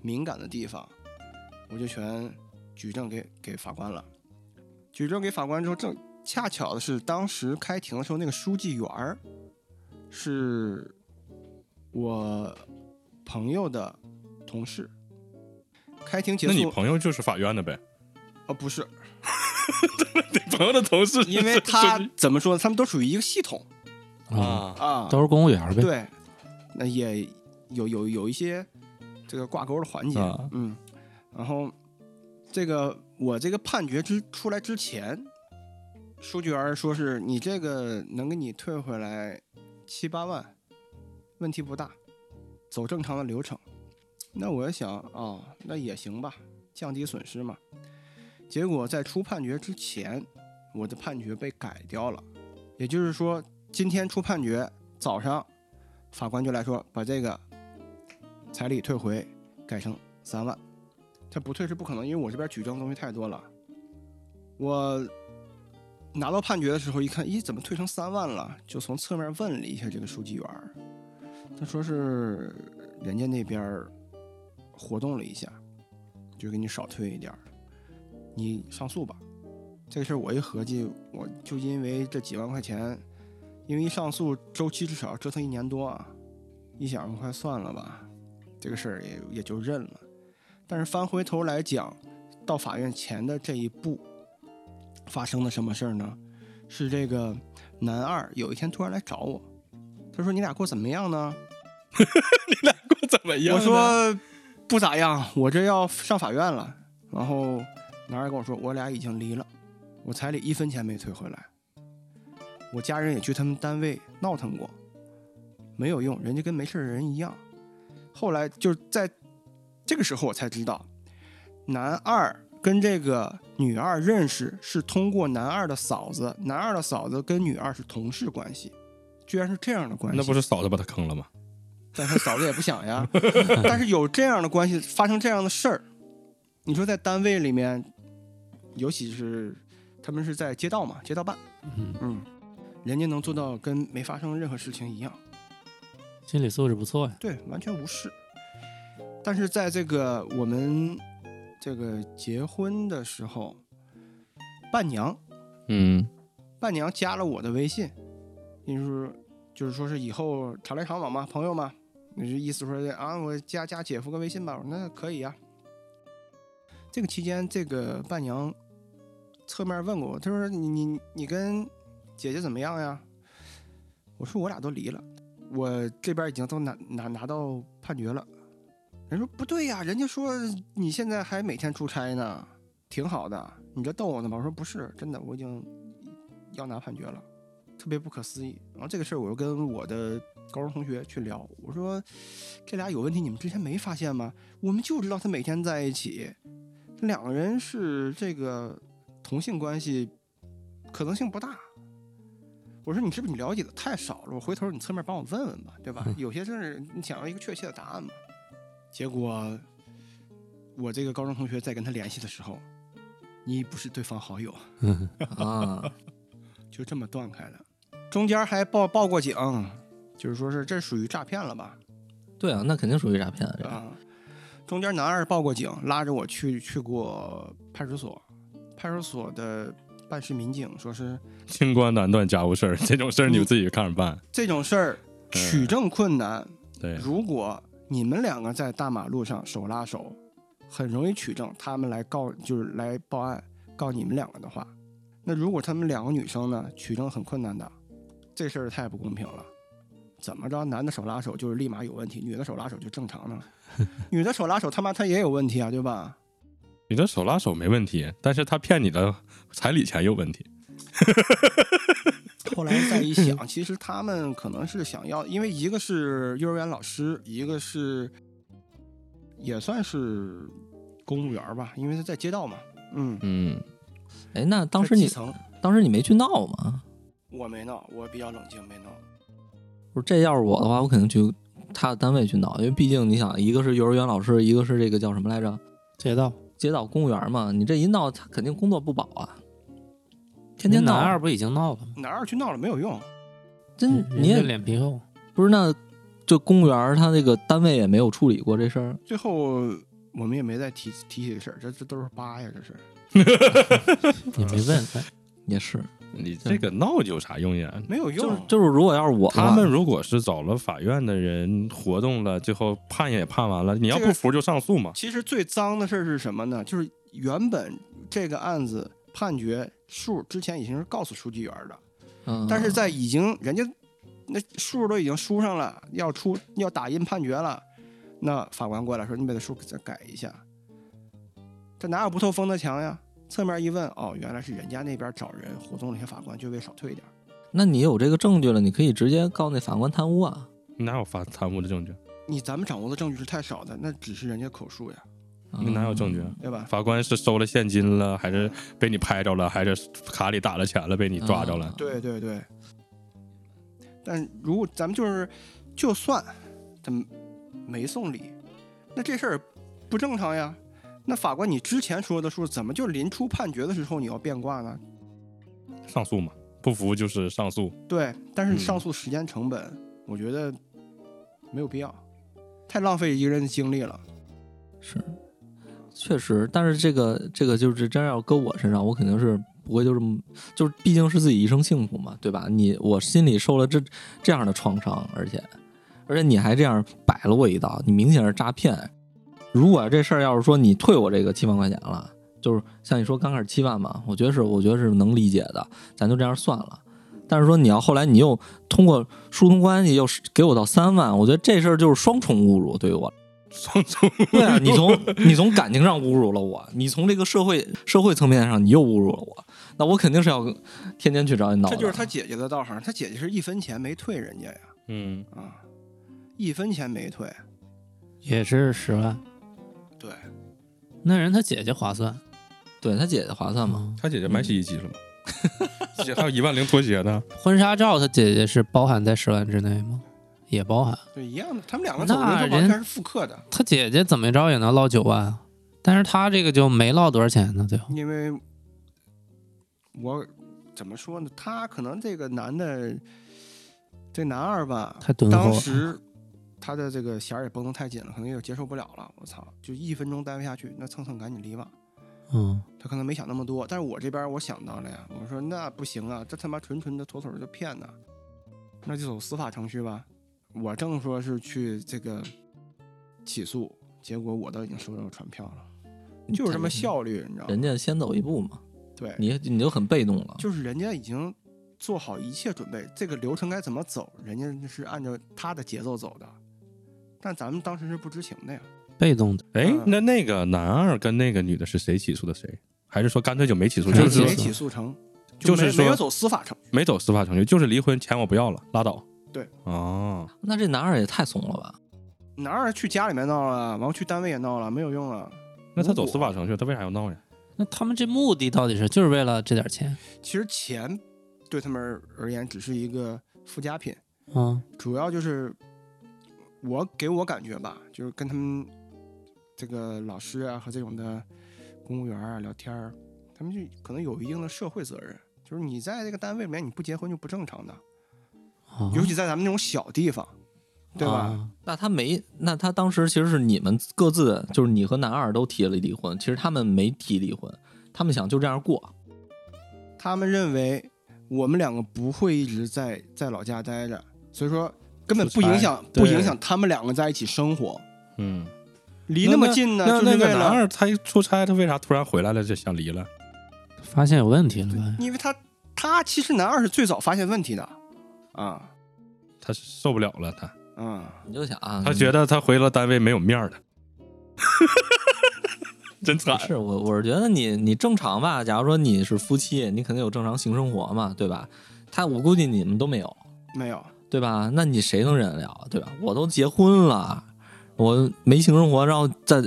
Speaker 6: 敏感的地方，我就全举证给给法官了。举证给法官之后，正恰巧的是，当时开庭的时候，那个书记员儿是我朋友的同事。开庭结
Speaker 4: 那
Speaker 6: 束，
Speaker 4: 你朋友就是法院的呗？
Speaker 6: 哦，不是，
Speaker 4: 你朋友的同事，
Speaker 6: 因 为他怎么说呢？他们都属于一个系统
Speaker 5: 啊，
Speaker 4: 啊，
Speaker 6: 啊，
Speaker 5: 都是公务员呗。
Speaker 6: 对，那也有有有一些这个挂钩的环节，
Speaker 4: 啊
Speaker 6: 嗯，然后这个我这个判决之出来之前，书记员说是你这个能给你退回来七八万，问题不大，走正常的流程。那我也想啊、哦那也行吧，降低损失嘛。结果在出判决之前，我的判决被改掉了，也就是说，今天出判决，早上法官就来说把这个彩礼退回，改成三万。他不退是不可能，因为我这边举证东西太多了。我拿到判决的时候一看，咦，怎么退成三万了？就从侧面问了一下这个书记员儿，他说是人家那边儿活动了一下，就给你少退一点儿，你上诉吧。这个事儿我一合计，我就因为这几万块钱，因为一上诉周期至少要折腾一年多啊，一想快算了吧，这个事儿也也就认了。但是翻回头来讲，到法院前的这一步，发生了什么事儿呢？是这个男二有一天突然来找我，他说：“你俩过怎么样呢？”
Speaker 4: 怎么样
Speaker 6: 我
Speaker 4: 呢？
Speaker 6: 说不咋样，我这要上法院了。然后男二跟我说，我俩已经离了，我彩礼一分钱没退回来。我家人也去他们单位闹腾过，没有用，人家跟没事儿人一样。后来就是在这个时候，我才知道，男二跟这个女二认识是通过男二的嫂子，男二的嫂子跟女二是同事关系，居然是这样的关系。
Speaker 4: 那不是嫂子把他坑了吗？
Speaker 6: 但是嫂子也不想呀。但是有这样的关系，发生这样的事儿，你说在单位里面，尤其是他们是在街道嘛，街道办，
Speaker 5: 嗯，
Speaker 6: 嗯，人家能做到跟没发生任何事情一样，
Speaker 5: 心理素质不错呀。
Speaker 6: 对，完全无视。但是在这个我们这个结婚的时候，伴娘
Speaker 4: 嗯，
Speaker 6: 伴娘加了我的微信，就是就是说是以后常来常往嘛，朋友嘛，那就意思说啊，我加加姐夫个微信吧，我说那可以呀、这个期间，这个伴娘侧面问过我，她说你你你跟姐姐怎么样呀？我说我俩都离了。我这边已经都拿拿拿到判决了。人说不对呀、人家说你现在还每天出差呢，挺好的，你这逗我呢吧？我说不是，真的，我已经要拿判决了，特别不可思议。然后这个事儿我又跟我的高中同学去聊，我说这俩有问题，你们之前没发现吗？我们就知道他每天在一起，这两个人是这个同性关系可能性不大。我说你是不是你了解的太少了？我回头你侧面帮我问问吧，对吧？有些事儿你想要一个确切的答案嘛。结果我这个高中同学在跟他联系的时候，你不是对方好友，
Speaker 3: 啊，
Speaker 6: 就这么断开了。中间还报报过警，就是说是这属于诈骗了吧？
Speaker 3: 对啊，那肯定属于诈骗啊，这个
Speaker 6: 啊，中间男二报过警，拉着我去去过派出所，派出所的办事民警说是
Speaker 4: 清官难断家务事儿，这种事儿你们自己看着办。
Speaker 6: 这种事儿取证困难，
Speaker 4: 对，
Speaker 6: 如果你们两个在大马路上手拉手，很容易取证，他们来告就是来报案告你们两个的话，那如果他们两个女生呢，取证很困难的，这事儿太不公平了。怎么着，男的手拉手就是立马有问题，女的手拉手就正常的了，女的手拉手他妈她也有问题啊，对吧？
Speaker 4: 你这手拉手没问题，但是他骗你的彩礼钱有问题。
Speaker 6: 后来再一想，啊其实他们可能是想要，因为一个是幼儿园老师，一个是也算是公务员儿吧，因为他在街道嘛。嗯，
Speaker 4: 嗯，
Speaker 3: 哎，那当时
Speaker 6: 在基
Speaker 3: 你
Speaker 6: 层
Speaker 3: 当时你没去闹吗？
Speaker 6: 我没闹，我比较冷静，没闹。
Speaker 3: 不是，这要是我的话，我肯定去他的单位去闹，因为毕竟你想，一个是幼儿园老师，一个是这个叫什么来着，
Speaker 5: 街道
Speaker 3: 街道公务员嘛，你这一闹，他肯定工作不保啊，天天
Speaker 5: 您
Speaker 3: 闹
Speaker 5: 男，二不已经闹了吗？
Speaker 6: 哪儿去闹了没有用，
Speaker 3: 真
Speaker 5: 人
Speaker 3: 你
Speaker 5: 家
Speaker 3: 也
Speaker 5: 脸皮厚，
Speaker 3: 不是那，这公务员儿他这个单位也没有处理过这事儿，
Speaker 6: 最后我们也没再提提起这个事儿，这这都是疤呀，这是。
Speaker 5: 也没问他。
Speaker 3: 也是，
Speaker 4: 你这个闹有啥用呀？
Speaker 6: 没有
Speaker 3: 就
Speaker 6: 用啊
Speaker 3: 是，就是，如果要是我啊的话
Speaker 4: 他们如果是找了法院的人活动了，最后判也判完了，你要
Speaker 6: 这
Speaker 4: 不
Speaker 6: 个
Speaker 4: 服就上诉嘛。
Speaker 6: 其实最脏的事儿是什么呢？就是原本这个案子判决数之前已经是告诉书记员儿的，
Speaker 3: 嗯，
Speaker 6: 但是在已经人家那数都已经输上了，要出要打印判决了，那法官过来说你把这数再改一下，这哪有不透风的墙呀？侧面一问，哦，原来是人家那边找人活动了一些法官，就为少退点儿。
Speaker 3: 那你有这个证据了，你可以直接告那法官贪污啊。
Speaker 4: 你哪有发贪污的证据？
Speaker 6: 你咱们掌握的证据是太少的，那只是人家口述呀，
Speaker 4: 你哪
Speaker 3: 嗯
Speaker 4: 有证据啊？
Speaker 6: 对吧？
Speaker 4: 法官是收了现金了，还是被你拍着了，还是卡里打了钱了，被你抓着了？
Speaker 6: 嗯对对对。但如果咱们就是，就算他没送礼，那这事儿不正常呀。那法官，你之前说的数，怎么就临出判决的时候你要变卦呢？
Speaker 4: 上诉嘛，不服就是上诉。
Speaker 6: 对，但是
Speaker 4: 嗯
Speaker 6: 上诉时间成本，我觉得没有必要，太浪费一个人的精力了。
Speaker 3: 是，确实，但是这个这个就是真要搁我身上，我肯定是不会就这么，就是毕竟是自己一生幸福嘛，对吧？你我心里受了这这样的创伤，而且而且你还这样摆了我一道，你明显是诈骗。如果这事儿要是说你退我这个七万块钱了，就是像你说刚开始七万嘛，我觉得是我觉得是能理解的，咱就这样算了。但是说你要后来你又通过疏通关系又是给我到三万，我觉得这事儿就是双重侮辱对于我
Speaker 4: 上诉
Speaker 3: 对啊，你从你从感情上侮辱了我，你从这个社会社会层面上你又侮辱了我，那我肯定是要天天去找你闹的。
Speaker 6: 这就是他姐姐的道行，他姐姐是一分钱没退人家呀，
Speaker 4: 嗯，
Speaker 6: 啊，一分钱没退。
Speaker 5: 也是十万。
Speaker 6: 对，
Speaker 5: 那人他姐姐划算
Speaker 3: 对他姐姐划算嘛？
Speaker 5: 嗯
Speaker 4: 他姐姐买洗衣机 了吗？姐还有一万零拖鞋呢，
Speaker 5: 婚纱照他姐姐是包含在十万之内吗？也包含。
Speaker 6: 对，一样的，他们两个走
Speaker 5: 那
Speaker 6: 的是
Speaker 5: 人
Speaker 6: 完全是复刻的，
Speaker 5: 他姐姐怎么着也能捞九万啊，但是他这个就没捞多少钱呢，最后。
Speaker 6: 因为我怎么说呢？他可能这个男的，这男二吧，
Speaker 5: 太敦厚
Speaker 6: 当
Speaker 5: 了
Speaker 6: 时他的这个弦儿也绷得太紧了，可能也接受不了了。我操，就一分钟待不下去，那蹭蹭赶紧离吧。
Speaker 5: 嗯，
Speaker 6: 他可能没想那么多，但是我这边我想到了呀，我说那不行啊，这他妈纯纯的妥妥的骗呢，那就走司法程序吧。我正说是去这个起诉，结果我都已经收到传票了，就是这么效率，你知道吗
Speaker 3: 人？家先走一步嘛，
Speaker 6: 对，
Speaker 3: 你你就很被动了。
Speaker 6: 就是人家已经做好一切准备，这个流程该怎么走，人家是按照他的节奏走的，但咱们当时是不知情的呀。
Speaker 5: 被动的，
Speaker 4: 哎
Speaker 6: 嗯，
Speaker 4: 那那个男二跟那个女的是谁起诉的谁？还是说干脆就没起诉，
Speaker 5: 没
Speaker 4: 就
Speaker 5: 起诉
Speaker 6: 嗯没
Speaker 4: 是
Speaker 6: 起诉成，
Speaker 4: 就
Speaker 6: 没
Speaker 4: 是说
Speaker 6: 没有走司法程序。
Speaker 4: 没走司法程序，就是离婚钱我不要了，拉倒。
Speaker 6: 对，
Speaker 4: 哦，
Speaker 3: 那这男二也太怂了吧？
Speaker 6: 男二去家里面闹了，完后去单位也闹了，没有用了。
Speaker 4: 那他走司法程序，他为啥要闹呀？
Speaker 5: 那他们这目的到底是就是为了这点钱？
Speaker 6: 其实钱对他们而言只是一个附加品，
Speaker 5: 嗯
Speaker 6: 主要就是我给我感觉吧，就是跟他们这个老师啊和这种的公务员啊聊天儿，他们就可能有一定的社会责任，就是你在这个单位里面你不结婚就不正常的，
Speaker 5: 啊，
Speaker 6: 尤其在咱们那种小地方，对吧？
Speaker 5: 啊
Speaker 3: 那他没，那他当时其实是你们各自，就是你和男二都提了离婚，其实他们没提离婚，他们想就这样过。
Speaker 6: 他们认为我们两个不会一直在在老家待着，所以说根本不影响
Speaker 4: 对
Speaker 6: 不影响他们两个在一起生活，
Speaker 4: 嗯，
Speaker 6: 离那么近呢，
Speaker 4: 那
Speaker 6: 就
Speaker 4: 那
Speaker 6: 是
Speaker 4: 个
Speaker 6: 为
Speaker 4: 男
Speaker 6: 了，
Speaker 4: 二他一出差，他为啥突然回来了就想离了？
Speaker 5: 发现有问题了呗？
Speaker 6: 因为他他其实男二是最早发现问题的，啊
Speaker 4: 他是受不了了，他
Speaker 6: 啊，
Speaker 3: 你就想啊，
Speaker 4: 他觉得他回了单位没有面儿的，真惨
Speaker 3: 不。是我，我是觉得你你正常吧。假如说你是夫妻，你肯定有正常性生活嘛，对吧？他我估计你们都没有，
Speaker 6: 没有，
Speaker 3: 对吧？那你谁能忍得了，对吧？我都结婚了，我没性生活，然后再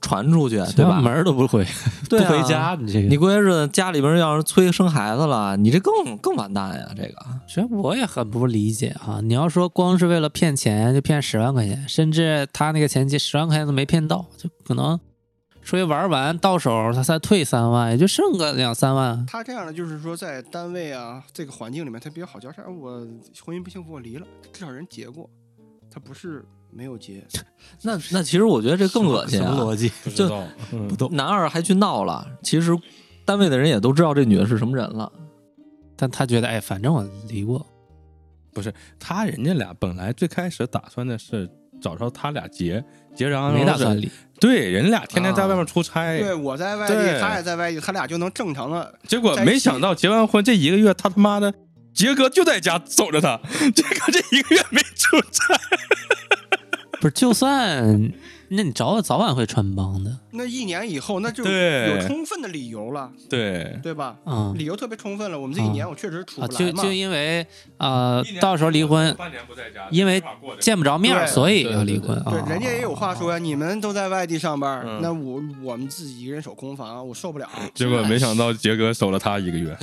Speaker 3: 传出去，对吧？
Speaker 5: 门儿都不回，不
Speaker 3: 对啊
Speaker 5: 回家，你这个
Speaker 3: 你过些日子家里边要是催生孩子了，你这更更完蛋呀！这个
Speaker 5: 其实我也很不理解啊！你要说光是为了骗钱就骗十万块钱，甚至他那个前妻十万块钱都没骗到，就可能出去玩完到手他才退三万，也就剩个两三万。
Speaker 6: 他这样的就是说在单位啊这个环境里面，他比较好交差，我婚姻不幸福，我离了，至少人结过，他不是没有结，
Speaker 3: 那那其实我觉得这更恶心啊！
Speaker 5: 辑？
Speaker 4: 不知道，嗯
Speaker 3: 男二还去闹了，其实单位的人也都知道这女的是什么人了。
Speaker 5: 但他觉得，哎，反正我离过，
Speaker 4: 他人家俩本来最开始打算的是找着他俩结结，然后
Speaker 5: 没打算离。
Speaker 4: 对，人家俩天天在外面出差，
Speaker 6: 对我在外
Speaker 4: 对
Speaker 6: 地，他也在外地，他俩就能正常的
Speaker 4: 结果没想到结完婚这一个月，他他妈的杰哥就在家守着他， 杰哥这一个月没出差，
Speaker 5: 不是，就算那你早早晚会穿帮的
Speaker 6: 那一年以后，那就
Speaker 4: 对
Speaker 6: 有充分的理由了，
Speaker 4: 对，
Speaker 6: 对吧？
Speaker 5: 啊、
Speaker 6: 理由特别充分了，我们这一年我确实处
Speaker 5: 啊！
Speaker 6: 不来
Speaker 5: 就
Speaker 6: 嘛。
Speaker 5: 就因为呃，到时候离婚
Speaker 4: 半年不在家
Speaker 5: 因为见不着面儿，
Speaker 6: 对
Speaker 5: 所以
Speaker 3: 对
Speaker 5: 要
Speaker 3: 对
Speaker 5: 离
Speaker 3: 对
Speaker 5: 婚啊。
Speaker 6: 对，人家也有话说呀，你们都在外地上班，
Speaker 4: 嗯
Speaker 6: 那我我们自己一个人守空房，我受不了。
Speaker 4: 结果没想到杰哥守了他一个月，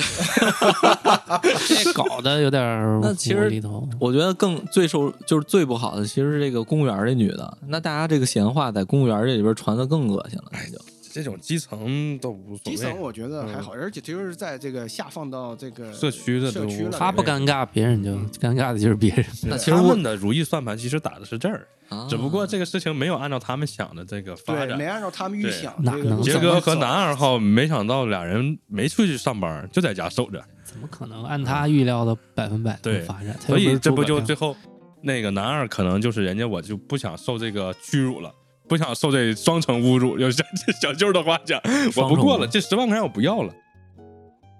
Speaker 5: 这搞得有点儿
Speaker 3: 那其
Speaker 5: 无
Speaker 3: 实
Speaker 5: 厘头。
Speaker 3: 我觉得更最受就是最不好的，其实是这个公务员这女的。那大家这个闲话在公务员这里边传的更恶心了，那就
Speaker 4: 这种基层都无所
Speaker 6: 基层
Speaker 4: 谓，嗯
Speaker 6: 我觉得还好，而且就是在这个下放到这个
Speaker 4: 社区的
Speaker 6: 社区
Speaker 4: 都
Speaker 6: 了，
Speaker 5: 他不尴尬，别人就尴尬的就是别 人。
Speaker 3: 那
Speaker 6: 对
Speaker 3: 其实
Speaker 4: 他
Speaker 3: 我
Speaker 4: 们的如意算盘其实打的是这儿，
Speaker 3: 啊
Speaker 5: 哦
Speaker 4: 只不过这个事情没有按照他们想的这个发
Speaker 6: 对，没
Speaker 4: 展。
Speaker 6: 按照他们预想。
Speaker 5: 对
Speaker 6: 这
Speaker 5: 哪
Speaker 6: 个
Speaker 5: 能
Speaker 4: 杰哥和男
Speaker 6: 男
Speaker 4: 二号没想到俩人没出去上班，就在家守着，
Speaker 5: 怎么可能按他预料的百分百
Speaker 4: 对
Speaker 5: 的发展？他
Speaker 4: 所
Speaker 5: 又
Speaker 4: 以
Speaker 5: 是
Speaker 4: 这不
Speaker 5: 诸葛
Speaker 4: 就
Speaker 5: 亮
Speaker 4: 最后那个男二可能就是人家我就不想受这个屈辱了，不想受这双重侮辱。有小小舅的话讲，我
Speaker 5: 双重
Speaker 4: 不过了，
Speaker 5: 侮辱
Speaker 4: 这十万块钱我不要了。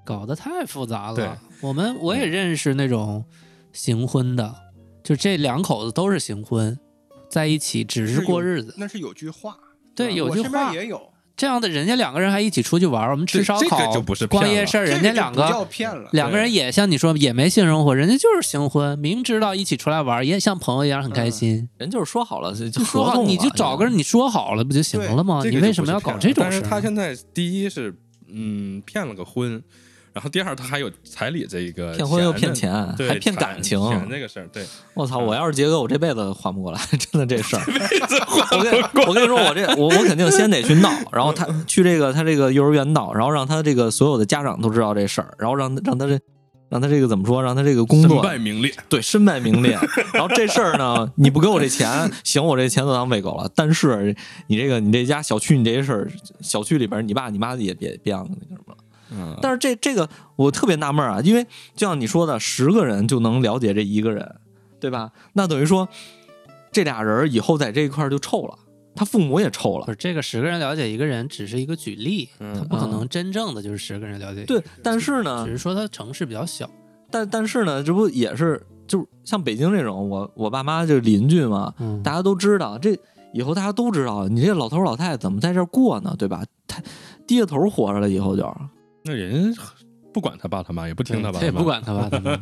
Speaker 5: 搞得太复杂
Speaker 4: 对
Speaker 5: 了？我们我也认识那种行婚的，就这两口子都是行婚，在一起只是过日子。
Speaker 6: 那是有句话，
Speaker 5: 对，
Speaker 6: 啊
Speaker 5: 有
Speaker 6: 我
Speaker 5: 句
Speaker 6: 身
Speaker 5: 话
Speaker 6: 边，也有，
Speaker 5: 这样的人家两个人还一起出去玩儿，我们吃
Speaker 4: 这
Speaker 5: 烧
Speaker 4: 这个
Speaker 5: 烤、
Speaker 4: 就不是骗
Speaker 5: 逛夜
Speaker 4: 了
Speaker 5: 市儿，人家两
Speaker 6: 这就不
Speaker 5: 个
Speaker 6: 叫骗了。
Speaker 5: 两个人也像你说也没性生活，人家就是行婚，明知道一起出来玩儿，也像朋友一样很
Speaker 4: 嗯
Speaker 5: 开心。
Speaker 3: 人就是说好了，就就
Speaker 5: 就说
Speaker 3: 合
Speaker 5: 好，
Speaker 3: 同
Speaker 5: 你
Speaker 3: 嘛
Speaker 5: 就找个人，你说好了不就行了吗？
Speaker 4: 这个
Speaker 5: 啊你
Speaker 4: 就
Speaker 5: 为
Speaker 4: 不
Speaker 5: 什么
Speaker 4: 是
Speaker 5: 要
Speaker 4: 骗
Speaker 5: 搞
Speaker 4: 了
Speaker 5: 这种
Speaker 4: 但
Speaker 5: 事
Speaker 4: 是
Speaker 5: 儿？
Speaker 4: 他现在第一是嗯骗了个婚，然后第二他还有彩礼这一个
Speaker 3: 骗婚又
Speaker 4: 的
Speaker 3: 骗，钱，
Speaker 4: 对，
Speaker 3: 还骗
Speaker 4: 彩
Speaker 3: 感情。
Speaker 4: 钱这个事儿，对，
Speaker 3: 我操！我要是杰哥，我这辈子缓不过来， 真的嗯这事儿。我跟我跟你说，我这我我肯定先得去闹，然后他 去这个他这个幼儿园闹，然后让他这个所有的家长都知道这事儿，然后让他让他这让他这个怎么说，让他这个工
Speaker 4: 身
Speaker 3: 作
Speaker 4: 败名裂。
Speaker 3: 对身败名裂。然后这事儿呢，你不给我这钱，行，我这钱就当喂狗了。但是你这个你这家小区你这些事儿，小区里边你爸你妈也别别让那个什么了。
Speaker 4: 嗯，
Speaker 3: 但是这这个我特别纳闷啊，因为就像你说的，十个人就能了解这一个人，对吧？那等于说这俩人以后在这一块儿就臭了，他父母也臭
Speaker 5: 不
Speaker 3: 了。
Speaker 5: 是这个十个人了解一个人只是一个举例，
Speaker 4: 嗯
Speaker 5: 他不可
Speaker 3: 嗯
Speaker 5: 能真正的就是十个人了解。，
Speaker 3: 对，但是呢
Speaker 5: 只，是说他城市比较小，
Speaker 3: 但但是呢，这不也是就是像北京这种，我我爸妈就是邻居嘛，
Speaker 5: 嗯，
Speaker 3: 大家都知道，这以后大家都知道，你这老头老太太怎么在这儿过呢？对吧？他低着头活着了，以后就
Speaker 4: 那人不管他爸他妈，也不听他爸
Speaker 5: 他也
Speaker 4: 他妈，
Speaker 5: 不管他爸他妈，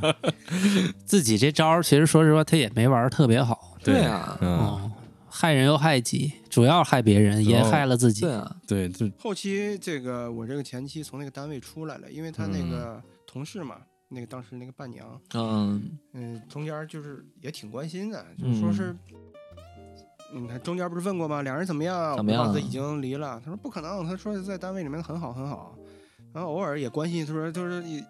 Speaker 5: 自己这招儿其实说实话他也没玩儿特别好，
Speaker 4: 对
Speaker 3: 啊，
Speaker 4: 嗯，
Speaker 5: 嗯，害人又害己，主要害别人，也
Speaker 4: 哦
Speaker 5: 害了自己
Speaker 3: 对。啊，
Speaker 4: 对，就
Speaker 6: 后期这个我这个前妻从那个单位出来了，因为她
Speaker 4: 嗯
Speaker 6: 那个同事嘛，那个当时那个伴娘，
Speaker 3: 嗯
Speaker 6: 嗯，中间就是也挺关心的，就是说是，你看中间不是问过吗？两人怎么样？
Speaker 3: 怎么样啊
Speaker 6: 我爸已经离了。他说不可能，他说在单位里面很好很好，然后偶尔也关心，他说就是你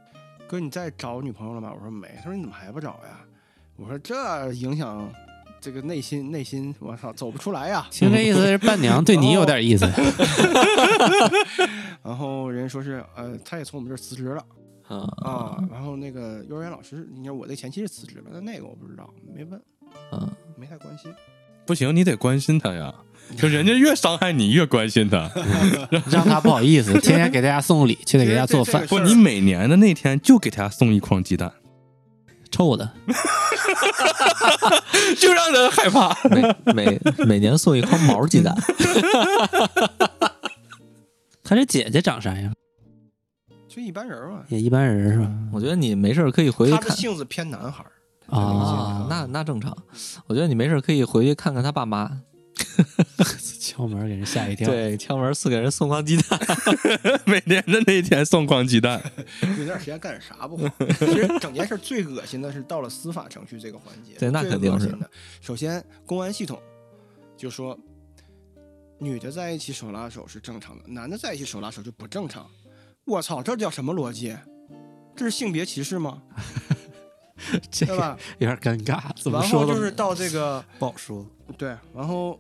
Speaker 6: 哥你再找女朋友了吗？我说没。他说你怎么还不找呀？我说这影响这个内心内心，我操，走不出来呀。
Speaker 5: 听这意思是伴 娘对你有点意思，
Speaker 4: 哦
Speaker 6: 然后人家说是呃，他也从我们这儿辞职了。啊
Speaker 3: 啊，
Speaker 6: 然后那个幼儿园老师，你看我那前妻是辞职了，但那个我不知道，没问，
Speaker 3: 嗯，
Speaker 6: 没太关心。
Speaker 4: 不行，你得关心他呀。就人家越伤害你，越关心他。
Speaker 5: 让他不好意思，天天给大家送礼，却得给大家做饭，
Speaker 4: 不，你每年的那天就给他送一筐鸡蛋，
Speaker 5: 臭的。
Speaker 4: 就让人害怕。
Speaker 3: 每每每年送一筐毛鸡蛋，
Speaker 5: 他这姐姐长啥样？
Speaker 6: 就一般人嘛。
Speaker 5: 也一般人是吧？
Speaker 3: 我觉得你没事儿可以回去
Speaker 6: 他的
Speaker 3: 看
Speaker 6: 性子偏男孩儿，
Speaker 5: 啊，
Speaker 3: 那那正常，我觉得你没事儿可以回去看看他爸妈，
Speaker 5: 敲门给人吓一跳。
Speaker 3: 对，敲门四给人送筐鸡蛋，
Speaker 4: 每年的那天送筐鸡 蛋，
Speaker 6: 有段时间干啥不好。其实整件事最恶心的是到了司法程序这个环节，
Speaker 3: 对那
Speaker 6: 最
Speaker 3: 肯定
Speaker 6: 恶
Speaker 3: 是
Speaker 6: 心的。首先，公安系统就说，女的在一起手拉手是正常的，男的在一起手拉手就不正常。我操，这叫什么逻辑？这是性别歧视吗？
Speaker 5: 这
Speaker 6: 对
Speaker 5: 个
Speaker 6: 吧？
Speaker 5: 有点尴尬，哎怎么
Speaker 6: 然
Speaker 5: 说
Speaker 6: 后
Speaker 5: 都
Speaker 6: 就是到这个
Speaker 5: 不好说。
Speaker 6: 对，然后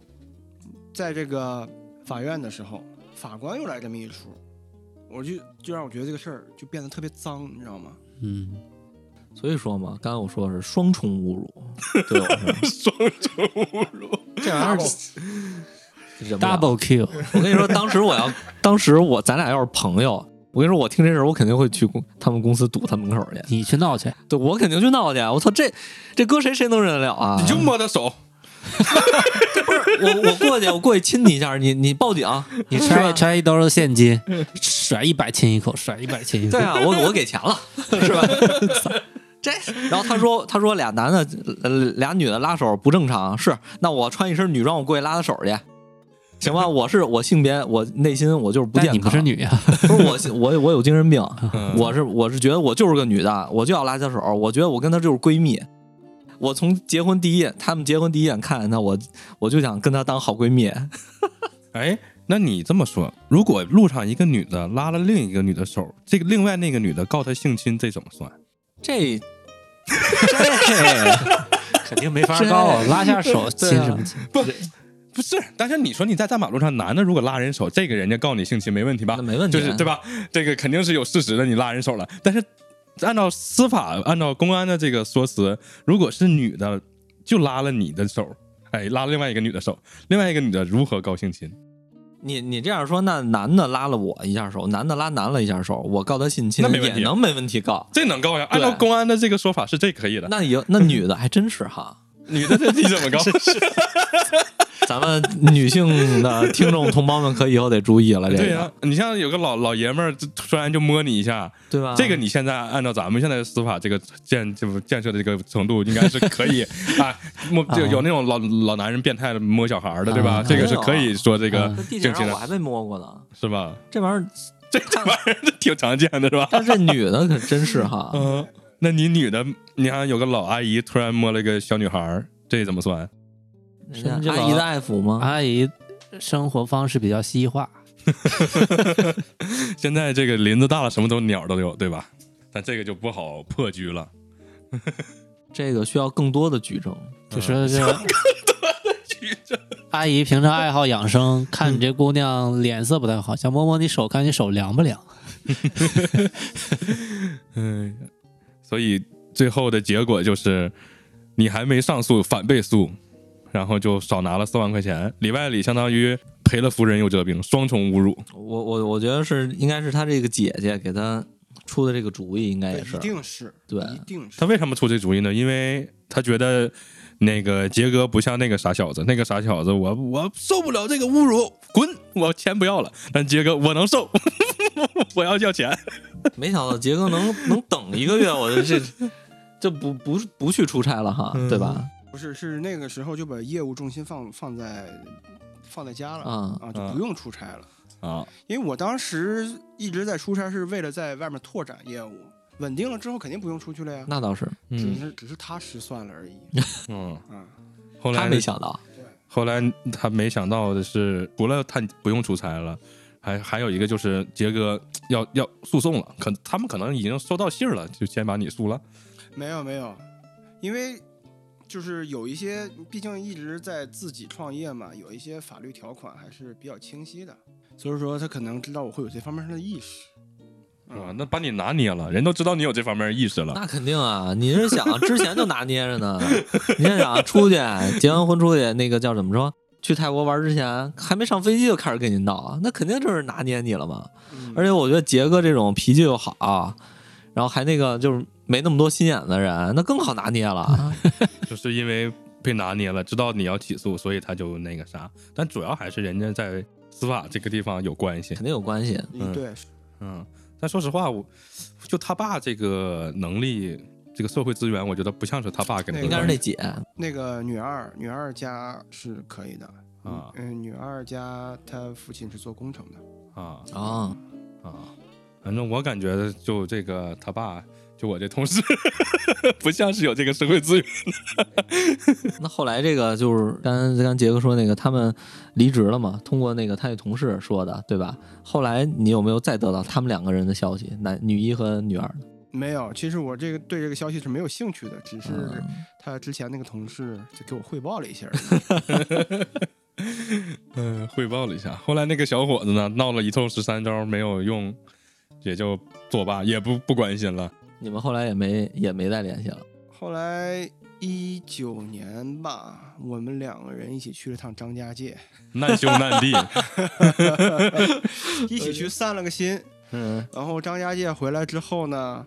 Speaker 6: 在这个法院的时候，法官又来这么一出，我就就让我觉得这个事儿就变得特别脏，你知道吗？
Speaker 5: 嗯，
Speaker 3: 所以说嘛，刚才我说的是双重侮辱，对我 说
Speaker 6: 这玩意儿
Speaker 3: 忍不了
Speaker 5: double kill，
Speaker 3: 我跟你说，当时我要，当时我咱俩要是朋友，我跟你说，我听这事儿，我肯定会去公他们公司堵他门口去，
Speaker 5: 你去闹去。
Speaker 3: 对我肯定去闹去。啊我操，这这搁谁谁能忍得了啊？
Speaker 4: 你就摸他手，
Speaker 3: 我我过去，我过去亲你一下，你你报警，
Speaker 5: 你
Speaker 3: 是吧嗯
Speaker 5: 揣揣一兜的 现金，甩一百亲一口，甩一百亲一口
Speaker 3: 对。啊，我我给钱了，是吧？ 这，然后他说，他说俩男的，呃俩女的拉手不正常，是，那我穿一身女装，我过去拉他手去，行吧？我是我性别，我内心我就是不健
Speaker 5: 但
Speaker 3: 康，
Speaker 5: 你不是女啊，
Speaker 3: 不是我，我我有精神病，
Speaker 4: 嗯
Speaker 3: 我是我是觉得我就是个女的，我就要拉她手，我觉得我跟她就是闺蜜。我从结婚第一眼，他们结婚第一眼看见她，我我就想跟她当好闺蜜。
Speaker 4: 哎，那你这么说，如果路上一个女的拉了另一个女的手，这个另外那个女的告他性侵，这怎么算？
Speaker 3: 这
Speaker 5: 肯定没 法告，啊拉 下手亲
Speaker 3: 啊
Speaker 5: 什么亲？
Speaker 4: 不，不是，但是你说你在大马路上，男的如果拉人手，这个人家告你性侵没问题啊吧
Speaker 3: 那？没问题，
Speaker 4: 就是对吧？这个肯定是有事实的，你拉人手了。但是按照司法，按照公安的这个说辞，如果是女的就拉了你的手，哎，拉了另外一个女的手，另外一个女的如何告性侵？
Speaker 3: 你你这样说，那男的拉了我一下手，男的拉男了一下手，我告他性侵
Speaker 4: 那没问题啊
Speaker 3: 也能没问题告。
Speaker 4: 这能告呀？按
Speaker 3: 对
Speaker 4: 照公安的这个说法是这可以的。
Speaker 3: 那有那女的还真是 哈，
Speaker 4: 女的这你怎么告？
Speaker 3: 咱们女性的听众同胞们可以后得注意了，这
Speaker 4: 对啊呀、
Speaker 3: 个
Speaker 4: 你像有个老老爷们儿就突然就摸你一下，
Speaker 3: 对吧？
Speaker 4: 这个你现在按照咱们现在司法这个建就建设的这个程度，应该是可以啊，摸就有那种老老男人变态的摸小孩儿的，对吧？
Speaker 5: 啊
Speaker 4: 这个是可以说这个
Speaker 5: 啊
Speaker 3: 在地铁
Speaker 4: 性侵
Speaker 3: 上我
Speaker 4: 的，
Speaker 3: 还被摸过呢，
Speaker 4: 是吧？
Speaker 3: 这玩意儿，
Speaker 4: 这这玩意儿这挺常见的，是吧？
Speaker 3: 但是这女的可真是哈，
Speaker 4: 嗯， 那你女的，你看有个老阿姨突然摸了一个小女孩儿，这怎么算？
Speaker 3: 人家阿姨的爱抚吗？
Speaker 5: 阿姨生活方式比较西化，
Speaker 4: 现在这个林子大了，什么都鸟都有，对吧？但这个就不好破局了。
Speaker 3: 这个需要更多的举证。
Speaker 5: 就
Speaker 3: 嗯
Speaker 5: 说 这阿姨平常爱好养生，看你这姑娘脸色不太好，想摸摸你手，看你手凉不凉。
Speaker 4: 嗯，所以最后的结果就是，你还没上诉，反被诉，然后就少拿了四万块钱，里外里相当于赔了夫人又折兵，双重侮辱。
Speaker 3: 我我我觉得是应该是他这个姐姐给他出的这个主意应该
Speaker 6: 对
Speaker 3: 也
Speaker 6: 一
Speaker 3: 哎是，
Speaker 6: 定是，
Speaker 3: 对
Speaker 6: 一定是。
Speaker 4: 他为什么出这主意呢？因为他觉得那个杰哥不像那个傻小子，那个傻小子我我受不了这个侮辱，滚！我钱不要了。但杰哥我能受， 我要要钱。
Speaker 3: 没想到杰哥能 能等一个月，我就这就不不不去出差了哈，
Speaker 6: 嗯
Speaker 3: 对吧？
Speaker 6: 不是，是那个时候就把业务重心放放在放在家了
Speaker 3: 啊
Speaker 6: 就
Speaker 4: 啊
Speaker 6: 不用出差了。
Speaker 4: 啊，
Speaker 6: 因为我当时一直在出差，是为了在外面拓展业务，稳定了之后肯定不用出去了呀。
Speaker 3: 那倒是，
Speaker 6: 只
Speaker 4: 嗯
Speaker 6: 是只是他失算了而已。
Speaker 4: 嗯
Speaker 6: 嗯，
Speaker 4: 后
Speaker 3: 他
Speaker 4: 来
Speaker 3: 没想到，
Speaker 4: 后来他没想到的是，除了他不用出差了，还还有一个就是杰哥要要诉讼了，可他们可能已经收到信儿了，就先把你诉了。
Speaker 6: 没有没有，因为就是有一些，毕竟一直在自己创业嘛，有一些法律条款还是比较清晰的，所以说他可能知道我会有这方面的意识。
Speaker 4: 是吧？啊那把你拿捏了，人都知道你有这方面意识了。
Speaker 3: 那肯定啊！你是想之前就拿捏着呢？你是想出去结完婚出去那个叫怎么说？去泰国玩之前还没上飞机就开始跟你闹啊，那肯定就是拿捏你了嘛。
Speaker 6: 嗯
Speaker 3: 而且我觉得杰哥这种脾气又好、然后还那个就是没那么多心眼的人，那更好拿捏
Speaker 6: 嗯
Speaker 3: 了。
Speaker 4: 就是因为被拿捏了，知道你要起诉，所以他就那个啥。但主要还是人家在司法这个地方有关系
Speaker 3: 肯。定有关系。
Speaker 4: 嗯
Speaker 6: 嗯，对，
Speaker 4: 嗯，但说实话，我就他爸这个能力，这个社会资源，我觉得不像是他爸给他
Speaker 6: 那
Speaker 4: 的
Speaker 3: 应该是
Speaker 4: 关系。
Speaker 3: 那姐，
Speaker 6: 那个女二，女二家是可以的
Speaker 4: 啊
Speaker 6: 嗯，女二家她父亲是做工程的，
Speaker 4: 啊
Speaker 3: 哦，
Speaker 4: 啊！反正我感觉就这个他爸，就我这同事， 不像是有这个社会资源。
Speaker 3: 那后来这个就是刚刚杰哥说那个他们离职了嘛，通过那个他那同事说的，对吧？后来你有没有再得到他们两个人的消息？男女一和女二？
Speaker 6: 没有。其实我这个对这个消息是没有兴趣的，只是
Speaker 3: 嗯
Speaker 6: 她之前那个同事就给我汇报了一下而已。
Speaker 4: 嗯，汇报了一下。后来那个小伙子呢，闹了一通十三招没有用，也就作罢，也不不关心了。
Speaker 3: 你们后来也没也没再联系了。
Speaker 6: 后来一九年吧，我们两个人一起去了趟张家界，
Speaker 4: 难兄难弟，
Speaker 6: 一起去散了个心。
Speaker 3: 嗯，
Speaker 6: 然后张家界回来之后呢，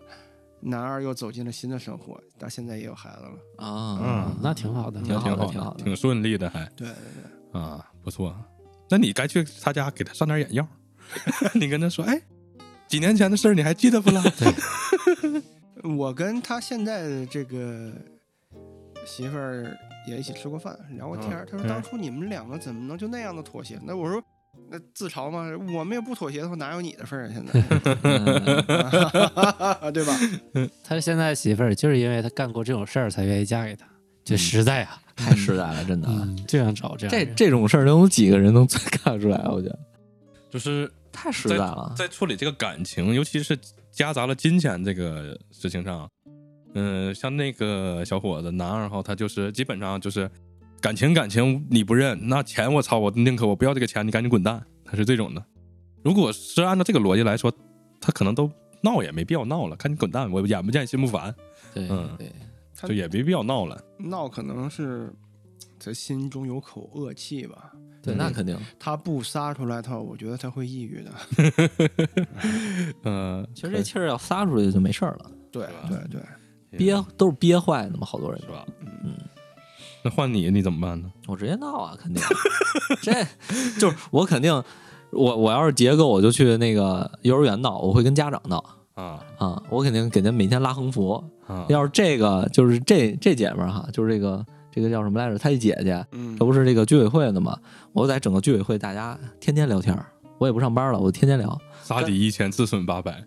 Speaker 6: 男二又走进了新的生活，到现在也有孩子了。
Speaker 3: 啊，
Speaker 5: 那挺好的，
Speaker 3: 挺好
Speaker 4: 挺
Speaker 3: 的，
Speaker 4: 好
Speaker 3: 挺好的。
Speaker 4: 挺顺利的还，
Speaker 6: 对对对，
Speaker 4: 啊，不错。那你该去他家给他上点眼药， 你跟他说，哎，几年前的事儿你还记得不啦？
Speaker 6: 我跟他现在的这个媳妇儿也一起吃过饭，聊过天儿。他说当初你们两个怎么能就那样的妥协？那我说。那自嘲嘛，我们也不妥协的话，哪有你的份儿啊？现在，
Speaker 3: 嗯
Speaker 6: 对吧？
Speaker 5: 他现在媳妇儿就是因为他干过这种事儿才愿意嫁给他，这实在啊，
Speaker 3: 太实在了，真的。
Speaker 5: 嗯，就想找这样
Speaker 3: 啊
Speaker 5: 的
Speaker 3: 这
Speaker 5: 人。
Speaker 3: 这种事儿能有几个人能看得出来？啊我觉得
Speaker 4: 就是
Speaker 3: 太实在了。
Speaker 4: 在处理这个感情，尤其是夹杂了金钱这个事情上，嗯，像那个小伙子男二号，他就是基本上就是感情感情你不认，那钱我操，我宁可我不要这个钱，你赶紧滚蛋，他是这种的。如果是按照这个逻辑来说，他可能都闹也没必要闹了，赶紧滚蛋，我眼不见心不烦，
Speaker 3: 对
Speaker 4: 嗯
Speaker 3: 对，
Speaker 6: 他
Speaker 4: 就也没必要闹了。
Speaker 6: 闹可能是他心中有口恶气吧，
Speaker 3: 对，那肯定。
Speaker 6: 他不撒出来的话，我觉得他会抑郁的。
Speaker 4: 嗯，
Speaker 3: 其实这气儿要撒出去就没事儿了，
Speaker 6: 对对对，
Speaker 3: 憋都是憋坏的嘛，好多人
Speaker 4: 是。吧？
Speaker 3: 嗯，
Speaker 4: 那换你，你怎么办呢？
Speaker 3: 我直接闹啊，肯定。 这就是我肯定，我我要是杰哥，我就去那个幼儿园闹，我会跟家长闹
Speaker 4: 啊
Speaker 3: 啊，我肯定给他每天拉横幅。
Speaker 4: 啊，
Speaker 3: 要是这个就是这这姐们儿哈，就是这个这个叫什么来着？她一姐姐，
Speaker 6: 嗯
Speaker 3: 这，不是这个居委会的嘛？我在整个居委会大家天天聊天儿，我也不上班了，我天天聊。
Speaker 4: 杀敌一千，自损八百。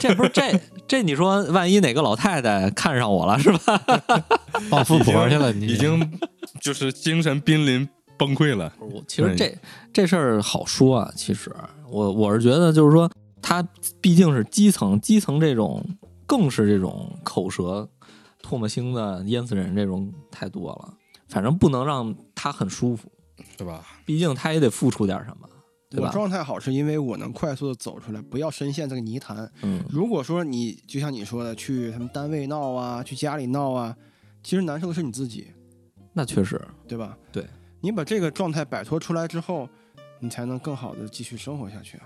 Speaker 3: 这不是这这你说，万一哪个老太太看上我了是吧？
Speaker 5: 傍富婆去了，你
Speaker 4: 已经 就是精神濒临崩溃了。
Speaker 3: 我其实这这事儿好说啊，其实我我是觉得就是说，他毕竟是基层，基层这种更是这种口舌、唾沫星子、淹死人这种太多了，反正不能让他很舒服，
Speaker 4: 是吧？
Speaker 3: 毕竟他也得付出点什么，对
Speaker 6: 我
Speaker 3: 吧？
Speaker 6: 状态好是因为我能快速的走出来，不要深陷这个泥潭。
Speaker 3: 嗯，
Speaker 6: 如果说你就像你说的，去他们单位闹啊，去家里闹啊，其实难受的是你自己，
Speaker 3: 那确实，
Speaker 6: 对吧？
Speaker 3: 对，
Speaker 6: 你把这个状态摆脱出来之后，你才能更好的继续生活下去啊。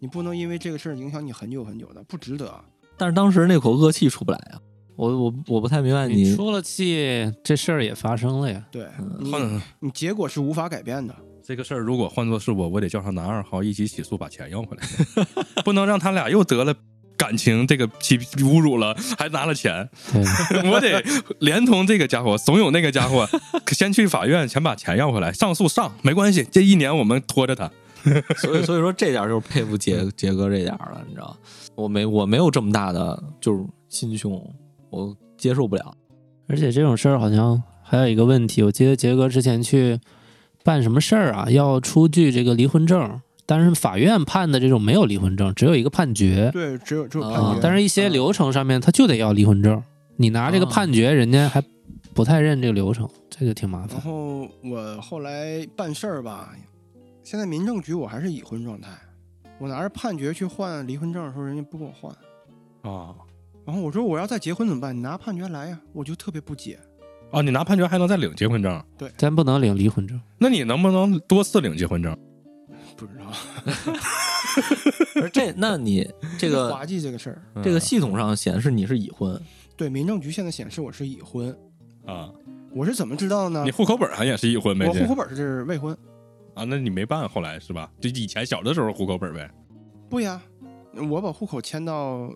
Speaker 6: 你不能因为这个事儿影响你很久很久的，不值得啊。
Speaker 3: 但是当时那口恶气出不来啊，我我我不太明白
Speaker 5: 你
Speaker 3: 你
Speaker 5: 出了气，这事儿也发生了呀。
Speaker 6: 对
Speaker 3: 嗯
Speaker 6: 你
Speaker 4: 换
Speaker 6: 你结果是无法改变的。
Speaker 4: 这个事儿如果换做是我，我得叫上男二号一起起诉，把钱要回来， 不能让他俩又得了感情这个欺侮辱了，还拿了钱，
Speaker 5: 对，
Speaker 4: 我得连同这个家伙怂恿那个家伙，先去法院先把钱要回来，上诉上没关系，这一年我们拖着他。
Speaker 3: 所以所以说这点儿就是佩服杰杰哥这点儿了，你知道，我没我没有这么大的就是心胸，我接受不了。
Speaker 5: 而且这种事儿好像还有一个问题，我记得杰哥之前去办什么事儿啊，要出具这个离婚证，但是法院判的这种没有离婚证，只有一个判决。
Speaker 6: 对，只有只有判
Speaker 3: 啊
Speaker 6: 决
Speaker 5: 嗯，但是一些流程上面他就得要离婚证，你拿这个判决，人家还不太认这个流程，这就挺麻
Speaker 6: 然
Speaker 5: 烦。
Speaker 6: 后我后来办事儿吧，现在民政局我还是已婚状态，我拿着判决去换离婚证的时候，人家不给我换。
Speaker 4: 啊
Speaker 6: 然后我说我要再结婚怎么办？你拿判决来呀、我就特别不解。
Speaker 4: 啊！你拿判决还能再领结婚证？
Speaker 5: 咱不能领离婚证，
Speaker 4: 那你能不能多次领结婚证？
Speaker 6: 不知道
Speaker 3: 不是这，那 你嗯这个
Speaker 6: 滑稽这个事儿。
Speaker 3: 这个系统上显示你是已婚，
Speaker 6: 对，民政局现在显示我是已婚，
Speaker 4: 啊，
Speaker 6: 我是怎么知道呢
Speaker 4: 你？户口本上也是已婚呗？
Speaker 6: 我户
Speaker 4: 这
Speaker 6: 口本是未婚，
Speaker 4: 啊，那你没办后来是吧？就以前小的时候户口本呗。
Speaker 6: 不呀，我把户口迁到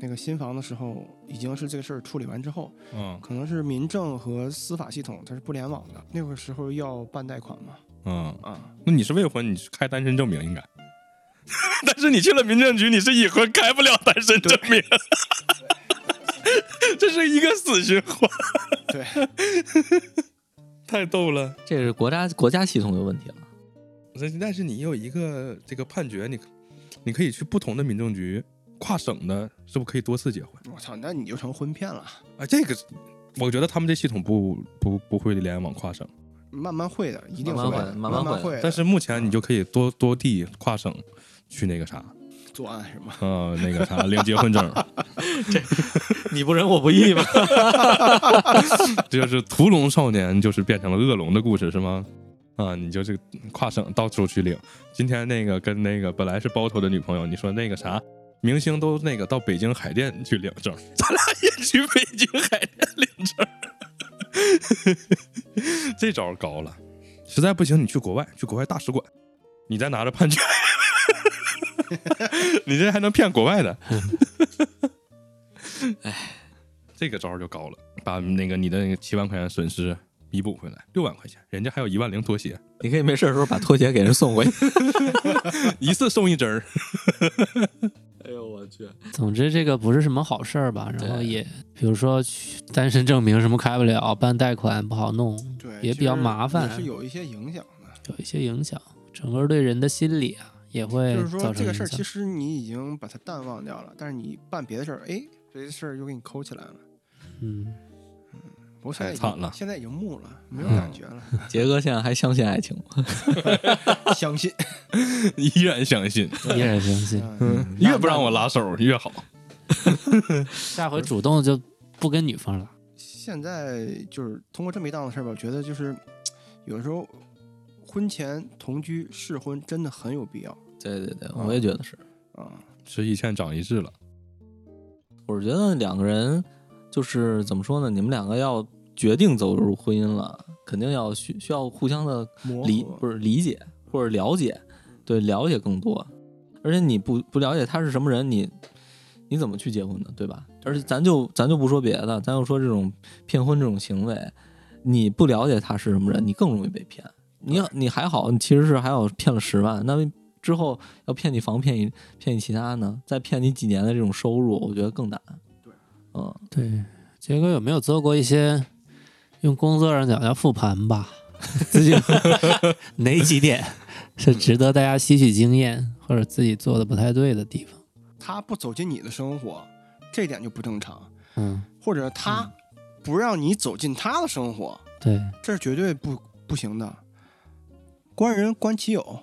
Speaker 6: 那个新房的时候，已经是这个事儿处理完之后，
Speaker 4: 嗯
Speaker 6: 可能是民政和司法系统它是不联网的，那个时候要办贷款嘛，
Speaker 4: 嗯，
Speaker 6: 啊，
Speaker 4: 那你是未婚，你是开单身证明应该。 但是你去了民政局，你是已婚，开不了单身证明。 这是一个死循环。
Speaker 6: 对，
Speaker 4: 太逗了。
Speaker 3: 这是国家国家系统有问题了。
Speaker 4: 但但是你有一个这个判决，你你可以去不同的民政局，跨省的，是不是可以多次结婚？
Speaker 6: 我操，那你就成婚骗了，
Speaker 4: 啊，这个我觉得他们这系统不不不会联网跨省，
Speaker 6: 慢慢会的，一定
Speaker 3: 慢
Speaker 6: 会
Speaker 3: 慢
Speaker 6: 的，
Speaker 3: 会
Speaker 6: 慢
Speaker 3: 慢慢
Speaker 6: 会
Speaker 3: 会
Speaker 6: 的，
Speaker 4: 但是目前你就可以多多地跨省去那个啥，
Speaker 6: 作案是吗？
Speaker 4: 呃，那个啥领结婚证，
Speaker 3: 你不仁我不义吧？
Speaker 4: 这就是屠龙少年就是变成了恶龙的故事是吗？啊，你就是跨省到处去领。今天那个跟那个本来是包头的女朋友，你说那个啥。明星都那个到北京海淀去领证， 咱俩也去北京海淀领证， 这招高了。实在不行，你去国外，去国外大使馆，你再拿着判决， 你这还能骗国外的？ 哎，这个招儿就高了，把那个你的那个七万块钱损失弥补回来，六万块钱，人家还有一万零拖鞋，
Speaker 3: 你可以没事的时候把拖鞋给人送回去。
Speaker 4: 一次送一针儿。
Speaker 3: 哎呦我去！
Speaker 5: 总之这个不是什么好事儿吧？然后
Speaker 3: 对
Speaker 5: 也比如说去单身证明什么开不了，办贷款不好弄，
Speaker 6: 对，
Speaker 5: 也
Speaker 6: 其
Speaker 5: 比较
Speaker 6: 实
Speaker 5: 麻烦
Speaker 6: 也是有一些影响的。
Speaker 5: 有一些影响，整个对人的心理啊也会
Speaker 6: 就是说
Speaker 5: 造成
Speaker 6: 这个
Speaker 5: 影
Speaker 6: 事儿
Speaker 5: 响。
Speaker 6: 其实你已经把它淡忘掉了，但是你办别的事儿，哎，这事儿又给你抠起来了。
Speaker 5: 嗯，
Speaker 6: 不过现在已
Speaker 4: 太惨
Speaker 6: 经
Speaker 4: 了
Speaker 6: 现在已经木了，没有
Speaker 4: 嗯
Speaker 6: 感觉了。
Speaker 3: 杰哥现在还相信爱情吗？
Speaker 6: 相信，
Speaker 4: 依然相信，
Speaker 5: 依然相信，
Speaker 6: 嗯
Speaker 4: 越不让我拉手越好。
Speaker 5: 下回主动就不跟女方了。
Speaker 6: 现在就是通过这么一档子事儿吧，我觉得就是有时候婚前同居试婚真的很有必要
Speaker 3: 对对对，我也觉得是。
Speaker 6: 啊。
Speaker 4: 吃一堑长一智了，
Speaker 3: 我是觉得两个人就是怎么说呢？你们两个要决定走入婚姻了，肯定要需需要互相的
Speaker 6: 磨
Speaker 3: 理
Speaker 6: 合
Speaker 3: 不是理解或者了解，对了解更多。而且你不不了解他是什么人，你你怎么去结婚呢？对吧？而且咱就咱就不说别的，咱就说这种骗婚这种行为，你不了解他是什么人，你更容易被骗。你要你还好，你其实是还好骗了十万，那之后要骗你房、骗你骗你其他呢，再骗你几年的这种收入，我觉得更难。
Speaker 6: 对，
Speaker 3: 嗯，
Speaker 5: 对，杰哥有没有做过一些用工作上讲叫复盘吧？ 自己哪几点是值得大家吸取经验，或者自己做的不太对的地方？
Speaker 6: 他不走进你的生活，这点就不正常；
Speaker 5: 嗯，
Speaker 6: 或者他不让你走进他的生活，
Speaker 5: 对
Speaker 6: 这是绝对不不行的。观人观其友，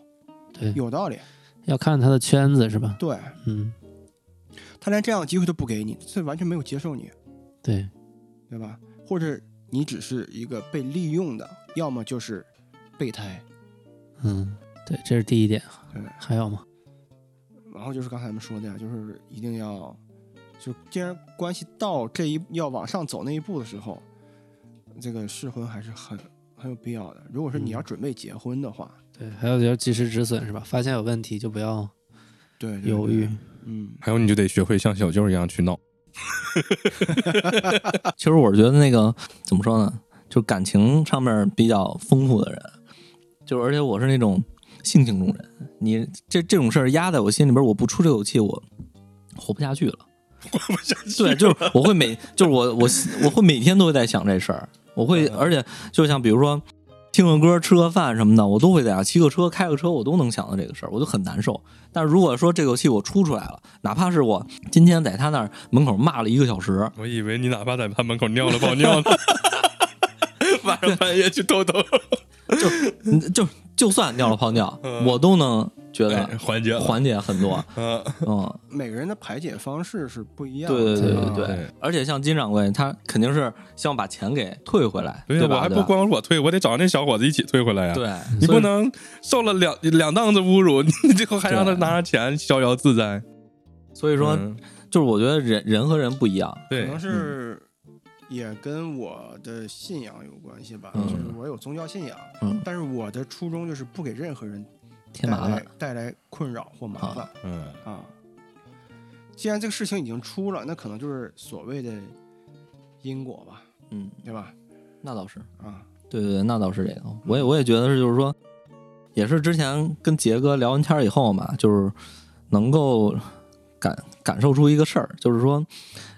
Speaker 5: 对，
Speaker 6: 有道理。
Speaker 5: 要看他的圈子是吧？
Speaker 6: 对
Speaker 5: 嗯，
Speaker 6: 他连这样的机会都不给你，这完全没有接受你，
Speaker 5: 对，
Speaker 6: 对吧？或者你只是一个被利用的，要么就是备胎。
Speaker 5: 嗯，对，这是第一点
Speaker 6: 对。
Speaker 5: 还有吗？
Speaker 6: 然后就是刚才我们说的呀，就是一定要就既然关系到这一要往上走那一步的时候，这个试婚还是很很有必要的。如果是你
Speaker 3: 嗯
Speaker 6: 要准备结婚的话，
Speaker 5: 对，还有就是及时止损是吧？发现有问题就不要
Speaker 6: 对对
Speaker 5: 犹
Speaker 6: 对
Speaker 5: 豫。
Speaker 6: 嗯，
Speaker 4: 还有你就得学会像小舅一样去闹。
Speaker 3: 其实我觉得那个怎么说呢，就感情上面比较丰富的人，就而且我是那种性情中人，你这这种事儿压在我心里边，我不出这口气，我活不下去了。 活不下去，对，就是我会每，就是我我我会每天都会在想这事儿，我会，而且就像比如说听个歌、吃个饭什么的，我都会在想，骑个车、开个车，我都能想到这个事儿，我就很难受。但如果说这口气我出出来了，哪怕是我今天在他那儿门口骂了一个小时，
Speaker 4: 我以为你哪怕在他门口尿了泡尿 呢，晚上半夜去偷偷，
Speaker 3: 嗯就就算尿了泡尿，
Speaker 4: 嗯
Speaker 3: 我都能觉
Speaker 4: 哎
Speaker 3: 得
Speaker 4: 缓解了。
Speaker 3: 缓解很多。
Speaker 4: 嗯，
Speaker 3: 嗯，
Speaker 6: 每个人的排解方式是不一样
Speaker 3: 对
Speaker 6: 的。
Speaker 3: 对对
Speaker 6: 啊
Speaker 3: 对对。而且像金掌柜，他肯定是希望把钱给退回来，
Speaker 4: 对呀，
Speaker 3: 吧？
Speaker 4: 我还
Speaker 3: 对
Speaker 4: 不
Speaker 3: 吧
Speaker 4: 光我退，我得找那小伙子一起退回来呀。，
Speaker 3: 对，
Speaker 4: 你
Speaker 3: 所
Speaker 4: 不
Speaker 3: 以
Speaker 4: 能受了两两档子侮辱，你 最后还让他拿着钱逍遥自在。
Speaker 3: 所以说，
Speaker 4: 嗯
Speaker 3: 就是我觉得人人和人不一样，
Speaker 6: 可
Speaker 4: 对，
Speaker 5: 嗯
Speaker 6: 能是也跟我的信仰有关系吧，
Speaker 3: 嗯
Speaker 6: 就是我有宗教信仰，
Speaker 3: 嗯
Speaker 6: 但是我的初衷就是不给任何人
Speaker 3: 添
Speaker 6: 带
Speaker 3: 麻
Speaker 6: 来
Speaker 3: 烦。
Speaker 6: 带来困扰或麻烦
Speaker 4: 嗯，
Speaker 6: 啊既然这个事情已经出了，那可能就是所谓的因果吧，
Speaker 3: 嗯，
Speaker 6: 对吧？
Speaker 3: 那倒是，
Speaker 6: 啊，
Speaker 3: 对对对，那倒是这个，我也我也觉得是，就是说，也是之前跟杰哥聊完天儿以后嘛，就是能够感感受出一个事儿，就是说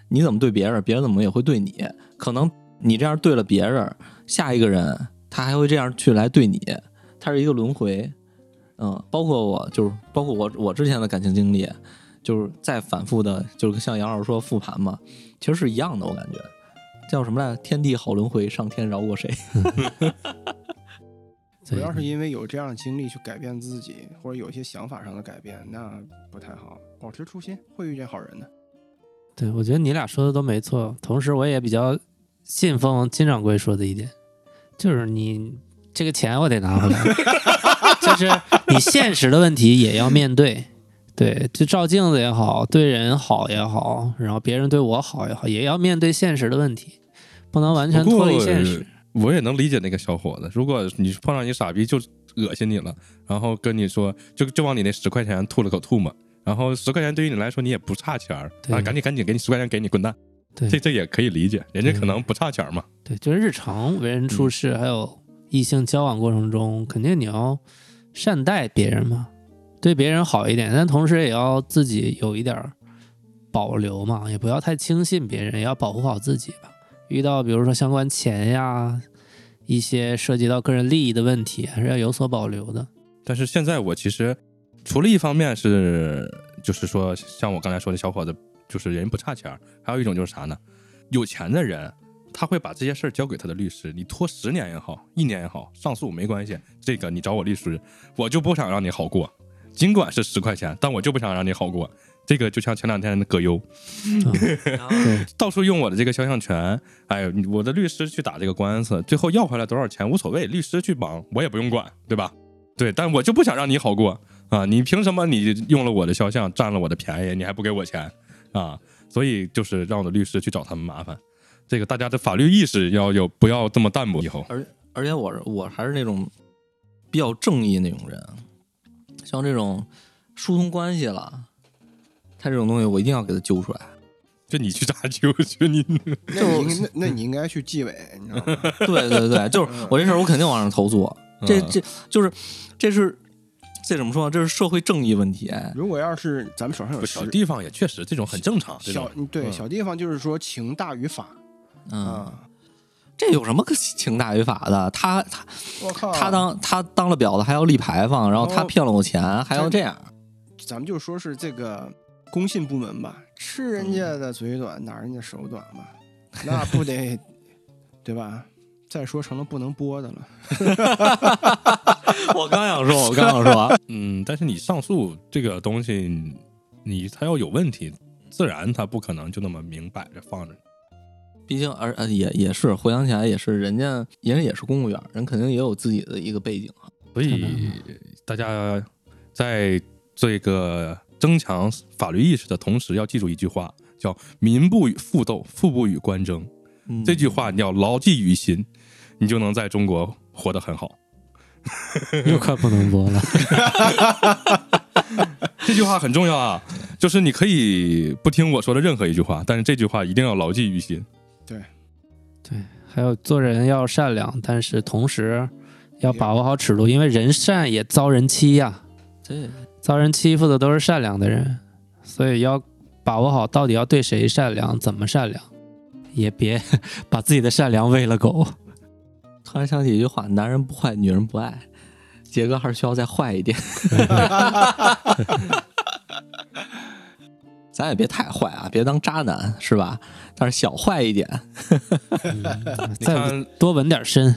Speaker 3: 你怎么对别人，别人怎么也会对你，可能你这样对了别人，下一个人他还会这样去来对你，它是一个轮回。嗯，包括我就是包括我我之前的感情经历，就是再反复的，就是像杨老师说复盘嘛，其实是一样的，我感觉叫什么来着？天地好轮回，上天饶过谁？
Speaker 6: 主
Speaker 5: 对
Speaker 6: 要是因为有这样的经历去改变自己，或者有一些想法上的改变，那不太好。保持初心，会遇见好人的。
Speaker 5: 对，我觉得你俩说的都没错。同时，我也比较信奉金掌柜说的一点，就是你这个钱我得拿回 来，就是你现实的问题也要面对。对，就照镜子也好，对人好也好，然后别人对我好也好，也要面对现实的问题，不能完全
Speaker 4: 不过
Speaker 5: 脱离现实。
Speaker 4: 我也能理解那个小伙子，如果你碰上一傻逼就恶心你了，然后跟你说就就往你那十块钱吐了口吐沫，然后十块钱对于你来说你也不差钱儿，
Speaker 5: 对
Speaker 4: 啊，赶紧赶紧给你十块钱给你滚蛋，
Speaker 5: 对
Speaker 4: 这这也可以理解，人家可能不差钱儿嘛。
Speaker 5: 对，就是日常为人处事，还有异性交往过程中，肯定你要善待别人嘛，对别人好一点，但同时也要自己有一点儿保留嘛，也不要太轻信别人，也要保护好自己吧。遇到比如说相关钱呀，一些涉及到个人利益的问题，还是要有所保留的。
Speaker 4: 但是现在我其实除了一方面是就是说像我刚才说的小伙子，就是人不差钱儿，还有一种就是啥呢？有钱的人他会把这些事儿交给他的律师，你拖十年也好，一年也好，上诉没关系，这个你找我律师，我就不想让你好过，尽管是十块钱，但我就不想让你好过。这个就像前两天的葛优，
Speaker 5: 对，
Speaker 4: 到处用我的这个肖像权，哎，我的律师去打这个官司，最后要回来多少钱无所谓，律师去帮我也不用管，对吧？对，但我就不想让你好过啊！你凭什么你用了我的肖像，占了我的便宜，你还不给我钱啊？所以就是让我的律师去找他们麻烦。这个大家的法律意识要有，不要这么淡薄。以后
Speaker 3: 而且我是我还是那种比较正义那种人，像这种疏通关系了，他这种东西我一定要给他揪出来。
Speaker 4: 就你去咋揪去 你？
Speaker 6: 那你应那那你应该去纪委，你知道吗？
Speaker 3: 对对对，就是我这事儿我肯定往上投诉，这
Speaker 4: 嗯
Speaker 3: 这就是这是这怎么说？这是社会正义问题。嗯
Speaker 6: 如果要是咱们手上有
Speaker 4: 不
Speaker 6: 实
Speaker 4: 小地方也确实这种很正常，这种
Speaker 6: 小对
Speaker 4: 嗯
Speaker 6: 小地方，就是说情大于法
Speaker 3: 嗯，
Speaker 6: 啊！
Speaker 3: 这有什么可情大于法的？他他
Speaker 6: 我靠，
Speaker 3: 他当他当了婊子还要立牌坊，然后他
Speaker 6: 哦
Speaker 3: 骗了我钱还要这样。
Speaker 6: 咱们就说是这个公信部门吧，吃人家的嘴短，拿人家手短嘛，那不得对吧？再说成了不能播的了，
Speaker 3: 我刚想说，我刚想说，
Speaker 4: 嗯，但是你上诉这个东西，你它要有问题，自然它不可能就那么明摆着放着。
Speaker 3: 毕竟而呃也也是回想起来也是人家人家也是公务员，人肯定也有自己的一个背景啊。
Speaker 4: 所以大家在这个增强法律意识的同时，要记住一句话：叫“民不与富斗，富不与官争”。
Speaker 3: 嗯
Speaker 4: 这句话你要牢记于心，你就能在中国活得 很好。
Speaker 5: 又快不能播了。
Speaker 4: 这句话很重要啊，就是你可以不听我说的任何一句话，但是这句话一定要牢记于心。
Speaker 5: 还有做人要善良，但是同时要把握好尺度，因为人善也遭人欺呀、
Speaker 3: 这
Speaker 5: 遭人欺负的都是善良的人，所以要把握好到底要对谁善良，怎么善良，也别 把自己的善良喂了狗。
Speaker 3: 突然想起一句话：男人不坏，女人不爱。杰哥还是需要再坏一点， 咱也别太坏啊，别当渣男是吧？但是小坏一点，
Speaker 4: 你
Speaker 5: 再
Speaker 4: 看，
Speaker 5: 多纹点身，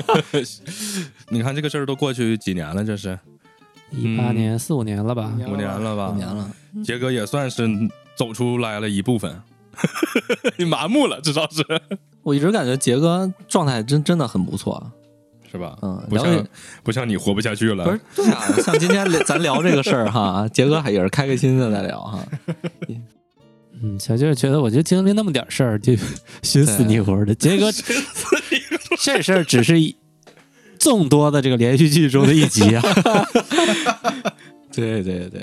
Speaker 4: 你看这个事儿都过去几年了，这是
Speaker 5: 一八
Speaker 4: 嗯
Speaker 5: 年四五年了吧？
Speaker 4: 五年了吧
Speaker 3: 啊五？年了，
Speaker 4: 杰哥也算是走出来了一部分，你麻木了，至少是
Speaker 3: 我一直感觉杰哥状态真真的很不错，
Speaker 4: 是吧？
Speaker 3: 嗯，
Speaker 4: 不
Speaker 3: 聊这
Speaker 4: 像不像你活不下去
Speaker 3: 不是
Speaker 4: 了，
Speaker 3: 对啊，像今天聊咱聊这个事儿哈，杰哥还也是开开心心的在聊哈，
Speaker 5: 嗯，小舅觉得我就经历那么点事儿，就 寻死觅活的。杰哥， 这事儿只是一众多的这个连续剧中的一集 啊。
Speaker 3: 对对对，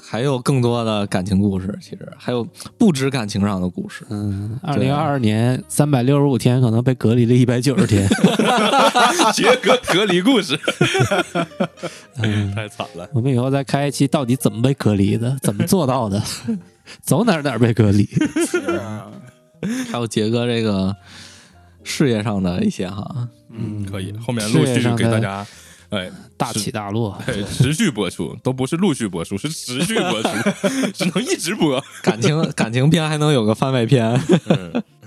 Speaker 3: 还有更多的感情故事，其实还有不止感情上的故事，
Speaker 5: 嗯，二零二二年三百六十五天，可能被隔离了一百九十天。
Speaker 4: 杰哥隔离故事，太惨了。
Speaker 5: 我们以后再开一期，到底怎么被隔离的，怎么做 到的，走哪儿哪儿被隔离。
Speaker 3: 还有杰哥这个事业上的一些哈，
Speaker 5: 嗯，
Speaker 4: 可以，后面陆续给大家，哎，
Speaker 5: 大起大落。
Speaker 4: 哎持续播出，都不是陆续播出，是持续播出， 只能一直播。
Speaker 3: 感情感情片还能有个番外 篇，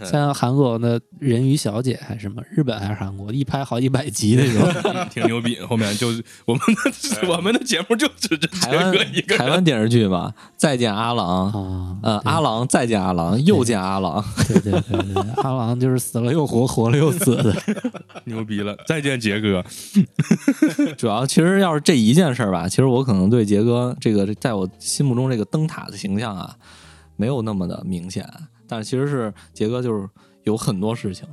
Speaker 5: 像韩国的《人鱼小姐》还是什么，日本还是韩国，一拍好几百集那种。
Speaker 4: 挺牛逼，后面就我们的我们的节目就只这杰
Speaker 3: 台湾
Speaker 4: 哥一个
Speaker 3: 台
Speaker 4: 人，
Speaker 3: 湾电视剧吧，《再见阿郎》，
Speaker 5: 啊，
Speaker 3: 呃，阿郎再见阿郎，又见阿郎，
Speaker 5: 对对对对，对阿郎就是死了又活，活了又死的。
Speaker 4: 牛逼了！再见，杰哥，
Speaker 3: 主要其实要是这一件事儿吧，其实我可能对杰哥这个在我心目中这个灯塔的形象啊，没有那么的明显，但是其实是杰哥就是有很多事情，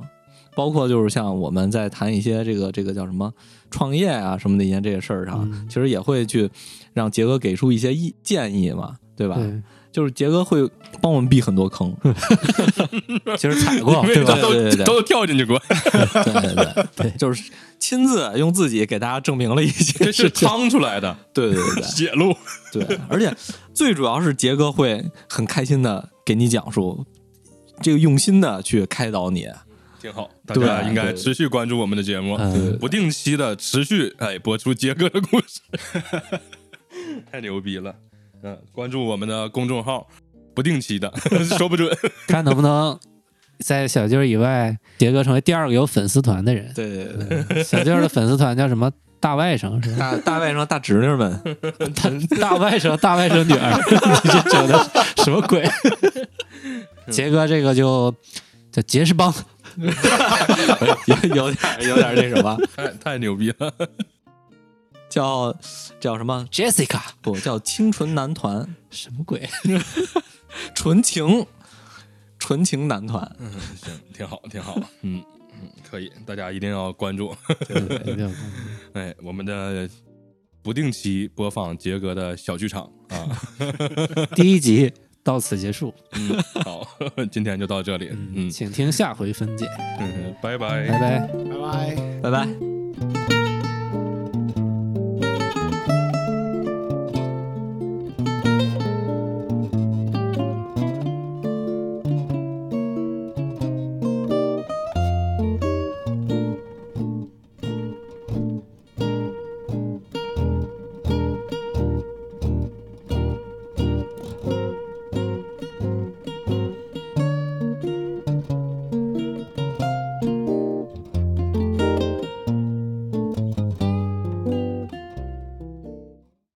Speaker 3: 包括就是像我们在谈一些这个这个叫什么创业啊什么的一些这个事儿上，
Speaker 5: 嗯
Speaker 3: 其实也会去让杰哥给出一些意建议嘛，对吧？
Speaker 5: 对，
Speaker 3: 就是杰哥会帮我们避很多坑，
Speaker 5: 其实踩过，
Speaker 4: 因为
Speaker 5: 对吧？
Speaker 4: 都
Speaker 3: 哦对对对
Speaker 4: 都跳进去过，
Speaker 3: 对对对对，就是亲自用自己给大家证明了一些
Speaker 4: 这是
Speaker 3: 事情，
Speaker 4: 趟出来的
Speaker 3: 对对对对。
Speaker 4: 血路。
Speaker 3: 对，而且最主要是杰哥会很开心的给你讲述，这个用心的去开导你。
Speaker 4: 挺好，大
Speaker 3: 对
Speaker 4: 家应该持续关注我们的节目，
Speaker 5: 嗯
Speaker 4: 不定期的持续哎播出杰哥的故事， 太牛逼了！嗯，关注我们的公众号，不定期的， 说不准。
Speaker 5: 看能不能在小舅以外，杰哥成为第二个有粉丝团的 人。
Speaker 3: 对对对对，
Speaker 5: 小舅的粉丝团叫什么？大外甥是吧？
Speaker 3: 大大外甥、大侄女 们，
Speaker 5: 大 大外甥、大外甥女儿， 你这整的什么鬼？杰哥这个就叫杰士邦，
Speaker 3: 有有点有点那什么，
Speaker 4: 太太牛逼了！
Speaker 3: 叫叫什么？
Speaker 5: Jessica
Speaker 3: 不叫清纯男团，
Speaker 5: 什么鬼？
Speaker 3: 纯情纯情男团。
Speaker 4: 嗯，行，挺好，挺好， 嗯嗯，可以，大家一定要关注。哎，我们的不定期播放杰哥的小剧场啊。
Speaker 5: 第一集到此结束，
Speaker 4: 嗯，好， 今天就到这里，嗯
Speaker 5: 请听下回分解，
Speaker 4: 嗯，拜拜
Speaker 5: 拜拜。
Speaker 6: 拜拜。
Speaker 3: 拜拜。